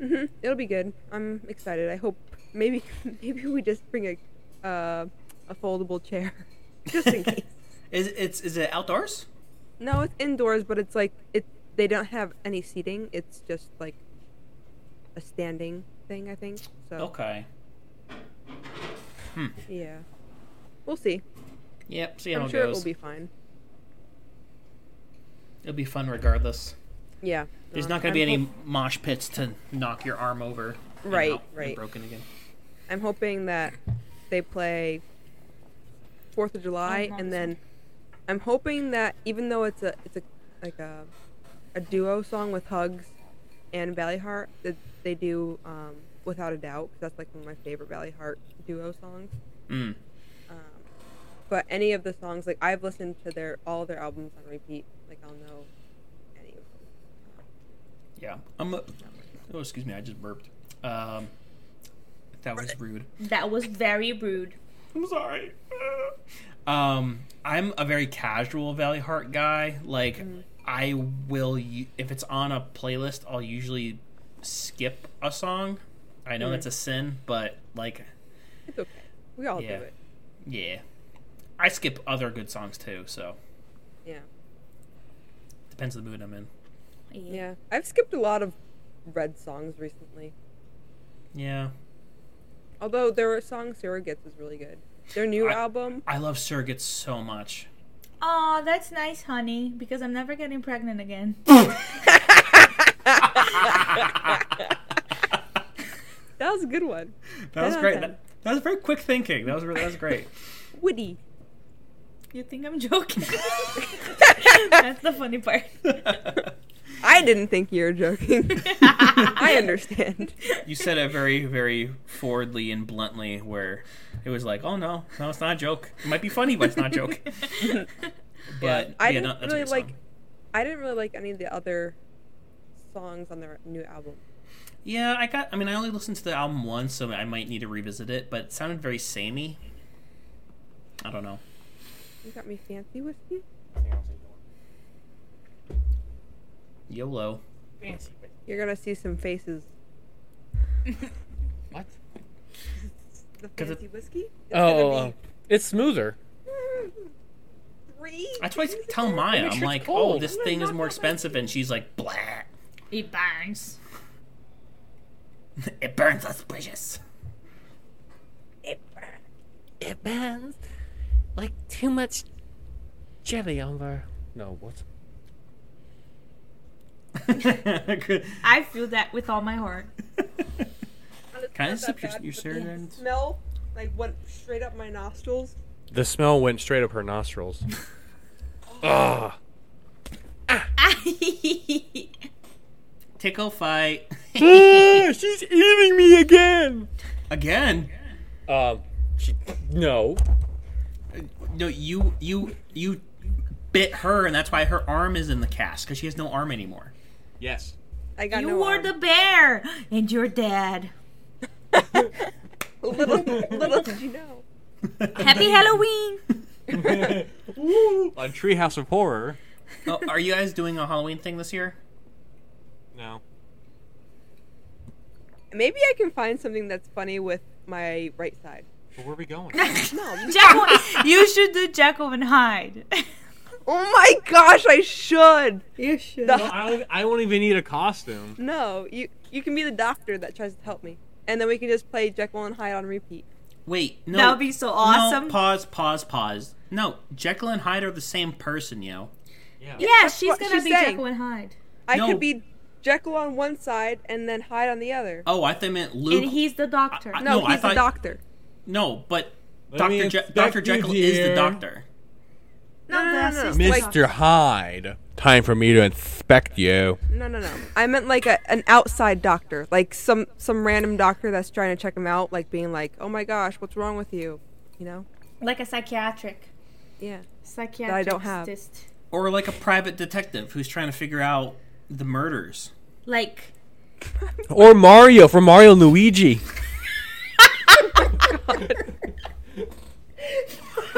Speaker 4: hmm It'll be good. I'm excited. I hope maybe maybe we just bring a uh, a foldable chair just in case.
Speaker 1: Is it's is it outdoors?
Speaker 4: No, it's indoors, but it's like it. They don't have any seating. It's just like a standing thing, I think. So
Speaker 1: Okay. Hmm.
Speaker 4: yeah, we'll see.
Speaker 1: Yep. See how
Speaker 4: I'm
Speaker 1: it
Speaker 4: sure
Speaker 1: goes.
Speaker 4: it will be fine.
Speaker 1: It'll be fun regardless.
Speaker 4: Yeah.
Speaker 1: There's
Speaker 4: Uh,
Speaker 1: not going
Speaker 4: I'm
Speaker 1: to be any
Speaker 4: hop-
Speaker 1: mosh pits to knock your arm over. and
Speaker 4: Right,
Speaker 1: out and
Speaker 4: right.
Speaker 1: broken again.
Speaker 4: I'm hoping that they play Fourth of July,
Speaker 3: Oh,
Speaker 4: and
Speaker 3: nice.
Speaker 4: then I'm hoping that even though it's a it's a like a a duo song with Hugs and Valley Heart, that they do um, without a doubt. 'cause that's like one of my favorite Valley Heart duo songs.
Speaker 1: Mm.
Speaker 4: Um, but any of the songs, like I've listened to their all their albums on repeat. Like I'll know any of them.
Speaker 1: Yeah. I'm a, oh, excuse me. I just burped. Um, that was rude.
Speaker 3: That was very rude.
Speaker 1: I'm sorry. um, I'm a very casual Valley Heart guy. Like,
Speaker 4: Mm.
Speaker 1: I will, u- if it's on a playlist, I'll usually skip a song. I
Speaker 4: Mm.
Speaker 1: know that's a sin, but, like,
Speaker 4: It's okay. We all
Speaker 1: Yeah.
Speaker 4: do it.
Speaker 1: yeah. I skip other good songs too, so
Speaker 4: Yeah.
Speaker 1: depends on the mood I'm in.
Speaker 4: Yeah. I've skipped a lot of red songs recently.
Speaker 1: Yeah.
Speaker 4: Although their song Surrogates is really good. Their new
Speaker 1: I-
Speaker 4: album.
Speaker 1: I love surrogates so much.
Speaker 3: Oh, that's nice, honey, because I'm never getting pregnant again.
Speaker 4: That was a good one.
Speaker 1: That was
Speaker 4: on
Speaker 1: great.
Speaker 4: them.
Speaker 1: That, that was very quick thinking. That was really, that was great.
Speaker 4: Woody.
Speaker 3: You think I'm joking? that's the funny part.
Speaker 4: I didn't think you were joking. I understand.
Speaker 1: you said it very, very forwardly and bluntly, where it was like, "Oh no, no, it's not a joke. It might be funny, but it's not a joke." But
Speaker 4: I
Speaker 1: yeah,
Speaker 4: didn't
Speaker 1: no, that's a
Speaker 4: really
Speaker 1: good
Speaker 4: like.
Speaker 1: song.
Speaker 4: I didn't really like any of the other songs on their new album.
Speaker 1: Yeah, I got. I mean, I only listened to the album once, so I might need to revisit it. But it sounded very samey. I don't know.
Speaker 4: You got me fancy whiskey.
Speaker 1: YOLO.
Speaker 4: You're gonna see some faces.
Speaker 2: What?
Speaker 4: The
Speaker 1: 'Cause it-
Speaker 4: fancy whiskey. It's
Speaker 2: Oh,
Speaker 4: gonna be-
Speaker 2: it's smoother.
Speaker 4: Three.
Speaker 1: That's why I tell Maya, I'm
Speaker 2: sure it's
Speaker 1: like, "Oh,
Speaker 2: cold.
Speaker 1: this thing is more expensive," and she's like, "Blah,
Speaker 3: It bangs.
Speaker 1: it burns auspicious."
Speaker 2: It burns like too much jelly on there. No, what?
Speaker 1: kind
Speaker 3: I feel that with all my heart.
Speaker 1: of sip your, your cigarette.
Speaker 4: smell like went straight up my nostrils.
Speaker 2: The smell went straight up her nostrils. Ugh. Ah,
Speaker 1: Tickle fight
Speaker 2: Ah, she's eating me again.
Speaker 1: again.
Speaker 2: Um, she no.
Speaker 1: No, you you you bit her, and that's why her arm is in the cast because she has no arm anymore.
Speaker 2: Yes.
Speaker 4: I got
Speaker 3: you
Speaker 4: no
Speaker 3: were
Speaker 4: arm.
Speaker 3: the bear, and you're dead.
Speaker 4: little, little did you know.
Speaker 3: Happy Halloween!
Speaker 2: On Treehouse of Horror.
Speaker 1: oh, are you guys doing a Halloween thing this year?
Speaker 2: No.
Speaker 4: Maybe I can find something that's funny with my right side.
Speaker 2: But where are we going?
Speaker 4: No. you-
Speaker 3: Jekyll, you should do Jekyll and Hyde.
Speaker 4: oh my gosh, I should.
Speaker 3: You should.
Speaker 4: The-
Speaker 2: I, don't, I won't even need a costume.
Speaker 4: No, you you can be the doctor that tries to help me, and then we can just play Jekyll and Hyde on repeat.
Speaker 1: Wait, no.
Speaker 3: that would be so awesome.
Speaker 1: No, pause, pause, pause. No, Jekyll and Hyde are the same person, yo.
Speaker 3: yeah,
Speaker 4: that's
Speaker 3: she's
Speaker 4: what
Speaker 3: gonna
Speaker 4: she's
Speaker 3: be
Speaker 4: saying.
Speaker 3: Jekyll and Hyde,
Speaker 4: I
Speaker 1: No.
Speaker 4: could be Jekyll on one side and then Hyde on the other.
Speaker 1: Oh, I thought you meant Luke.
Speaker 3: and he's the doctor.
Speaker 1: I-
Speaker 4: No,
Speaker 1: No,
Speaker 4: he's
Speaker 1: thought-
Speaker 4: the doctor.
Speaker 1: No, but
Speaker 2: Let me
Speaker 1: Doctor Je-
Speaker 2: inspect
Speaker 1: Doctor
Speaker 2: you
Speaker 1: Jekyll is the
Speaker 2: here.
Speaker 1: doctor.
Speaker 3: no,
Speaker 4: no,
Speaker 3: that's
Speaker 4: no, no.
Speaker 3: his
Speaker 2: Mr. Hyde, time for me to inspect you.
Speaker 4: No, no, no. I meant like a, an outside doctor, like some some random doctor that's trying to check him out, like being like, "Oh my gosh, what's wrong with you?" You know?
Speaker 3: like a psychiatric,
Speaker 4: Yeah.
Speaker 3: psychiatric.
Speaker 4: have.
Speaker 3: test.
Speaker 1: Or like a private detective who's trying to figure out the murders.
Speaker 3: Like
Speaker 2: Or Mario from Mario and Luigi.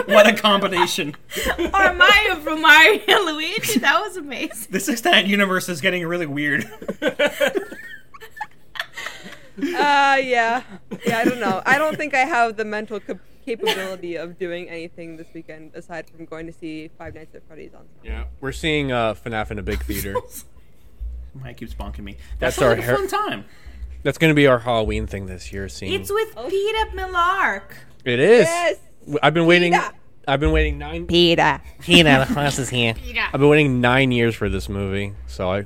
Speaker 1: What a combination.
Speaker 3: or Mario from Mario and Luigi. That was amazing.
Speaker 1: this extended universe is getting really weird.
Speaker 4: Uh, yeah. Yeah, I don't know. I don't think I have the mental cap- capability of doing anything this weekend aside from going to see Five Nights at Freddy's on.
Speaker 2: Yeah, we're seeing uh, FNAF in a big theater.
Speaker 1: Mike keeps bonking me. That's,
Speaker 2: That's our
Speaker 1: like a
Speaker 2: hair-
Speaker 1: fun time.
Speaker 2: That's gonna be our Halloween thing this year. Seeing
Speaker 3: It's with Peter Millark.
Speaker 2: It is.
Speaker 4: Yes.
Speaker 2: I've been waiting.
Speaker 4: Peter.
Speaker 2: I've been waiting nine.
Speaker 4: Peter.
Speaker 2: Peter, the class is here.
Speaker 3: Peter.
Speaker 2: I've been waiting nine years for this movie. So I,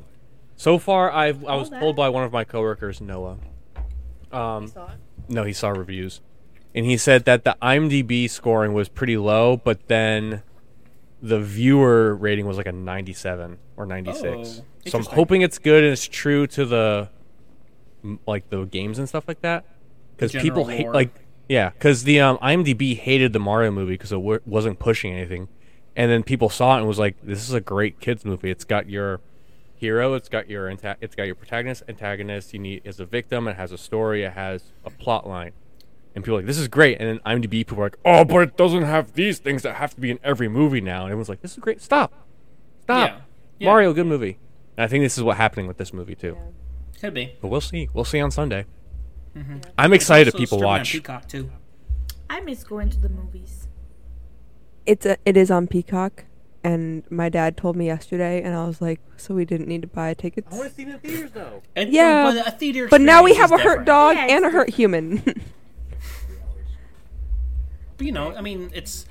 Speaker 2: so far I've I was
Speaker 3: that?
Speaker 2: told by one of my coworkers, Noah. Um, no, he saw reviews, and he said that the IMDb scoring was pretty low, but then the viewer rating was like a 97 or 96.
Speaker 1: Oh,
Speaker 2: so I'm
Speaker 1: interesting.
Speaker 2: hoping it's good and it's true to the m- like the games and stuff like that because
Speaker 1: The
Speaker 2: people
Speaker 1: general
Speaker 2: hate
Speaker 1: lore.
Speaker 2: like yeah because the um, IMDb hated the Mario movie because it w- wasn't pushing anything, and then people saw it and was like, "This is a great kids movie. It's got your hero, it's got your anta- it's got your protagonist, antagonist. You need is a victim. It has a story. It has a plot line." And people are like, "This is great," and then IMDb people are like, "Oh, but it doesn't have these things that have to be in every movie now." And everyone's like, "This is great. Stop, stop.
Speaker 1: Yeah. Yeah.
Speaker 2: Mario, good movie." And I think this is what's happening with this movie too.
Speaker 1: Could be.
Speaker 2: But we'll see. We'll see on Sunday. I'm excited
Speaker 1: Mm-hmm. Also
Speaker 2: if people
Speaker 1: streaming on
Speaker 2: watch.
Speaker 1: Peacock too.
Speaker 3: I miss going to the movies.
Speaker 4: It's a, it is on Peacock, and my dad told me yesterday, and I was like, so we didn't need to buy tickets.
Speaker 2: see the theaters though.
Speaker 1: And-
Speaker 4: Yeah,
Speaker 1: but a theater.
Speaker 4: But now we
Speaker 1: experience
Speaker 4: have a
Speaker 1: is
Speaker 4: hurt
Speaker 1: different.
Speaker 4: dog
Speaker 3: Yeah,
Speaker 4: and a
Speaker 3: it's
Speaker 4: hurt human.
Speaker 1: But, you know, I mean, it's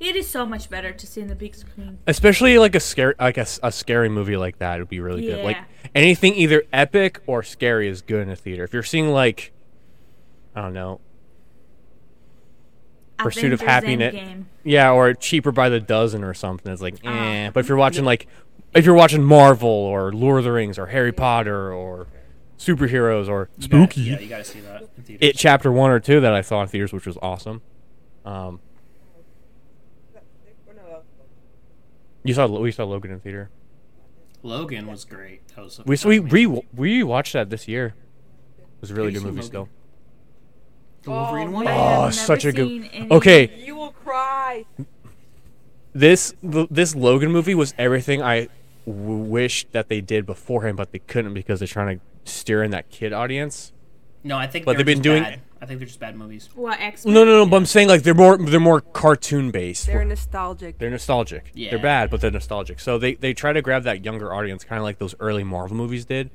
Speaker 3: It is so much better to see in the big screen.
Speaker 2: especially like a scary like a, s- a scary movie like that would be really good like
Speaker 3: Yeah.
Speaker 2: anything either epic or scary is good in a theater if you're seeing like i don't know Pursuit of Happiness.
Speaker 3: Game.
Speaker 2: yeah or cheaper by the dozen or something it's like
Speaker 3: Oh.
Speaker 2: eh. but if you're watching like if you're watching marvel or lord of the rings or harry potter or superheroes or
Speaker 1: you gotta-
Speaker 2: spooky
Speaker 1: yeah, you got to see that in theaters.
Speaker 2: it chapter one or two that i saw in theaters which was awesome um
Speaker 4: That's sick or no? that was-
Speaker 2: you saw we saw logan in theater
Speaker 1: Logan was great. That was
Speaker 2: we
Speaker 1: that
Speaker 2: so we
Speaker 1: was
Speaker 2: re
Speaker 1: amazing.
Speaker 2: we watched that this year it was a really
Speaker 1: Have you
Speaker 2: good
Speaker 1: seen
Speaker 2: movie
Speaker 1: Logan?
Speaker 2: still
Speaker 1: the Wolverine
Speaker 4: Oh,
Speaker 1: one.
Speaker 3: I
Speaker 2: Oh,
Speaker 3: have
Speaker 2: such
Speaker 3: never
Speaker 2: a good-
Speaker 3: seen any-
Speaker 2: okay.
Speaker 4: You will cry.
Speaker 2: this th- this Logan movie was everything I w- wished that they did beforehand, but they couldn't because they're trying to steer in that kid audience.
Speaker 1: No, I think
Speaker 2: But
Speaker 1: they're
Speaker 2: they've been
Speaker 1: just
Speaker 2: doing-
Speaker 1: Bad. I think they're just bad movies.
Speaker 3: What X?
Speaker 2: No, no, no. But I'm saying like they're more they're more cartoon based.
Speaker 4: They're nostalgic.
Speaker 2: They're nostalgic.
Speaker 1: Yeah.
Speaker 2: They're bad, but they're nostalgic. So they they try to grab that younger audience, kind of like those early Marvel movies did,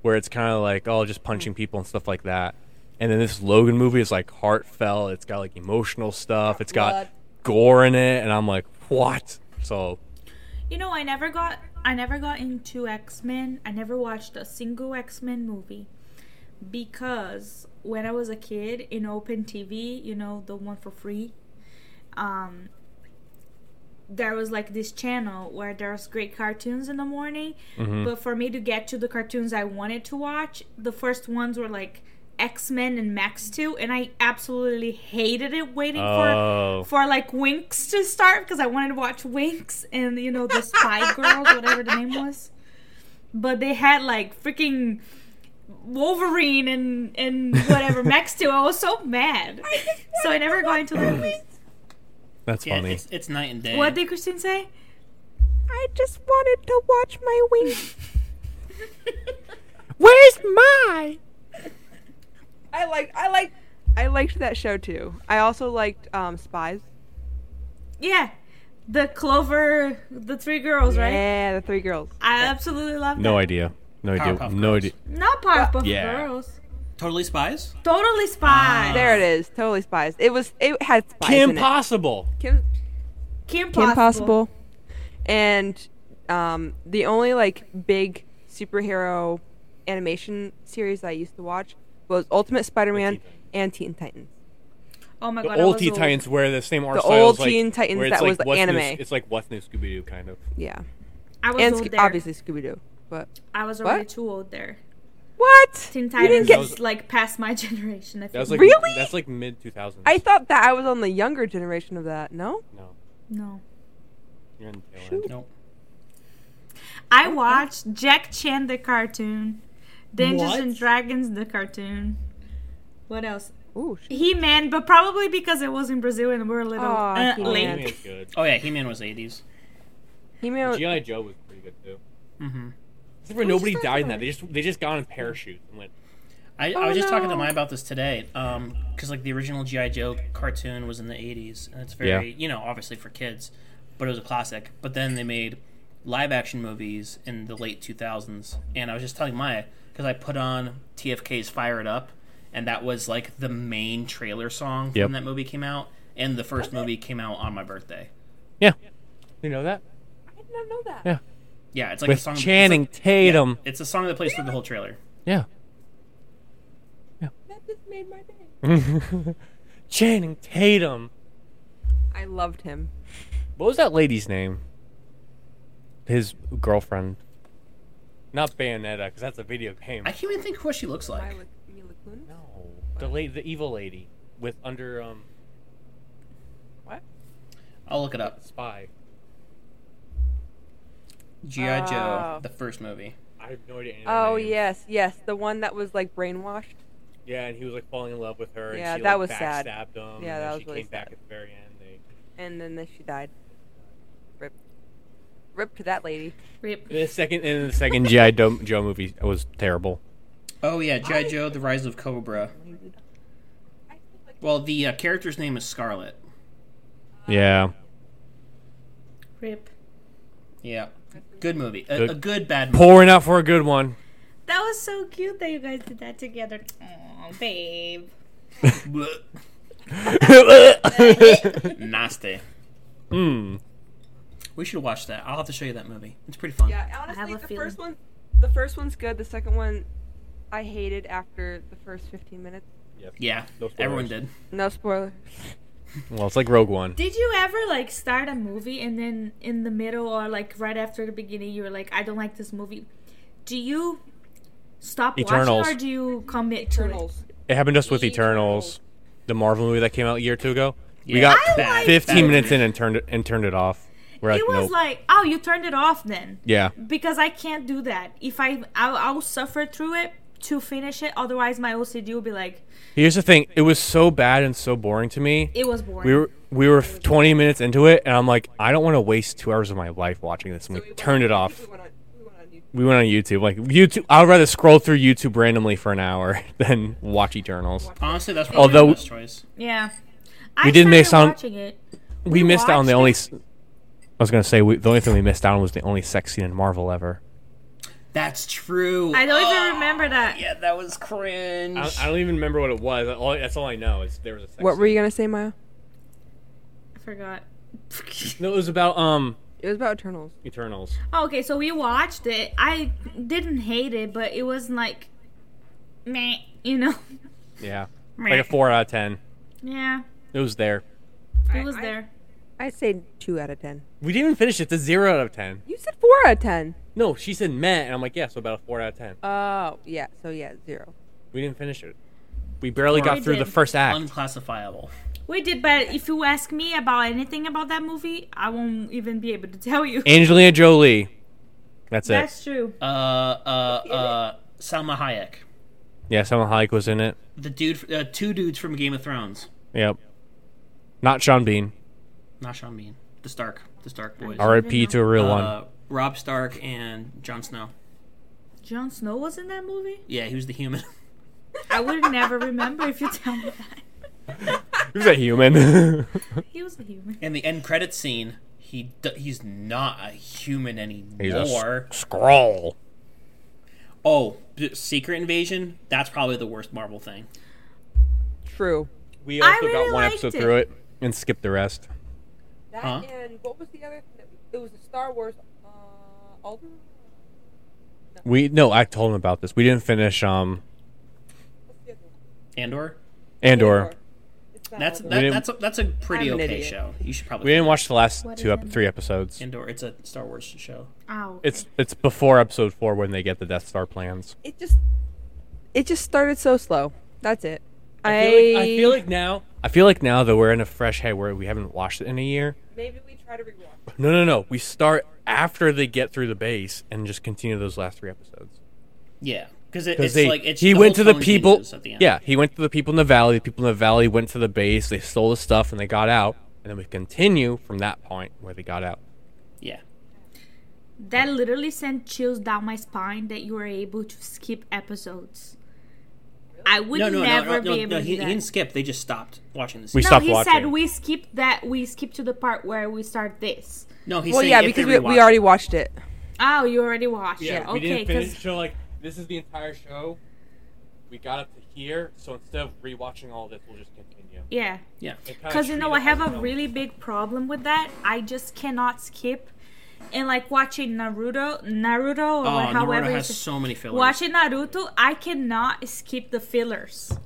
Speaker 2: where it's kind of like oh, just punching people and stuff like that. And then this Logan movie is like heartfelt. It's got like emotional stuff. It's got
Speaker 4: Blood.
Speaker 2: gore in it, and I'm like, what? So
Speaker 3: You know, I never got I never got into X Men. I never watched a single X Men movie because when I was a kid in Open TV, you know, the one for free, um, there was like this channel where there's great cartoons in the morning. But for me to get to the cartoons I wanted to watch, the first ones were like X Men and Max Two, and I absolutely hated it waiting for
Speaker 2: oh,
Speaker 3: for like Winx to start because I wanted to watch Winx and you know the Spy Girls, whatever the name was. But they had like freaking Wolverine and and whatever next to. it. I was so mad, so I never got into the movies.
Speaker 2: that's
Speaker 1: Yeah,
Speaker 2: funny.
Speaker 1: it's, it's night and day.
Speaker 3: What did Christine say?
Speaker 4: I just wanted to watch my wings.
Speaker 2: Where's my?
Speaker 4: I liked. I liked. I liked that show too. I also liked um, Spies.
Speaker 3: yeah, the Clover, the three girls, right?
Speaker 4: Yeah, the three girls.
Speaker 3: I absolutely love
Speaker 2: No
Speaker 3: that.
Speaker 2: idea. No idea.
Speaker 1: Powerpuff
Speaker 2: no
Speaker 1: Girls.
Speaker 2: idea.
Speaker 3: Not Powerpuff
Speaker 2: Yeah.
Speaker 3: Girls.
Speaker 1: Totally Spies.
Speaker 3: Totally Spy.
Speaker 1: Ah.
Speaker 4: There it is. Totally Spies. It was. It had spies in it.
Speaker 2: Possible.
Speaker 4: Kim.
Speaker 3: Kim Possible.
Speaker 4: Kim Possible. And um, the only like big superhero animation series I used to watch was Ultimate Spider-Man
Speaker 2: Teen Titans.
Speaker 4: and Teen Titans.
Speaker 3: Oh my
Speaker 2: The
Speaker 3: god. I
Speaker 2: old
Speaker 3: was
Speaker 2: Teen Titans were the same art
Speaker 4: The
Speaker 2: style
Speaker 4: old
Speaker 2: as, like,
Speaker 4: Teen Titans
Speaker 2: where it's
Speaker 4: that
Speaker 2: like
Speaker 4: was the
Speaker 2: what's new-
Speaker 4: anime.
Speaker 2: it's like what's new Scooby Doo kind of.
Speaker 4: Yeah,
Speaker 3: I was
Speaker 4: and
Speaker 3: old
Speaker 4: Sc-
Speaker 3: there.
Speaker 4: obviously Scooby-Doo. But
Speaker 3: I was already
Speaker 4: What?
Speaker 3: too old there.
Speaker 4: what?
Speaker 3: Teen
Speaker 4: You didn't
Speaker 3: Titans
Speaker 4: get.
Speaker 2: That was-
Speaker 3: is like past my generation. I think.
Speaker 2: That was like
Speaker 4: Really?
Speaker 2: That's like mid 2000s.
Speaker 4: I thought that I was on the younger generation of that. No.
Speaker 2: no,
Speaker 3: no.
Speaker 2: you're in the tail end.
Speaker 1: Nope.
Speaker 3: I watched Jack Chan the cartoon, Dungeons
Speaker 1: What?
Speaker 3: and Dragons the cartoon. What else?
Speaker 4: Ooh. Shit.
Speaker 3: He Man, but probably because it was in Brazil and we are a little
Speaker 4: Aw,
Speaker 3: uh,
Speaker 4: He-Man.
Speaker 3: late.
Speaker 2: He-Man's good.
Speaker 1: Oh yeah, He Man was eighties.
Speaker 4: He-Man.
Speaker 2: GI Joe was pretty good too.
Speaker 1: Mm-hmm.
Speaker 2: Except for nobody died in that. They just they just got in parachutes and went.
Speaker 1: I, I was just talking to
Speaker 4: no.
Speaker 1: Maya about this today, because like the original GI Joe cartoon was in the '80s, and it's very
Speaker 2: Yeah.
Speaker 1: you know obviously for kids, but it was a classic. But then they made live action movies in the late 2000s, and I was just telling Maya because I put on TFK's "Fire It Up," and that was like the main trailer song
Speaker 2: Yep.
Speaker 1: when that movie came out, and the first movie came out on my birthday.
Speaker 2: Yeah, you know that
Speaker 4: I did not know that.
Speaker 2: Yeah.
Speaker 1: Yeah, it's like a
Speaker 2: with
Speaker 1: song
Speaker 2: Channing
Speaker 1: It's, a, yeah,
Speaker 2: Tatum.
Speaker 1: it's a song that plays through the whole trailer.
Speaker 2: Yeah.
Speaker 4: That just made my day.
Speaker 2: Channing Tatum.
Speaker 4: I loved him.
Speaker 2: What was that lady's name? His girlfriend. Not Bayonetta, because that's a video game.
Speaker 1: I can't even think of what she looks like.
Speaker 4: Mila, Mila Kunis?
Speaker 2: No, the la- the evil lady with under um
Speaker 4: What?
Speaker 1: I'll look it up.
Speaker 2: spy.
Speaker 1: GI Joe,
Speaker 4: Oh.
Speaker 1: the first movie.
Speaker 2: I have no idea. Any of their
Speaker 4: Oh
Speaker 2: names.
Speaker 4: yes, yes, the one that was like brainwashed.
Speaker 2: Yeah, and he was like falling in love with her.
Speaker 4: Yeah,
Speaker 2: and she,
Speaker 4: that
Speaker 2: like,
Speaker 4: was sad.
Speaker 2: backstabbed Him,
Speaker 4: Yeah,
Speaker 2: and
Speaker 4: that
Speaker 2: then
Speaker 4: was
Speaker 2: she
Speaker 4: really
Speaker 2: came back
Speaker 4: sad.
Speaker 2: at the very end. They,
Speaker 4: and then the- she died. Rip. Rip to that lady.
Speaker 3: Rip.
Speaker 2: the second and the second GI Joe, Joe movie was terrible.
Speaker 1: Oh yeah, GI Joe: The Rise of Cobra. Well, the uh, character's name is Scarlet.
Speaker 2: Yeah,
Speaker 3: Rip.
Speaker 1: Yeah, good movie. A
Speaker 2: Good.
Speaker 1: good, a good bad movie.
Speaker 2: pouring out for a good one.
Speaker 3: That
Speaker 2: Hmm.
Speaker 3: was so cute that you guys did that together. Oh, babe.
Speaker 1: Blech. Nasty.
Speaker 2: Mm.
Speaker 1: We should watch that. I'll have to show you that movie. It's pretty fun.
Speaker 4: Yeah,
Speaker 3: have
Speaker 4: honestly,
Speaker 3: a
Speaker 4: the
Speaker 3: feeling.
Speaker 4: first one, the first one's good. The second one, I hated after the first 15 minutes.
Speaker 1: Yeah,
Speaker 2: No spoilers.
Speaker 1: everyone did.
Speaker 4: No spoiler.
Speaker 2: Well, it's like Rogue One.
Speaker 3: Did you ever like start a movie and then in the middle or like right after the beginning you were like, I don't like this movie? Do you stop
Speaker 2: Eternals.
Speaker 3: watching or do you commit to
Speaker 4: Eternals.
Speaker 2: It happened just with Eternals, the Marvel movie that came out a year or two ago.
Speaker 1: Yeah.
Speaker 2: We got
Speaker 1: I
Speaker 3: like-
Speaker 2: 15
Speaker 1: Bad
Speaker 2: minutes
Speaker 1: movie.
Speaker 2: in and turned it, and turned it off. We're
Speaker 3: it?
Speaker 2: like,
Speaker 3: It was
Speaker 2: nope.
Speaker 3: like, oh, you turned it off then.
Speaker 2: yeah.
Speaker 3: Because I can't do that. If I, I'll, I'll suffer through it to finish it. Otherwise, my OCD will be like,
Speaker 2: Here's the thing. It was so bad and so boring to me.
Speaker 3: it was boring.
Speaker 2: we were we were 20 minutes into it, and I'm like, I don't want to waste two hours of my life watching this. And we
Speaker 4: went-
Speaker 2: turned it
Speaker 4: I
Speaker 2: off.
Speaker 4: think We went on, we went on YouTube.
Speaker 2: We went on YouTube. Like YouTube, I'd rather scroll through YouTube randomly for an hour than watch Eternals.
Speaker 1: Honestly, that's probably
Speaker 2: Although-
Speaker 1: the best choice.
Speaker 3: yeah. I
Speaker 2: We did miss
Speaker 3: started
Speaker 2: on-
Speaker 3: watching it.
Speaker 2: We missed out on the
Speaker 3: watched
Speaker 2: only.
Speaker 3: it.
Speaker 2: s- I was gonna say we, the only thing we missed out on was the only sex scene in Marvel ever.
Speaker 1: That's true.
Speaker 3: I don't even remember
Speaker 4: Oh,
Speaker 3: that.
Speaker 1: Yeah, that was cringe.
Speaker 2: don't even remember what it was. that's all I know is there was a sex.
Speaker 4: What were you gonna say, Maya?
Speaker 3: I forgot.
Speaker 2: No, it was about um
Speaker 4: It was about Eternals.
Speaker 2: Eternals.
Speaker 3: Oh, Okay, so we watched it. I didn't hate it, but it was like, meh, you know?
Speaker 2: Yeah,
Speaker 3: Meh.
Speaker 2: like a four out of ten.
Speaker 3: Yeah,
Speaker 2: It was there.
Speaker 3: it was
Speaker 4: I-
Speaker 3: there.
Speaker 4: I'd say two out of ten.
Speaker 2: We didn't even finish it. It's a zero out of ten.
Speaker 4: You said four out of ten.
Speaker 2: No, she said meh, and I'm like, yeah, so about a four out of ten.
Speaker 4: Oh yeah, so yeah, zero.
Speaker 2: We didn't finish it. We barely got
Speaker 3: We
Speaker 2: through the
Speaker 3: did.
Speaker 2: first act.
Speaker 1: Unclassifiable.
Speaker 3: We did, but if you ask me about anything about that movie, I won't even be able to tell you.
Speaker 2: Angelina Jolie. That's it.
Speaker 3: That's true.
Speaker 1: Uh, uh, uh, Salma Hayek.
Speaker 2: Yeah, Simon Hayek was in it.
Speaker 1: The dude, uh, two dudes from Game of Thrones.
Speaker 2: Yep. Not Sean Bean.
Speaker 1: Not Sean Bean. The Stark. The Stark boys.
Speaker 2: R.I.P. to a real one.
Speaker 1: Uh, Rob Stark and Jon Snow.
Speaker 3: Jon Snow was in that movie?
Speaker 1: Yeah, he was the human.
Speaker 3: I would never remember if you tell me that.
Speaker 2: He was a human.
Speaker 3: He was a human.
Speaker 1: In the end credit scene, he d- he's not a human
Speaker 2: He's a
Speaker 1: anymore.
Speaker 2: scroll.
Speaker 1: Oh, b- Secret Invasion. That's probably the worst Marvel thing.
Speaker 4: True.
Speaker 2: We
Speaker 3: I also got really one liked episode it. through
Speaker 2: it and skipped the rest.
Speaker 4: That
Speaker 1: Huh?
Speaker 4: and what was the other? Thing that we, it was a Star Wars. Uh, Alder.
Speaker 2: We no, I told him about this. We didn't finish um
Speaker 4: What's the other one?
Speaker 1: Andor.
Speaker 2: Andor.
Speaker 4: It's not
Speaker 1: That's
Speaker 4: Alder.
Speaker 1: that,
Speaker 2: didn't-
Speaker 1: that's a, that's a pretty
Speaker 4: I'm an
Speaker 1: okay
Speaker 4: idiot.
Speaker 1: show. You should probably.
Speaker 2: We didn't watch the last
Speaker 3: What
Speaker 2: two
Speaker 3: is
Speaker 2: ep-
Speaker 3: it?
Speaker 2: three episodes.
Speaker 1: Andor. It's a Star Wars show.
Speaker 3: Oh.
Speaker 2: It's it's before episode four when they get the Death Star plans.
Speaker 4: it just. It just started so slow. That's it. I
Speaker 2: now I feel like now that we're in a fresh head where we haven't watched it in a year.
Speaker 4: maybe we try to rewatch.
Speaker 2: No, no, no. We start after they get through the base and just continue those last three episodes.
Speaker 1: Yeah, because it,
Speaker 2: Because
Speaker 1: it's
Speaker 2: they
Speaker 1: like it's
Speaker 2: he
Speaker 1: the
Speaker 2: went to
Speaker 1: whole
Speaker 2: the
Speaker 1: tone
Speaker 2: people.
Speaker 1: changes At the end.
Speaker 2: yeah, he went to the people in the valley. The people in the valley went to the base. They stole the stuff and they got out. And then we continue from that point where they got out.
Speaker 1: yeah.
Speaker 3: That literally sent chills down my spine that you were able to skip episodes. I would
Speaker 1: No, no, no, no,
Speaker 3: never be
Speaker 1: no,
Speaker 3: able
Speaker 1: no.
Speaker 3: to
Speaker 1: He, he
Speaker 3: do that.
Speaker 1: didn't skip. They just stopped watching the
Speaker 2: We
Speaker 1: series.
Speaker 3: no,
Speaker 2: stopped
Speaker 3: he said
Speaker 2: watching.
Speaker 3: we skip that. We skip to the part where we start this.
Speaker 1: No, he's
Speaker 4: Well,
Speaker 1: saying
Speaker 4: yeah,
Speaker 1: if they
Speaker 4: because we,
Speaker 1: rewatch
Speaker 4: we
Speaker 1: it.
Speaker 4: already watched it.
Speaker 3: Oh, you already watched. it. okay, because
Speaker 2: So like this is the entire show. We got up to here. So instead of rewatching all this, we'll just continue.
Speaker 3: yeah,
Speaker 1: Yeah.
Speaker 3: because you know I have a really big problem with that. I just cannot skip. And like watching Naruto, Naruto, or
Speaker 1: Oh, Naruto
Speaker 3: however you
Speaker 1: has
Speaker 3: say-
Speaker 1: so many fillers.
Speaker 3: watching Naruto, I cannot skip the fillers.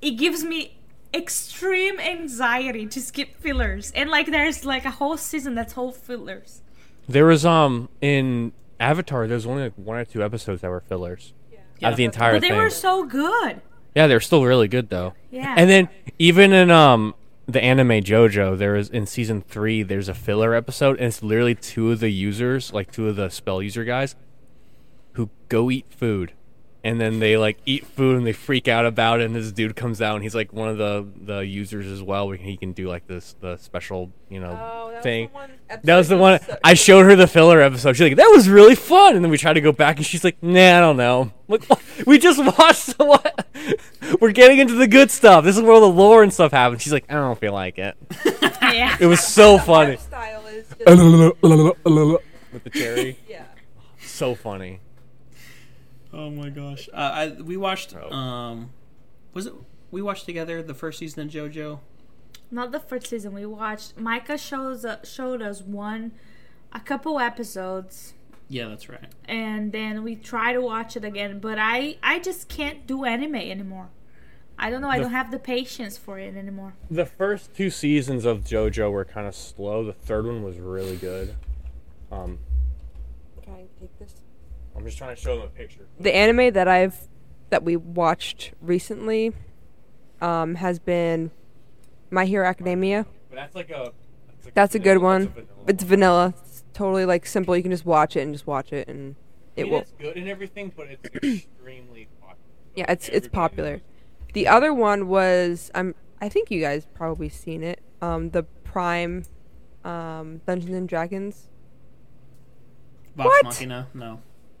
Speaker 3: It gives me extreme anxiety to skip fillers, and like there's like a whole season that's whole fillers.
Speaker 2: There was um in Avatar. There's only like one or two episodes that were fillers.
Speaker 1: Yeah.
Speaker 2: Of the entire
Speaker 3: But they
Speaker 2: thing.
Speaker 3: were so good.
Speaker 2: Yeah, they're still really good though.
Speaker 3: Yeah.
Speaker 2: And then even in um the anime JoJo, there is in season three, there's a filler episode, and it's literally two of the users, like two of the spell user guys, who go eat food, and then they like eat food and they freak out about it. And this dude comes out, and he's like one of the the users as well. where He can do like this the special you
Speaker 4: Oh,
Speaker 2: know
Speaker 3: Oh,
Speaker 2: thing. That was the one I showed her the filler episode. She's like, "That was really fun," and then we tried to go back, and she's like, "Nah, I don't know." I'm Like, we just watched the what? We're getting into the good stuff. This is where all the lore and stuff happens. She's like, "I don't feel like it."
Speaker 3: Yeah.
Speaker 2: It was so funny.
Speaker 4: Style is just,
Speaker 2: With the cherry,
Speaker 4: yeah.
Speaker 2: so funny.
Speaker 1: Oh my gosh. Uh, I we watched.
Speaker 2: Oh.
Speaker 1: Um, was it we watched together the first season of JoJo.
Speaker 3: Not the first season we watched. Micah shows uh, showed us one, a couple episodes,
Speaker 1: Yeah, that's right.
Speaker 3: and then we try to watch it again. But I I just can't do anime anymore. I don't know. I
Speaker 2: The-
Speaker 3: don't have the patience for it anymore.
Speaker 2: The first two seasons of JoJo were kind of slow. The third one was really good. Um,
Speaker 5: Can I take this?
Speaker 2: I'm just trying to show them a picture.
Speaker 4: the anime that I've that we watched recently um, has been My Hero Academia.
Speaker 2: But that's like a. That's, like
Speaker 4: That's a good
Speaker 2: vanilla-
Speaker 4: one.
Speaker 2: that's a vanilla
Speaker 4: It's
Speaker 2: one.
Speaker 4: vanilla. It's totally like simple. You can just watch it and just watch it, and it
Speaker 2: I mean,
Speaker 4: will.
Speaker 2: It's good and everything, but it's extremely popular.
Speaker 4: Yeah, it's it's
Speaker 2: Everybody
Speaker 4: popular.
Speaker 2: knows
Speaker 4: The other one was I'm I think you guys probably seen it. Um, the Prime, um, Dungeons and Dragons.
Speaker 1: Vox
Speaker 4: What?
Speaker 1: Machina? No.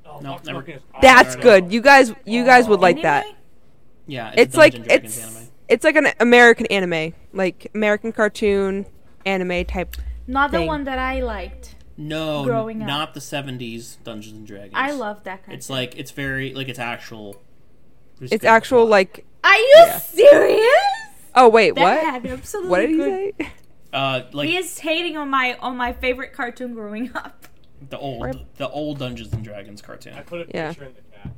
Speaker 2: it. Oh,
Speaker 1: No,
Speaker 2: Vox
Speaker 1: never.
Speaker 2: Machina is awesome.
Speaker 4: That's
Speaker 1: Alright.
Speaker 4: good. You guys, you guys would like that.
Speaker 3: Anyway,
Speaker 1: Yeah, it's, a
Speaker 4: It's like
Speaker 1: Dungeons and Dragons
Speaker 4: it's
Speaker 1: anime.
Speaker 4: it's like an American anime, like American cartoon anime type.
Speaker 3: Not the
Speaker 4: Thing.
Speaker 3: one that I liked.
Speaker 1: No,
Speaker 3: growing up.
Speaker 1: not the '70s Dungeons and Dragons.
Speaker 3: I love that kind.
Speaker 1: It's
Speaker 3: of
Speaker 1: like it's very like it's actual. there's
Speaker 4: It's
Speaker 1: good
Speaker 4: actual
Speaker 1: plot.
Speaker 4: like.
Speaker 3: Are you
Speaker 4: Yeah.
Speaker 3: serious?
Speaker 4: Oh wait,
Speaker 3: That
Speaker 4: what?
Speaker 3: had absolutely
Speaker 4: What did he
Speaker 3: good-
Speaker 4: say?
Speaker 1: uh like
Speaker 3: He is hating on my on my favorite cartoon growing up.
Speaker 1: the old the old Dungeons and Dragons cartoon.
Speaker 2: I put a
Speaker 4: Yeah.
Speaker 2: picture in the chat.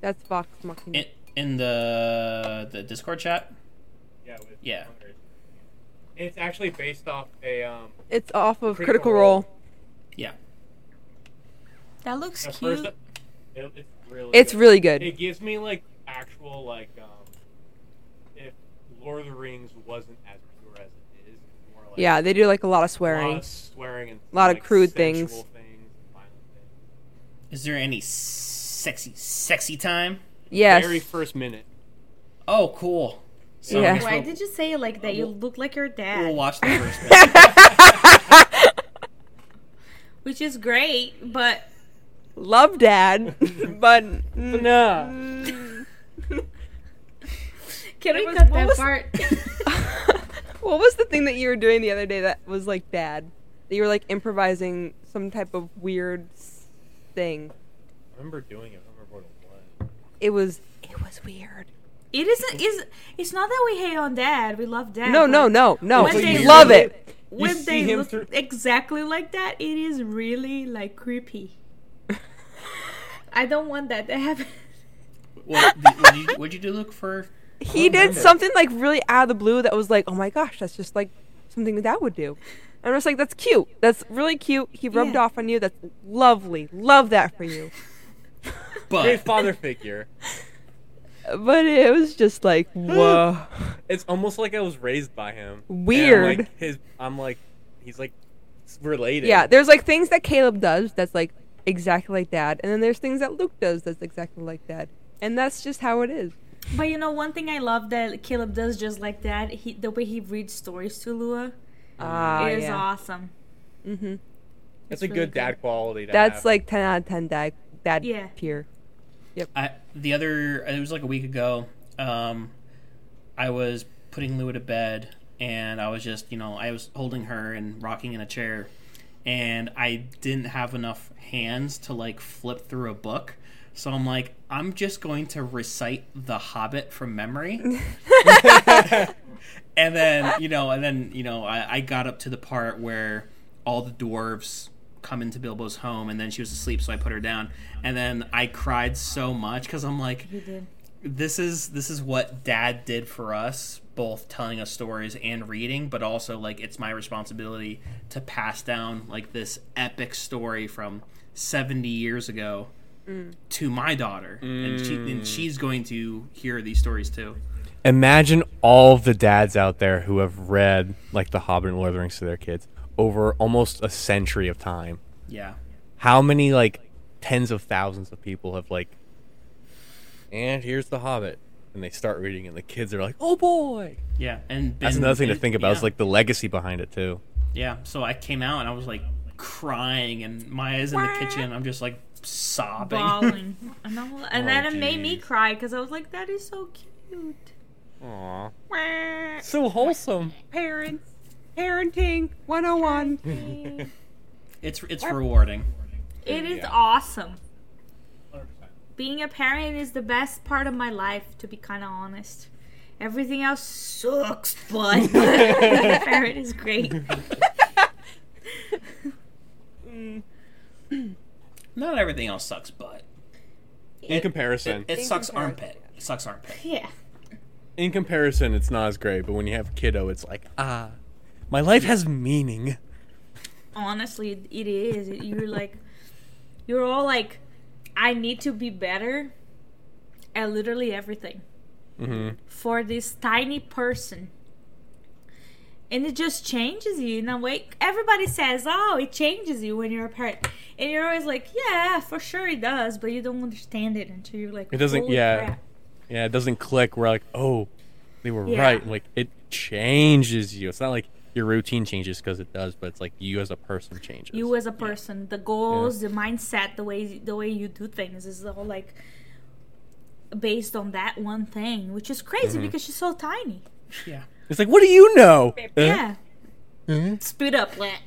Speaker 4: That's Vox Machina.
Speaker 1: In, in the the Discord chat.
Speaker 2: Yeah. With
Speaker 1: Yeah.
Speaker 2: It's actually based off a um.
Speaker 4: It's off of
Speaker 2: Critical
Speaker 4: Critical
Speaker 2: Role.
Speaker 4: Role.
Speaker 1: Yeah,
Speaker 3: That looks
Speaker 2: At
Speaker 3: cute.
Speaker 2: first, it, it's really.
Speaker 4: It's
Speaker 2: good.
Speaker 4: really good.
Speaker 2: It gives me like actual like um, if Lord of the Rings wasn't as pure as it is, it's more like
Speaker 4: Yeah, they do like a lot
Speaker 2: a lot
Speaker 4: of swearing.
Speaker 2: of swearing and
Speaker 4: Lot of
Speaker 2: like,
Speaker 4: crude
Speaker 2: sensual
Speaker 4: things.
Speaker 2: things, violent things.
Speaker 1: is there any sexy sexy time?
Speaker 4: Yes.
Speaker 2: Very first minute.
Speaker 1: Oh, cool. So
Speaker 4: Yeah.
Speaker 1: I guess
Speaker 3: Why
Speaker 1: we'll,
Speaker 3: did you say it like that? You look like your dad,
Speaker 1: we'll watch the first bit.
Speaker 3: which is great, but
Speaker 4: Love Dad, but mm. no.
Speaker 3: can we
Speaker 4: was-
Speaker 3: cut
Speaker 4: what
Speaker 3: that
Speaker 4: was-
Speaker 3: part?
Speaker 4: what was the thing that you were doing the other day that was like bad? That you were like improvising some type of weird s- thing.
Speaker 2: I remember doing it. I don't remember what it was.
Speaker 4: It was. It was weird.
Speaker 3: it isn't. Is it's not that we hate on dad. We love dad.
Speaker 4: No,
Speaker 3: but
Speaker 4: no, no, no.
Speaker 3: When they
Speaker 4: Love
Speaker 3: look-
Speaker 4: it.
Speaker 3: When
Speaker 2: see
Speaker 3: they
Speaker 2: him
Speaker 3: look
Speaker 2: through-
Speaker 3: exactly like that, it is really like creepy. I don't want that to happen.
Speaker 1: what did you, what'd you do, Luke? For
Speaker 4: He did something like really out of the blue that was like, oh my gosh, that's just like something that dad would do. And I was like, that's cute. That's really cute. He rubbed
Speaker 3: Yeah.
Speaker 4: off on you. That's lovely. Love that for you.
Speaker 2: Great
Speaker 1: but
Speaker 2: father figure.
Speaker 4: But it was just like, whoa.
Speaker 2: It's almost like I was raised by him. And I'm
Speaker 4: Weird.
Speaker 2: like his, I'm like, he's like s- related.
Speaker 4: Yeah, there's like things that Caleb does that's like exactly like dad, and then there's things that Luke does that's exactly like dad, and that's just how it is.
Speaker 3: But you know, one thing I love that Caleb does just like that. He the way he reads stories to Lua
Speaker 4: Ah,
Speaker 3: is
Speaker 4: yeah.
Speaker 3: awesome.
Speaker 4: hmm
Speaker 2: That's
Speaker 3: It's
Speaker 2: a
Speaker 3: really
Speaker 2: good dad quality. To
Speaker 4: That's
Speaker 2: have.
Speaker 4: like ten out of ten dad dad
Speaker 3: Yeah.
Speaker 4: tier.
Speaker 1: I, the other it was like a week ago. Um, I was putting Lua to bed, and I was just you know I was holding her and rocking in a chair, and I didn't have enough hands to like flip through a book. So I'm like, I'm just going to recite The Hobbit from memory. and then you know and then you know I, I got up to the part where all the dwarves come into bilbo's home and then she was asleep so i put her down and then i cried so much because i'm like
Speaker 3: He did.
Speaker 1: this is this is what dad did for us both telling us stories and reading but also like it's my responsibility to pass down like this epic story from 70 years ago to my daughter and, she, and she's going to hear these stories too
Speaker 2: Imagine all the dads out there who have read like The Hobbit and Lord of the Rings to their kids over almost a century of time.
Speaker 1: yeah
Speaker 2: How many like tens of thousands of people have like and here's The Hobbit and they start reading and the kids are like, "Oh boy."
Speaker 1: yeah and
Speaker 2: That's
Speaker 1: been-
Speaker 2: another thing to
Speaker 1: it-
Speaker 2: think about. It's
Speaker 1: yeah.
Speaker 2: like the legacy behind it too.
Speaker 1: Yeah, so I came out and I was like crying, and Maya's in the kitchen. I'm just like sobbing.
Speaker 3: bawling. and I'm- and
Speaker 2: Oh,
Speaker 3: then it made me
Speaker 2: geez.
Speaker 3: cry because I was like, that is so cute.
Speaker 2: Aww.
Speaker 3: Wah.
Speaker 2: So wholesome.
Speaker 4: Parents, parenting 101.
Speaker 1: it's it's rewarding.
Speaker 3: It is
Speaker 2: Yeah.
Speaker 3: awesome. being a parent is the best part of my life, to be kind of honest. Everything else sucks, but being a parent is great.
Speaker 1: Not everything else sucks, but
Speaker 2: In comparison,
Speaker 1: it, it
Speaker 4: In
Speaker 1: sucks
Speaker 4: comparison,
Speaker 1: armpit. It sucks armpit.
Speaker 3: Yeah.
Speaker 2: in comparison, it's not as great. But when you have a kiddo, it's like ah, my life has meaning.
Speaker 3: honestly it- it is It- you're like you're all like i need to be better at literally everything
Speaker 2: Mm-hmm.
Speaker 3: for this tiny person and it just changes you in a way everybody says oh it changes you when you're a parent and you're always like yeah for sure it does but you don't understand it until you're like
Speaker 2: It doesn't-
Speaker 3: "Holy
Speaker 2: yeah.
Speaker 3: crap."
Speaker 2: Yeah, it doesn't click. We're like, oh, they were
Speaker 3: Yeah.
Speaker 2: right. Like it changes you. It's not like your routine changes because it does, but it's like you as a person changes.
Speaker 3: you as a person the goals the mindset the way the way you do things is all like based on that one thing which is crazy because she's so tiny
Speaker 1: Yeah.
Speaker 2: It's like, what do you know?
Speaker 3: yeah speed up let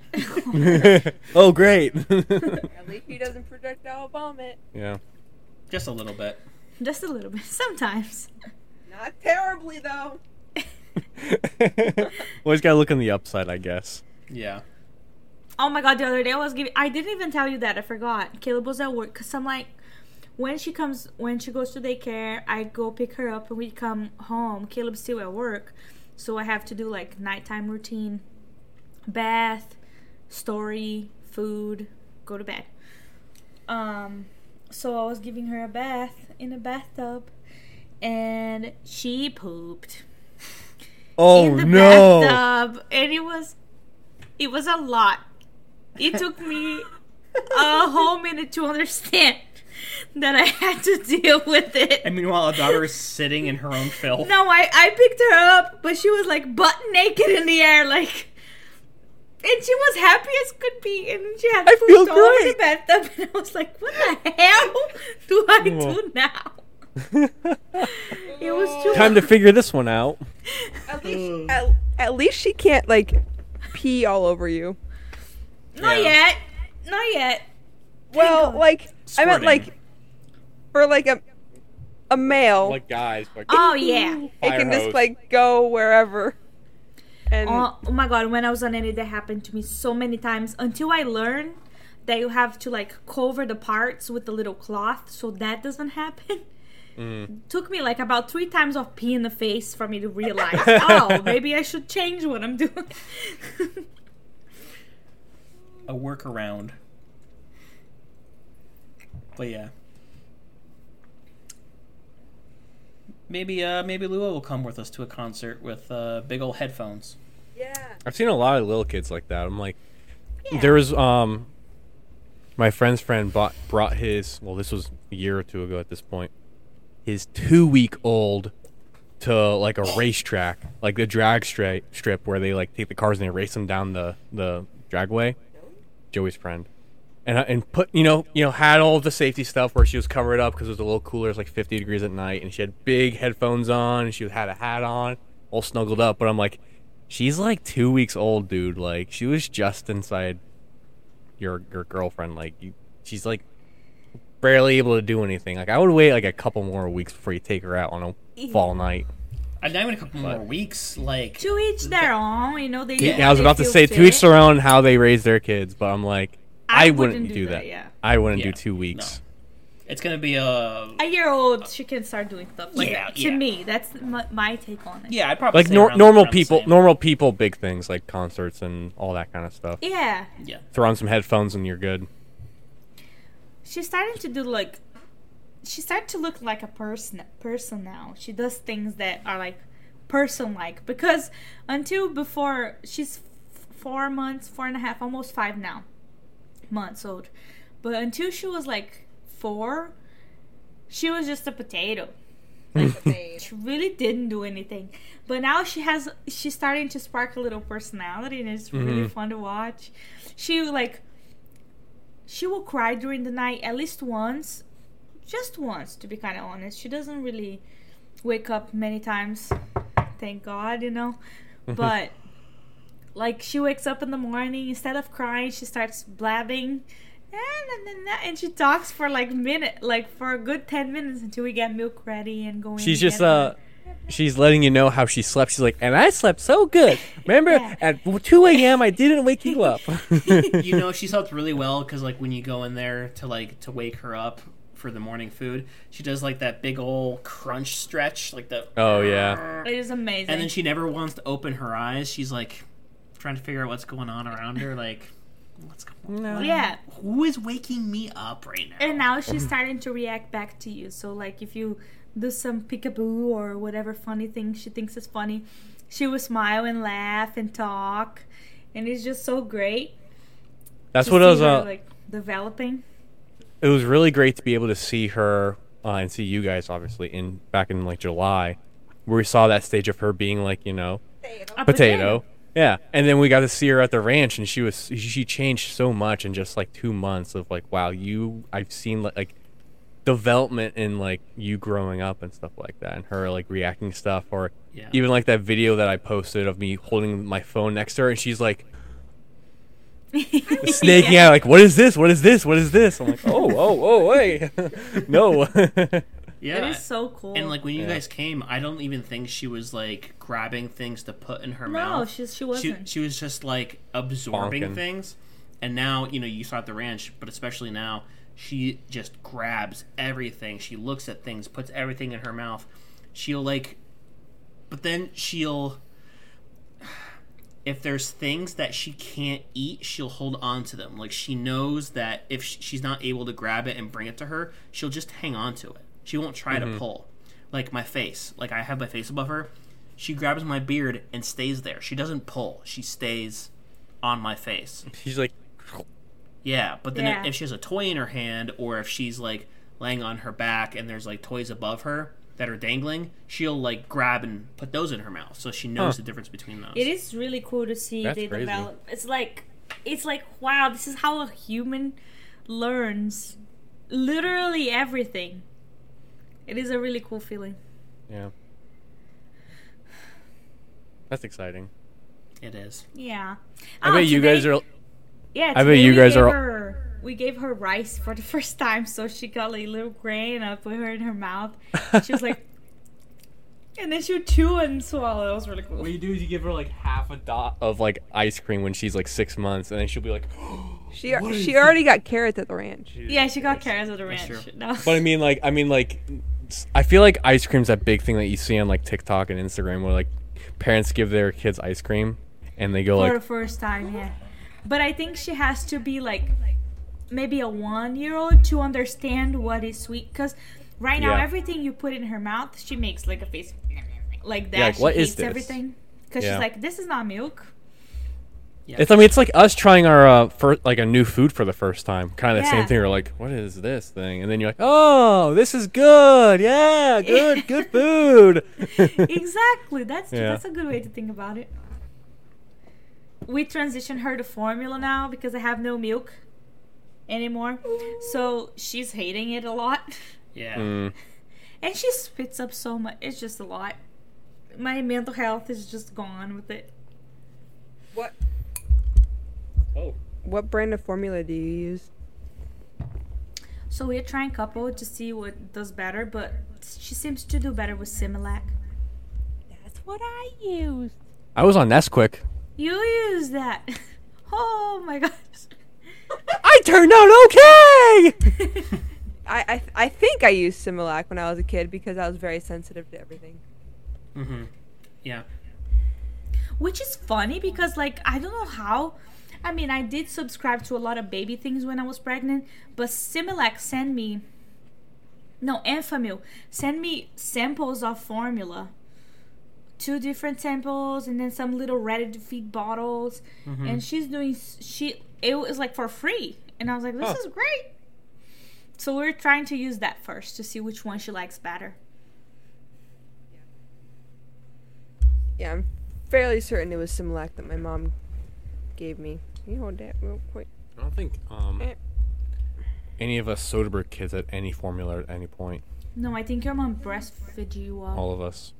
Speaker 2: Yeah. oh, great.
Speaker 4: At least he doesn't projectile bomb it.
Speaker 2: yeah.
Speaker 1: Just a little bit.
Speaker 3: just a little bit sometimes
Speaker 4: Not terribly though.
Speaker 2: Always gotta look on the upside, I guess.
Speaker 1: Yeah.
Speaker 3: oh my god the other day i was giving i didn't even tell you that i forgot caleb was at work because i'm like when she comes when she goes to daycare i go pick her up and we come home caleb's still at work so i have to do like nighttime routine bath story food go to bed um so i was giving her a bath in a bathtub and she pooped
Speaker 2: Oh
Speaker 3: in the
Speaker 2: no!
Speaker 3: bathtub, and it was it was a lot. It took me a whole minute to understand that I had to deal with it.
Speaker 1: And meanwhile, our daughter is sitting in her own filth.
Speaker 3: No, I I picked her up, but she was like butt naked in the air, like. And she was happy as could be, and she had
Speaker 2: I
Speaker 3: food
Speaker 2: feel
Speaker 3: all over the
Speaker 2: great.
Speaker 3: bathtub, and I was like, "What the hell do I do
Speaker 2: Well.
Speaker 3: now?" It was too
Speaker 2: Time to figure this one out.
Speaker 4: At least
Speaker 6: At, at least she can't like pee all over you.
Speaker 3: not
Speaker 1: Yeah.
Speaker 3: yet, not yet.
Speaker 6: Well, like I meant
Speaker 1: Squirting.
Speaker 6: like for like a a male,
Speaker 2: guys, like
Speaker 3: Oh yeah.
Speaker 6: it
Speaker 2: fire
Speaker 6: can
Speaker 2: hose.
Speaker 6: just like go wherever. And
Speaker 3: Oh, oh my god, when I was on it, that happened to me so many times until I learned that you have to like cover the parts with a little cloth so that doesn't happen.
Speaker 2: Mm.
Speaker 3: Took me like about three times of pee in the face for me to realize, oh, maybe I should change what I'm doing.
Speaker 1: A workaround. But yeah. Maybe uh maybe Lua will come with us to a concert with uh big old headphones.
Speaker 4: yeah.
Speaker 2: I've seen a lot of little kids like that. I'm like, there was um, my friend's friend bought, brought his. Well, this was a year or two ago at this point. His two week old to like a racetrack, like the drag strip, strip where they like take the cars and they race them down the the dragway. Joey's friend, and I- and put you know you know had all the safety stuff where she was covered up because it was a little cooler. It was like 50 degrees at night, and she had big headphones on. And she had a hat on, all snuggled up. But I'm like, she's like two weeks old, dude. Like she was just inside your your girlfriend. Like you, she's like barely able to do anything. Like I would wait like a couple more weeks before you take her out on a fall night.
Speaker 1: Uh, not even a couple more weeks, like
Speaker 3: to each their own, you know. They do
Speaker 2: Yeah,
Speaker 3: what
Speaker 2: I was
Speaker 3: they
Speaker 2: about to
Speaker 3: feel
Speaker 2: say to each
Speaker 3: fit.
Speaker 2: their own how they raise their kids, but I'm like, I, wouldn't, do that.
Speaker 3: yeah.
Speaker 2: I wouldn't
Speaker 1: Yeah,
Speaker 2: do two weeks.
Speaker 1: it's gonna be uh
Speaker 3: A year old, she can start doing stuff like
Speaker 1: Yeah,
Speaker 3: that. To
Speaker 1: yeah.
Speaker 3: me, that's my, my take on it.
Speaker 1: yeah, I'd probably
Speaker 2: Like
Speaker 1: say
Speaker 2: nor-
Speaker 1: around-
Speaker 2: normal
Speaker 1: around the
Speaker 2: people,
Speaker 1: same.
Speaker 2: normal people, big things like concerts and all that kind of stuff.
Speaker 3: Yeah.
Speaker 1: Yeah.
Speaker 2: Throw on some headphones and you're good.
Speaker 3: she's starting to do like she started to look like a person person now she does things that are like person like because until before she's f- four months four and a half almost five now months old but until she was like four she was just a potato she really didn't do anything but now she has she's starting to spark a little personality and it's really fun to watch she like she will cry during the night at least once just once to be kind of honest she doesn't really wake up many times thank god you know
Speaker 2: Mm-hmm.
Speaker 3: but like she wakes up in the morning instead of crying she starts blabbing "Eh, na, na, na," and she talks for like minute, like for a good ten minutes until we get milk ready and going.
Speaker 2: She's just uh, she's letting you know how she slept. She's like, and I slept so good. Remember
Speaker 3: Yeah.
Speaker 2: at 2 a.m. I didn't wake you up.
Speaker 1: you know she slept really well because like when you go in there to like to wake her up for the morning food she does like that big old crunch stretch like the
Speaker 2: Oh, yeah.
Speaker 3: It is amazing.
Speaker 1: and then she never wants to open her eyes she's like trying to figure out what's going on around her like what's going on
Speaker 3: yeah,
Speaker 1: who is waking me up right now
Speaker 3: and now
Speaker 2: Mm-hmm.
Speaker 3: she's starting to react back to you. So like if you do some peekaboo or whatever funny thing she thinks is funny, she will smile and laugh and talk, and it's just so great.
Speaker 2: That's
Speaker 3: to
Speaker 2: what
Speaker 3: see
Speaker 2: I was.
Speaker 3: her,
Speaker 2: Uh,
Speaker 3: like developing.
Speaker 2: it was really great to be able to see her uh, and see you guys obviously in back in like July where we saw that stage of her being like you know
Speaker 3: A
Speaker 2: potato yeah and then we got to see her at the ranch and she was she changed so much in just like 2 months of like wow you I've seen like, like development in like you growing up and stuff like that and her like reacting to stuff or
Speaker 1: Yeah.
Speaker 2: even like that video that I posted of me holding my phone next to her and she's like snaking out like what is this what is this what is this i'm like oh oh oh wait no
Speaker 1: yeah
Speaker 3: It is so cool.
Speaker 1: and like when you
Speaker 2: Yeah.
Speaker 1: guys came i don't even think she was like grabbing things to put in her mouth
Speaker 3: no, she's she
Speaker 1: she,
Speaker 3: wasn't.
Speaker 1: she was just like absorbing
Speaker 2: Bonking.
Speaker 1: things and now you know you saw at the ranch but especially now she just grabs everything she looks at things puts everything in her mouth she'll like but then she'll if there's things that she can't eat she'll hold on to them like she knows that if sh- she's not able to grab it and bring it to her she'll just hang on to it she won't try to pull like my face like i have my face above her she grabs my beard and stays there she doesn't pull she stays on my face
Speaker 2: she's like
Speaker 1: yeah, but then
Speaker 3: Yeah.
Speaker 1: if she has a toy in her hand, or if she's like laying on her back and there's like toys above her that are dangling, she'll like grab and put those in her mouth, so she knows
Speaker 2: Huh.
Speaker 1: the difference between those.
Speaker 3: It is really cool to see
Speaker 2: That's
Speaker 3: they
Speaker 2: crazy.
Speaker 3: develop. It's like, it's like, wow, this is how a human learns literally everything. It is a really cool feeling.
Speaker 2: yeah that's exciting
Speaker 1: It is.
Speaker 3: Yeah.
Speaker 2: i
Speaker 3: Oh,
Speaker 2: bet you guys are
Speaker 3: Yeah.
Speaker 2: I bet
Speaker 3: today
Speaker 2: you
Speaker 3: we
Speaker 2: guys
Speaker 3: gave
Speaker 2: are-
Speaker 3: her- we gave her rice for the first time, so she got like a little grain. and I put her in her mouth. She was like, and then she would chew and swallow. That was really cool.
Speaker 7: What you do is you give her like half a dot.
Speaker 2: of like ice cream when she's like six months and then she'll be like
Speaker 4: She she already got carrots at the ranch.
Speaker 3: yeah, she got carrots at the ranch.
Speaker 1: true.
Speaker 3: No.
Speaker 2: but i mean like i mean like i feel like ice cream's that big thing that you see on like tiktok and instagram where like parents give their kids ice cream and they go
Speaker 3: for
Speaker 2: like
Speaker 3: the first time, yeah. But I think she has to be like maybe a one year old to understand what is sweet because right now
Speaker 2: Yeah.
Speaker 3: everything you put in her mouth she makes like a face like that.
Speaker 2: Yeah, like,
Speaker 3: she
Speaker 2: what
Speaker 3: hates
Speaker 2: is this?
Speaker 3: everything because
Speaker 2: Yeah.
Speaker 3: she's like, this is not milk.
Speaker 2: It's. I mean, it's like us trying our uh, fir- like a new food for the first time. Kind of the same
Speaker 3: Yeah.
Speaker 2: thing. You're like, what is this thing? And then you're like, oh, this is good. Yeah, good, good food.
Speaker 3: exactly. That's
Speaker 2: Yeah.
Speaker 3: that's a good way to think about it. We transition her to formula now because I have no milk anymore, so she's hating it a lot.
Speaker 1: Yeah.
Speaker 2: Mm.
Speaker 3: And she spits up so much. It's just a lot. My mental health is just gone with it.
Speaker 4: What
Speaker 7: Oh,
Speaker 4: what brand of formula do you use?
Speaker 3: So we're trying couple to see what does better, but she seems to do better with Similac.
Speaker 4: That's what I use.
Speaker 2: I was on Nesquik.
Speaker 3: You use that. Oh my gosh.
Speaker 2: I turned out okay.
Speaker 4: I, I I think I used Similac when I was a kid because I was very sensitive to everything.
Speaker 1: hmm Yeah.
Speaker 3: Which is funny because, like, I don't know how. I mean, I did subscribe to a lot of baby things when I was pregnant, but Similac sent me. No, Enfamil sent me samples of formula. Two different samples and then some little ready to feed bottles. And she's doing. s- She. It was like for free. And I was like, this
Speaker 2: Huh.
Speaker 3: is great. So we're trying to use that first to see which one she likes better.
Speaker 4: Yeah, I'm fairly certain it was Similac that my mom gave me. Can you hold that real quick?
Speaker 2: I don't think um any of us Soderbergh kids had any formula at any point.
Speaker 3: No, I think your mom breastfed you all.
Speaker 2: All of us.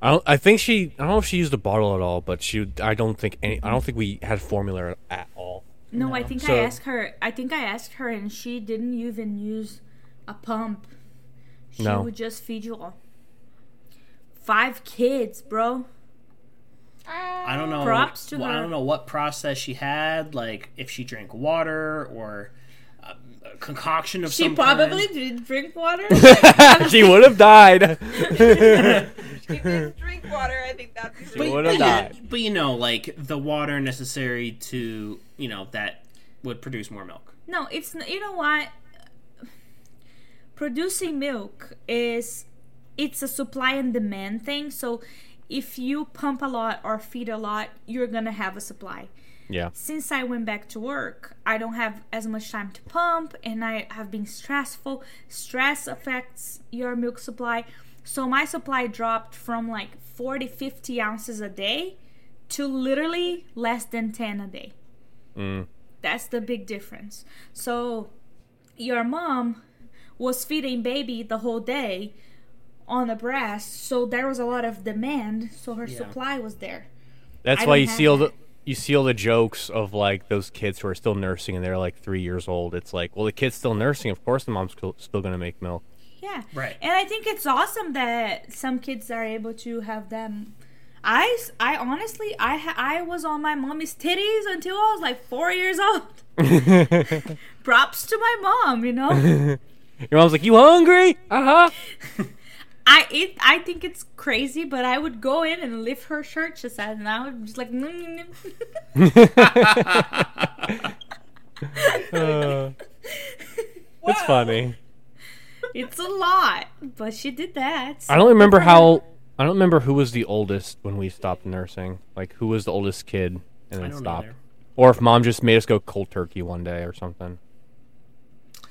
Speaker 2: I don't. I think she. I don't know if she used a bottle at all, but she. I don't think any. I don't think we had formula at all.
Speaker 3: No, I
Speaker 1: No.
Speaker 3: think I
Speaker 2: So-
Speaker 3: asked her. I think I asked her, and she didn't even use a pump. She
Speaker 2: No.
Speaker 3: would just feed you all. Five kids, bro.
Speaker 1: I don't know.
Speaker 3: Props to
Speaker 1: well, I
Speaker 3: her.
Speaker 1: don't know what process she had. Like if she drank water or a, a concoction of
Speaker 3: She
Speaker 1: some
Speaker 3: probably
Speaker 1: kind.
Speaker 3: didn't drink water.
Speaker 2: she would have died.
Speaker 4: If you drink water, I think that'd be
Speaker 2: She
Speaker 4: really
Speaker 2: would have
Speaker 1: yeah,
Speaker 2: died.
Speaker 1: but you know, like the water necessary to you know that would produce more milk.
Speaker 3: no, it's n- you know what. Producing milk is it's a supply and demand thing. So if you pump a lot or feed a lot, you're gonna have a supply.
Speaker 2: Yeah.
Speaker 3: since I went back to work, I don't have as much time to pump and I have been stressful. Stress affects your milk supply. So my supply dropped from like 40, 50 ounces a day to literally less than 10 a day.
Speaker 2: Mm.
Speaker 3: That's the big difference. So your mom was feeding baby the whole day on the breast, so there was a lot of demand, so her
Speaker 1: Yeah.
Speaker 3: supply was there.
Speaker 2: That's
Speaker 3: I
Speaker 2: why
Speaker 3: don't
Speaker 2: you
Speaker 3: have
Speaker 2: see all the
Speaker 3: that.
Speaker 2: you see all the jokes of like those kids who are still nursing and they're like three years old. It's like, well, the kid's still nursing. Of course, the mom's co- still going to make milk.
Speaker 3: Yeah.
Speaker 1: Right.
Speaker 3: And I think it's awesome that some kids are able to have them. I, s- I honestly, I ha- I was on my mommy's titties until I was like four years old. Props to my mom, you know.
Speaker 2: Your mom's like, you hungry? Uh
Speaker 3: Uh-huh.
Speaker 2: huh.
Speaker 3: I it I think it's crazy, but I would go in and lift her shirt she said, and I would just like. "Mm, mm, mm."
Speaker 2: Uh, it's funny.
Speaker 3: it's a lot, but she did that.
Speaker 2: I don't remember how. I don't remember who was the oldest when we stopped nursing. Like, who was the oldest kid and
Speaker 1: I
Speaker 2: then
Speaker 1: don't
Speaker 2: stopped?
Speaker 1: either.
Speaker 2: Or if mom just made us go cold turkey one day or something.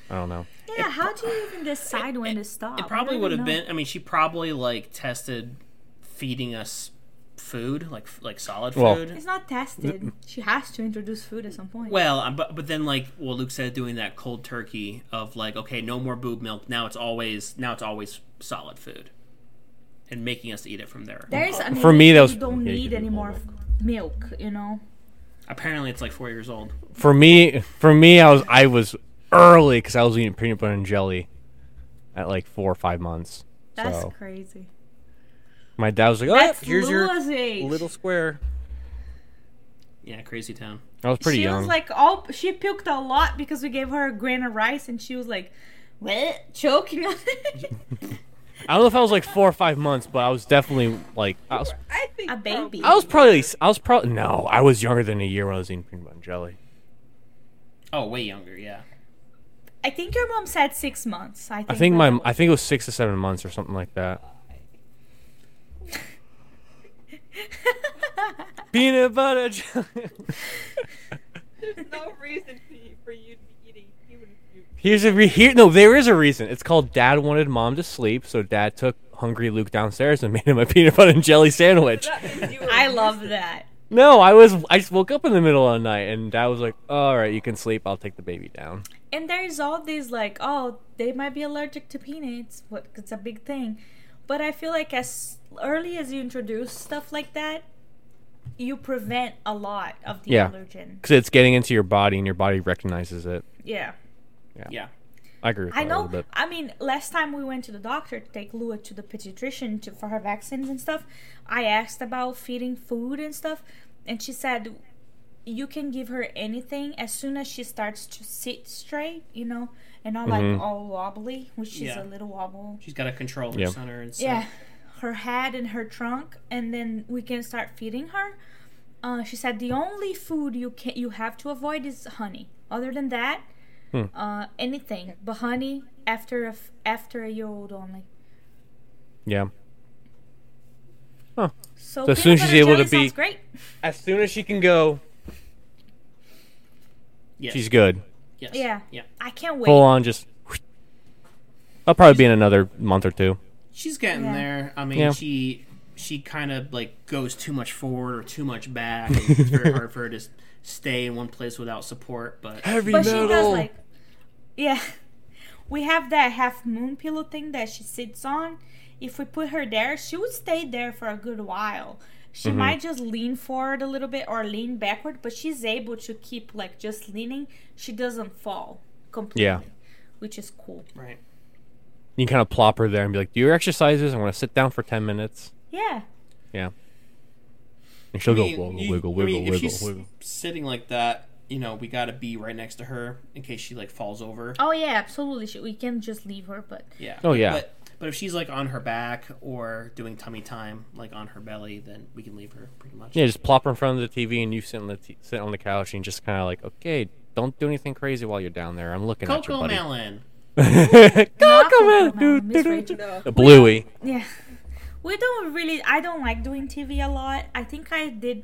Speaker 2: I don't know.
Speaker 3: yeah, how do you even decide when to stop?
Speaker 1: It
Speaker 3: I
Speaker 1: probably
Speaker 3: don't
Speaker 1: would have
Speaker 3: know.
Speaker 1: been. I mean, she probably like tested feeding us food, like like solid
Speaker 2: Well-
Speaker 1: food.
Speaker 3: It's not tested. She has to introduce food at some point.
Speaker 1: Well, um, but but then like well, Luke said doing that cold turkey of like okay, no more boob milk. Now it's always now it's always solid food, and making us eat it from there.
Speaker 3: There's, I mean,
Speaker 2: Uh, For me, that was-
Speaker 3: you don't
Speaker 2: yeah, you
Speaker 3: need
Speaker 2: can
Speaker 3: any
Speaker 2: do
Speaker 3: more
Speaker 2: whole
Speaker 3: milk. you know.
Speaker 1: Apparently, it's like four years old.
Speaker 2: For me, for me, I was I was early because I was eating peanut butter and jelly at like four or five months.
Speaker 3: That's
Speaker 2: so
Speaker 3: crazy.
Speaker 2: my dad was like, "Oh,
Speaker 3: That's
Speaker 8: here's your
Speaker 3: Lula's age.
Speaker 8: Little square.
Speaker 1: Yeah, crazy town.
Speaker 2: I was pretty
Speaker 3: she
Speaker 2: young."
Speaker 3: was like, all she puked a lot because we gave her a grain of rice, and she was like, what? Choking on it.
Speaker 2: I don't know if I was like four or five months, but I was definitely like I was
Speaker 4: I think
Speaker 3: a baby.
Speaker 2: I was probably I was probably no, I was younger than a year when I was eating peanut butter and jelly.
Speaker 1: Oh, way younger. Yeah.
Speaker 3: I think your mom said six months. I think,
Speaker 2: I think
Speaker 3: that-
Speaker 2: my I think it was six to seven months or something like that. peanut butter jelly.
Speaker 4: There's no reason for you, for you to be eating human food.
Speaker 2: Here's a re- here. No, there is a reason. It's called Dad wanted Mom to sleep, so Dad took hungry Luke downstairs and made him a peanut butter and jelly sandwich.
Speaker 4: That means you were
Speaker 3: I love that.
Speaker 2: No, I was I just woke up in the middle of the night and Dad was like, "All right, you can sleep. I'll take the baby down."
Speaker 3: And there's all these like, oh, they might be allergic to peanuts. What? It's a big thing. But I feel like as early as you introduce stuff like that, you prevent a lot of the
Speaker 2: Yeah.
Speaker 3: allergen.
Speaker 2: Because it's getting into your body and your body recognizes it.
Speaker 3: Yeah.
Speaker 1: Yeah.
Speaker 2: I agree with that
Speaker 3: I
Speaker 2: a little
Speaker 3: know.
Speaker 2: bit.
Speaker 3: I mean, last time we went to the doctor to take Lua to the pediatrician to, for her vaccines and stuff, I asked about feeding food and stuff, and she said you can give her anything as soon as she starts to sit straight, you know, and not
Speaker 2: Mm-hmm.
Speaker 3: like all wobbly, which is
Speaker 1: Yeah.
Speaker 3: a little wobble.
Speaker 1: She's got a controller
Speaker 2: Yeah.
Speaker 1: center and stuff.
Speaker 3: Yeah, her head and her trunk, and then we can start feeding her. Uh, she said the only food you can you have to avoid is honey. Other than that,
Speaker 2: Hmm.
Speaker 3: uh, anything but honey after a f- after a year old only.
Speaker 2: Yeah.
Speaker 3: So,
Speaker 2: So as
Speaker 3: peanut
Speaker 2: soon as she's
Speaker 3: butter
Speaker 2: able to
Speaker 3: jelly sounds
Speaker 2: be-
Speaker 3: great.
Speaker 2: As soon as she can go,
Speaker 1: Yes.
Speaker 2: she's good.
Speaker 1: Yes.
Speaker 3: Yeah.
Speaker 1: Yeah.
Speaker 3: I can't wait.
Speaker 2: Full on, just. I'll probably be in another month or two.
Speaker 1: She's getting
Speaker 3: Yeah.
Speaker 1: there. I mean,
Speaker 2: Yeah.
Speaker 1: she she kind of like goes too much forward or too much back. and it's very hard for her to s- stay in one place without support. But
Speaker 2: Heavy
Speaker 3: But she does like, yeah. We have that half moon pillow thing that she sits on. If we put her there, she would stay there for a good while. She
Speaker 2: Mhm.
Speaker 3: might just lean forward a little bit or lean backward, but she's able to keep like just leaning. She doesn't fall completely, which is cool.
Speaker 1: Right.
Speaker 2: You can kind of plop her there and be like, "Do your exercises? I want to sit down for ten minutes."
Speaker 3: Yeah,
Speaker 2: And she'll
Speaker 1: I mean,
Speaker 2: go wiggle,
Speaker 1: you-
Speaker 2: wiggle,
Speaker 1: I
Speaker 2: wiggle,
Speaker 1: mean, if
Speaker 2: wiggle,
Speaker 1: she's
Speaker 2: wiggle.
Speaker 1: Sitting like that, you know, we gotta be right next to her in case she like falls over.
Speaker 3: Oh yeah, absolutely. She, we can just leave her, but
Speaker 1: Yeah.
Speaker 2: Oh, yeah.
Speaker 1: But but if she's like on her back or doing tummy time, like on her belly, then we can leave her pretty much.
Speaker 2: Yeah, just plop her in front of the TV and you sit on the t- sit on the couch and just kind of like, okay, don't do anything crazy while you're down there. I'm looking
Speaker 1: Coco
Speaker 2: at you,
Speaker 1: Melon.
Speaker 2: buddy.
Speaker 3: Not
Speaker 2: Coco
Speaker 3: Cocomelon,
Speaker 2: Melon,
Speaker 3: Miss
Speaker 2: do, do,
Speaker 3: Rachel.
Speaker 2: do.
Speaker 9: No.
Speaker 2: A Bluey.
Speaker 3: yeah, we don't really. I don't like doing TV a lot. I think I did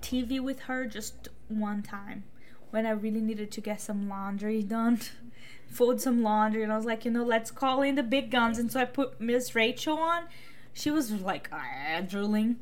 Speaker 3: TV with her just one time when I really needed to get some laundry done, fold some laundry, and I was like, you know, let's call in the big guns. And so I put Miss Rachel on. She was like ah, drooling.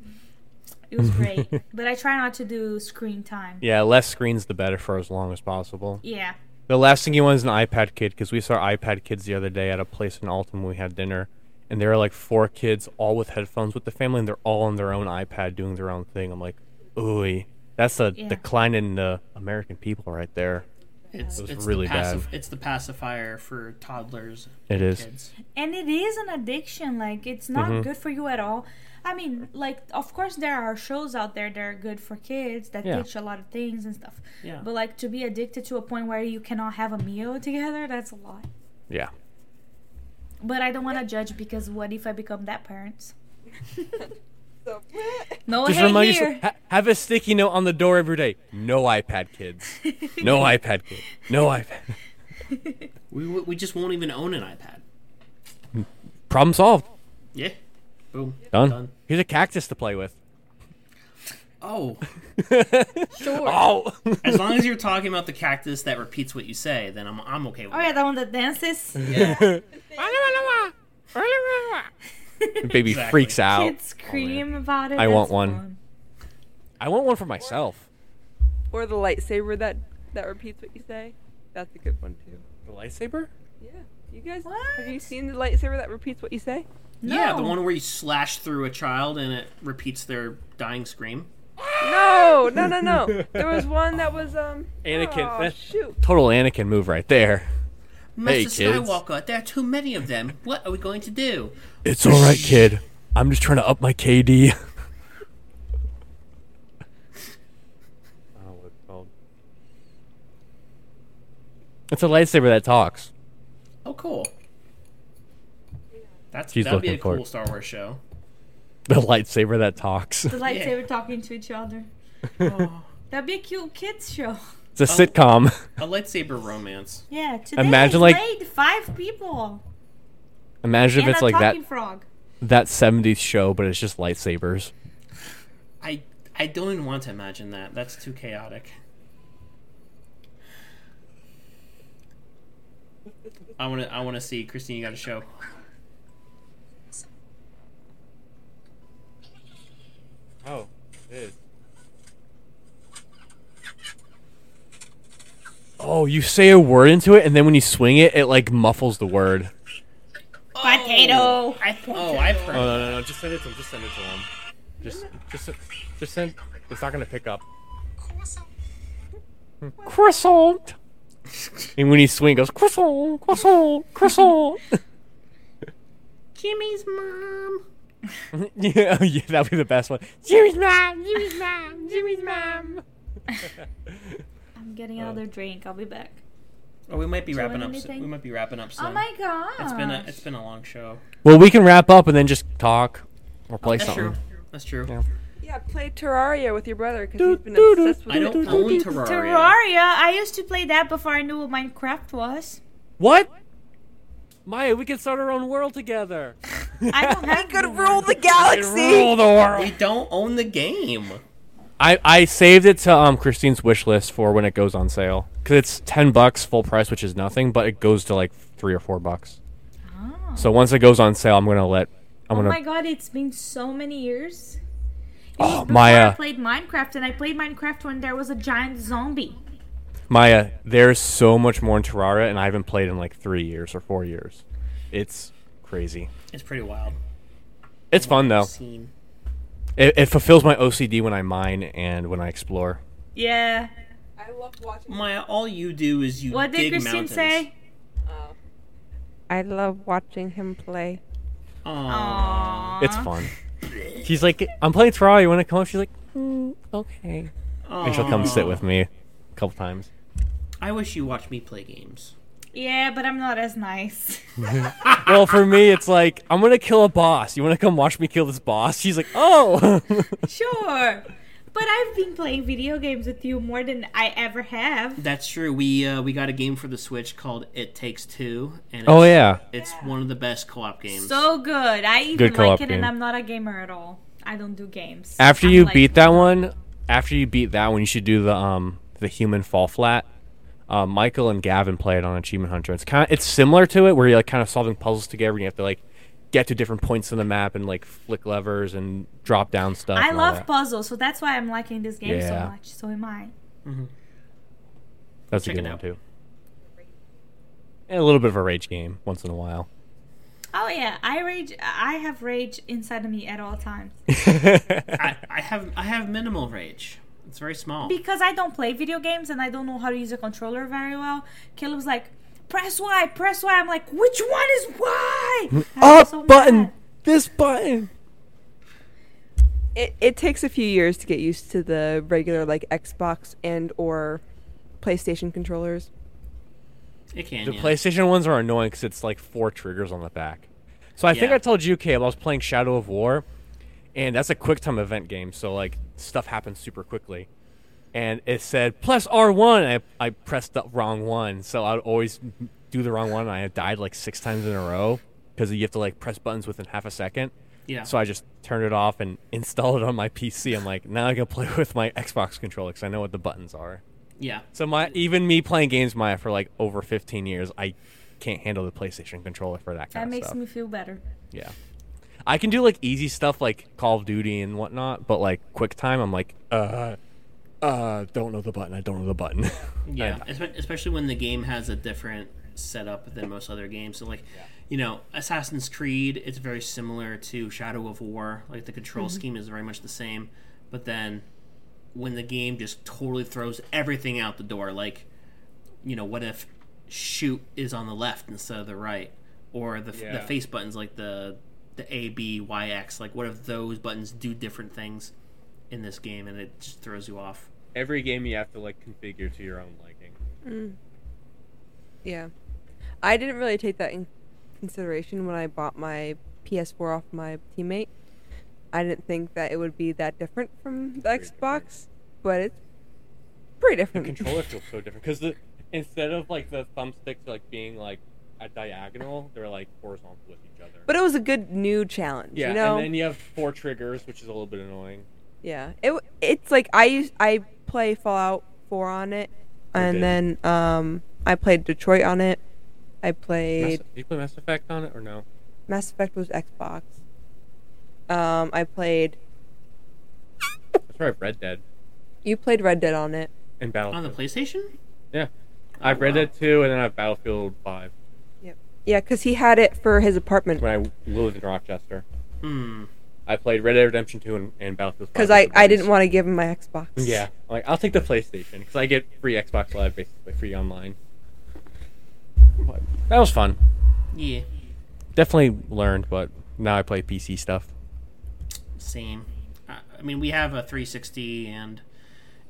Speaker 3: It was great, but I try not to do screen time.
Speaker 2: Yeah, less screens the better for as long as possible.
Speaker 3: Yeah.
Speaker 2: The last thing you want is an iPad kid because we saw iPad kids the other day at a place in Alton when we had dinner, and there are like four kids all with headphones with the family, and they're all on their own iPad doing their own thing. I'm like, ooh, that's a
Speaker 3: Yeah.
Speaker 2: decline in the American people right there.
Speaker 1: It's,
Speaker 2: It was
Speaker 1: it's
Speaker 2: really
Speaker 1: the
Speaker 2: bad.
Speaker 1: It's the pacifier for toddlers.
Speaker 2: It is.
Speaker 1: Kids.
Speaker 3: and it is an addiction like it's not
Speaker 2: Mm-hmm.
Speaker 3: good for you at all i mean like of course there are shows out there that are good for kids that
Speaker 2: Yeah.
Speaker 3: teach a lot of things and stuff
Speaker 1: Yeah.
Speaker 3: but like to be addicted to a point where you cannot have a meal together that's a lot
Speaker 2: Yeah.
Speaker 3: but i don't want to judge because what if i become that parent
Speaker 9: So,
Speaker 3: no
Speaker 2: Just
Speaker 3: hate
Speaker 2: remind
Speaker 3: here
Speaker 2: yourself ha- have a sticky note on the door every day. No iPad kids. No iPad kids. No iPad.
Speaker 1: We w- we just won't even own an iPad.
Speaker 2: Problem solved.
Speaker 1: Yeah. Boom.
Speaker 2: Done.
Speaker 1: Done.
Speaker 2: Here's a cactus to play with.
Speaker 1: Oh,
Speaker 4: Sure.
Speaker 2: Oh.
Speaker 1: as long as you're talking about the cactus that repeats what you say, then I'm I'm okay with
Speaker 3: oh
Speaker 1: it.
Speaker 3: yeah that one that dances
Speaker 2: Baby
Speaker 1: Exactly.
Speaker 2: freaks out.
Speaker 3: kids
Speaker 2: Oh,
Speaker 3: scream about it
Speaker 2: I want
Speaker 3: that's
Speaker 2: one.
Speaker 3: fun.
Speaker 2: I want one for myself.
Speaker 4: Or the lightsaber that that repeats what you say. That's a good one too.
Speaker 2: The lightsaber?
Speaker 4: Yeah. You guys, have you
Speaker 3: What?
Speaker 4: seen the lightsaber that repeats what you say?
Speaker 1: Yeah, the
Speaker 3: No.
Speaker 1: one where you slash through a child and it repeats their dying scream.
Speaker 4: No, no, no, no. there was one that was um.
Speaker 2: Anakin.
Speaker 4: Oh,
Speaker 2: That's-
Speaker 4: shoot.
Speaker 2: Total Anakin move right there. Hey,
Speaker 1: Mr.
Speaker 2: kids.
Speaker 1: Skywalker, there are too many of them. What are we going to do?
Speaker 2: It's all right, kid. I'm just trying to up my KD. Oh, It's a lightsaber that talks.
Speaker 1: Oh, cool. That's
Speaker 2: She's
Speaker 1: that'd be a
Speaker 2: looking for
Speaker 1: cool
Speaker 2: it.
Speaker 1: Star Wars show.
Speaker 2: The lightsaber that talks.
Speaker 3: the lightsaber talking to each other that'd be a cute kids show
Speaker 2: It's a sitcom.
Speaker 1: A lightsaber romance.
Speaker 3: yeah today
Speaker 2: Imagine,
Speaker 3: I
Speaker 2: like-
Speaker 3: played five people
Speaker 2: Imagine
Speaker 3: and
Speaker 2: if it's
Speaker 3: a
Speaker 2: like that
Speaker 3: talking frog
Speaker 2: that 70s show, but it's just lightsabers.
Speaker 1: I I don't even want to imagine that. That's too chaotic. I want to I want to see Christine. You got a show?
Speaker 10: Oh, it is.
Speaker 2: Oh, you say a word into it, and then when you swing it, it like muffles the word.
Speaker 3: Potato.
Speaker 1: I, oh, I've heard.
Speaker 2: Oh no no no! Just send it to him. Just send it to him. Just just just send. It's not gonna pick up. Croissant. and when he swing, goes croissant, croissant, croissant.
Speaker 1: Jimmy's mom.
Speaker 2: yeah, oh, yeah, that'd be the best one. Jimmy's mom, Jimmy's mom, Jimmy's mom.
Speaker 3: I'm getting another drink. I'll be back.
Speaker 1: Oh, we might be
Speaker 3: Join
Speaker 1: wrapping up. s-
Speaker 3: anything?
Speaker 1: We might be wrapping up soon.
Speaker 3: Oh my god.
Speaker 1: It's been a it's been a long show.
Speaker 2: well, we can wrap up and then just talk or play
Speaker 1: That's true.
Speaker 2: something.
Speaker 1: That's true.
Speaker 2: Yeah.
Speaker 4: Yeah, play Terraria with your brother because he's been
Speaker 2: Do, do, do.
Speaker 4: obsessed with
Speaker 1: I don't
Speaker 4: it.
Speaker 1: own Terraria.
Speaker 3: Terraria. I used to play that before I knew what Minecraft was.
Speaker 2: What? Maya, we can start our own world together.
Speaker 3: I don't have
Speaker 4: Could
Speaker 3: Minecraft.
Speaker 4: rule the galaxy.
Speaker 2: Rule the world.
Speaker 1: We don't own the game.
Speaker 2: I, I saved it to um Christine's wish list for when it goes on sale because it's ten bucks full price, which is nothing, but it goes to like three or four bucks.
Speaker 3: Oh.
Speaker 2: So once it goes on sale, I'm gonna let I'm
Speaker 3: Oh
Speaker 2: gonna
Speaker 3: my god, it's been so many years. It
Speaker 2: Oh,
Speaker 3: was before
Speaker 2: Maya.
Speaker 3: I played Minecraft and I played Minecraft when there was a giant zombie.
Speaker 2: Maya. There's so much more in Terraria, and I haven't played in like three years or four years. It's crazy.
Speaker 1: It's pretty wild.
Speaker 2: Oh. It's fun though.
Speaker 1: Scene.
Speaker 2: It, it fulfills my OCD when I mine and when I explore.
Speaker 3: Yeah.
Speaker 11: I love watching.
Speaker 1: Maya, all you do is you
Speaker 3: What did
Speaker 1: dig
Speaker 3: Christine
Speaker 1: mountains.
Speaker 3: say?
Speaker 4: uh,
Speaker 11: Oh.
Speaker 4: I love watching him play.
Speaker 1: Aw.
Speaker 2: It's fun. She's like, I'm playing Terraria. You want to come up? She's like, mm, okay. And she'll come sit with me a couple times.
Speaker 1: I wish you watched me play games.
Speaker 3: Yeah, but I'm not as nice.
Speaker 2: Well, for me, it's like, I'm going to kill a boss. You want to come watch me kill this boss? She's like, oh.
Speaker 3: sure. But I've been playing video games with you more than I ever have.
Speaker 1: That's true. We uh, we got a game for the Switch called It Takes Two, and it's,
Speaker 2: oh, yeah.
Speaker 1: it's one of the best co-op games.
Speaker 3: So good. I even
Speaker 2: Good
Speaker 3: like
Speaker 2: co-op
Speaker 3: it,
Speaker 2: game.
Speaker 3: and I'm not a gamer at all. I don't do games.
Speaker 2: After
Speaker 3: I'm
Speaker 2: you
Speaker 3: like-
Speaker 2: beat that one, after you beat that one, you should do the um the human fall flat. Uh, Michael and Gavin played on Achievement Hunter. It's kind of it's similar to it, where you're like kind of solving puzzles together, and you have to like get to different points on the map and like flick levers and drop down stuff.
Speaker 3: I
Speaker 2: and all
Speaker 3: love
Speaker 2: that.
Speaker 3: puzzles, so that's why I'm liking this game so
Speaker 2: Yeah.
Speaker 3: much. So am I.
Speaker 2: That's
Speaker 1: Check
Speaker 2: a good
Speaker 1: it
Speaker 2: one
Speaker 1: out.
Speaker 2: too. And a little bit of a rage game once in a while.
Speaker 3: Oh yeah, I rage. I have rage inside of me at all times
Speaker 1: I, I have I have minimal rage. It's very small.
Speaker 3: because I don't play video games and I don't know how to use a controller very well. Caleb's like, press Y, press Y. I'm like, which one is Y? I was
Speaker 2: Mm, Up
Speaker 3: so mad.
Speaker 2: button, this button.
Speaker 4: It it takes a few years to get used to the regular like Xbox and or PlayStation controllers.
Speaker 1: it can.
Speaker 2: The
Speaker 1: yeah.
Speaker 2: PlayStation ones are annoying because it's like four triggers on the back. So I think
Speaker 1: Yeah.
Speaker 2: I told you, Caleb, I was playing Shadow of War, and that's a quick time event game. So like stuff happens super quickly, and it said plus R one. I I pressed the wrong one, so I'd always do the wrong one. And I had died like six times in a row because you have to like press buttons within half a second.
Speaker 1: Yeah.
Speaker 2: So I just turned it off and installed it on my PC. I'm like, now I can play with my Xbox controller because I know what the buttons are.
Speaker 1: yeah.
Speaker 2: So my even me playing games Maya for like over 15 years, I can't handle the PlayStation controller for that kind
Speaker 3: That
Speaker 2: of
Speaker 3: makes
Speaker 2: stuff.
Speaker 3: me feel better.
Speaker 2: yeah. I can do like easy stuff like Call of Duty and whatnot, but like QuickTime, I'm like, uh, uh, don't know the button. I don't know the button.
Speaker 1: Yeah, espe- especially when the game has a different setup than most other games. So, like, you know, Assassin's Creed, it's very similar to Shadow of War. Like, the control scheme is very much the same. But then when the game just totally throws everything out the door, like, you know, what if shoot is on the left instead of the right? Or the, f the
Speaker 7: Yeah.
Speaker 1: face buttons, like the, the A, B, Y, X, like, what if those buttons do different things in this game and it just throws you off?
Speaker 7: Every game you have to like configure to your own liking.
Speaker 4: Yeah. I didn't really take that in consideration when I bought my PS4 off my teammate. I didn't think that it would be that different from the
Speaker 7: Pretty different.
Speaker 4: Xbox, but it's pretty
Speaker 7: The
Speaker 4: different.
Speaker 7: controller feels so different because the instead of like the thumbsticks like being like at diagonal, they're like horizontal with each other.
Speaker 4: But it was a good new challenge,
Speaker 7: yeah,
Speaker 4: you know.
Speaker 7: and then you have four triggers, which is a little bit annoying.
Speaker 4: yeah, it w- it's like I use, I play Fallout 4 on it, and
Speaker 7: did.
Speaker 4: then um I played Detroit on it. I
Speaker 7: Mass,
Speaker 4: played
Speaker 7: did you play Mass Effect on it or no?
Speaker 4: Mass Effect was Xbox. Um, I played
Speaker 7: That's right, Red Dead
Speaker 4: you played Red Dead on it.
Speaker 7: and
Speaker 1: On
Speaker 7: Battlefield.
Speaker 1: the PlayStation?
Speaker 7: yeah, I have Red
Speaker 1: wow.
Speaker 7: Dead two, and then I have Battlefield five
Speaker 4: Yeah, because he had it for his apartment.
Speaker 7: when I lived in Rochester.
Speaker 1: Hmm.
Speaker 7: I played Red Dead Redemption two and, and Battlefield. 5
Speaker 4: Because
Speaker 7: with
Speaker 4: I,
Speaker 7: the
Speaker 4: I
Speaker 7: buddies.
Speaker 4: didn't want to give him my Xbox.
Speaker 7: Yeah, I'm like I'll take the PlayStation because I get free Xbox Live basically, free online. But
Speaker 2: that was fun.
Speaker 1: Yeah.
Speaker 2: Definitely learned, but now I play PC stuff.
Speaker 1: Same. I I mean, we have a 360 and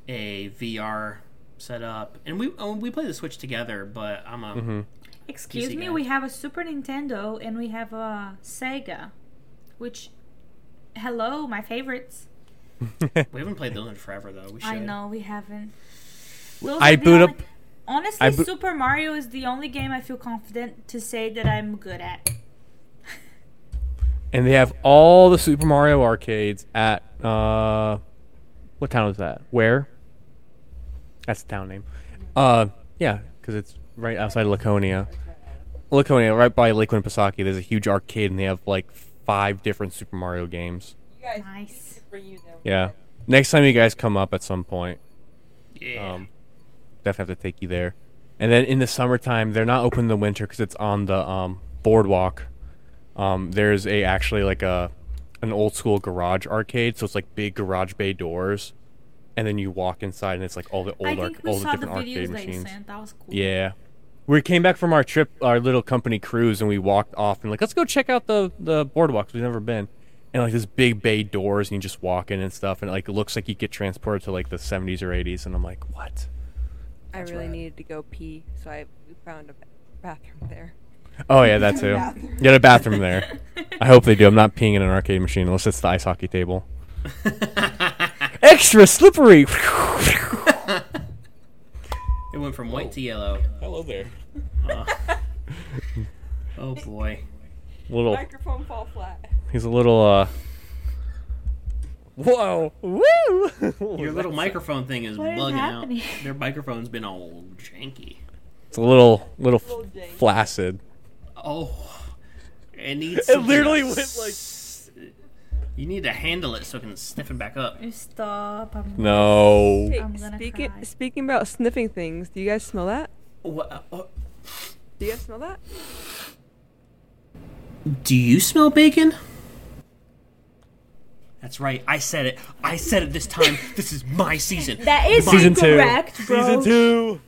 Speaker 1: a VR set up, and we oh, we play the Switch together. But I'm a
Speaker 3: Excuse
Speaker 1: PC
Speaker 3: me,
Speaker 1: guy.
Speaker 3: we have a Super Nintendo and we have a Sega, which, hello, my favorites.
Speaker 1: we haven't played those in forever though. We should.
Speaker 3: I know we haven't. Those
Speaker 2: I
Speaker 3: are the
Speaker 2: boot
Speaker 3: only-
Speaker 2: up-
Speaker 3: Honestly,
Speaker 2: I bo-
Speaker 3: Super Mario is the only game I feel confident to say that I'm good at.
Speaker 2: And they have all the Super Mario arcades at uh, what town was that? Where? That's the town name. Uh, yeah, because it's right outside Laconia. Laconia, right by Lakeland Pisaki. There's a huge arcade, and they have like five different Super Mario games.
Speaker 3: Nice.
Speaker 2: Yeah. Next time you guys come up at some point,
Speaker 1: Yeah.
Speaker 2: um, definitely have to take you there. And then in the summertime, they're not open in the winter because it's on the um, boardwalk. Um, there's a actually like a an old school garage arcade, so it's like big garage bay doors, and then you walk inside, and it's like all the old,
Speaker 3: I think
Speaker 2: arc-
Speaker 3: we
Speaker 2: all the
Speaker 3: saw the
Speaker 2: different
Speaker 3: videos
Speaker 2: arcade
Speaker 3: that you
Speaker 2: machines.
Speaker 3: sent. That was cool.
Speaker 2: Yeah. We came back from our trip, our little company cruise, and we walked off and like, let's go check out the the boardwalks. We've never been, and like this big bay doors, and you just walk in and stuff, and it, like it looks like you get transported to like the seventies or eighties, and I'm like, what?
Speaker 4: I
Speaker 2: That's
Speaker 4: really
Speaker 2: rad.
Speaker 4: needed to go pee, so I we found a ba- bathroom there.
Speaker 2: Oh yeah, that too. You got a bathroom there. I hope they do. I'm not peeing in an arcade machine unless it's the ice hockey table. Extra slippery.
Speaker 1: It went from white to yellow. Uh,
Speaker 7: Hello there.
Speaker 1: Oh boy.
Speaker 2: little.
Speaker 12: Microphone fall flat.
Speaker 2: He's a little. uh Whoa! Woo!
Speaker 1: Your little microphone thing is
Speaker 3: What is
Speaker 1: bugging
Speaker 3: happening?
Speaker 1: out. Their microphone's been all janky.
Speaker 2: It's a little little
Speaker 12: Little janky.
Speaker 2: flaccid.
Speaker 1: Oh, it needs.
Speaker 2: It
Speaker 1: something
Speaker 2: literally
Speaker 1: to
Speaker 2: went like-
Speaker 1: s- You need to handle it so it can sniff it back up.
Speaker 3: You stop. I'm
Speaker 2: No.
Speaker 4: Hey,
Speaker 3: I'm gonna
Speaker 4: speaking
Speaker 3: cry.
Speaker 4: speaking about sniffing things, do you guys smell that?
Speaker 1: Wha- uh,
Speaker 4: Do you guys smell that?
Speaker 1: Do you smell bacon? That's right. I said it. I said it this time. this is my season.
Speaker 3: That is
Speaker 2: Season two.
Speaker 3: incorrect, bro.
Speaker 2: two.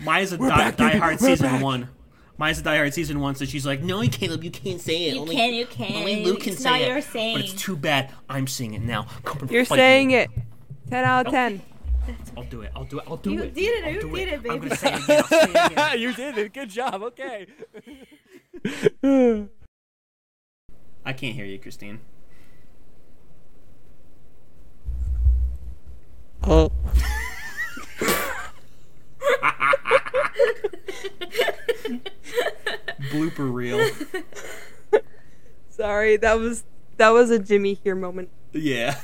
Speaker 1: Mine is a die,
Speaker 2: back, baby.
Speaker 1: diehard
Speaker 2: We're
Speaker 1: season
Speaker 2: back.
Speaker 1: one. Mine's a diehard season one, so she's like, "No, Caleb, you can't say it.
Speaker 3: You
Speaker 1: only,
Speaker 3: can, you can.
Speaker 1: Only Luke can
Speaker 3: It's
Speaker 1: say
Speaker 3: not
Speaker 1: it.
Speaker 3: your
Speaker 1: But it's
Speaker 3: saying.
Speaker 1: too bad. I'm saying it now. Come and
Speaker 4: You're
Speaker 1: fight
Speaker 4: saying
Speaker 1: me.
Speaker 4: it. Ten out of ten.
Speaker 1: I'll do it. I'll do it. I'll do
Speaker 3: You
Speaker 1: it.
Speaker 3: did it,
Speaker 1: I'll
Speaker 3: you
Speaker 1: do
Speaker 3: did it,
Speaker 1: I'm
Speaker 3: baby.
Speaker 1: gonna say it again. I'll say it again.
Speaker 2: you did it. Good job. Okay.
Speaker 1: I can't hear you, Christine.
Speaker 2: oh.
Speaker 1: Blooper reel.
Speaker 4: Sorry, that was that was a Jimmy here moment.
Speaker 1: yeah.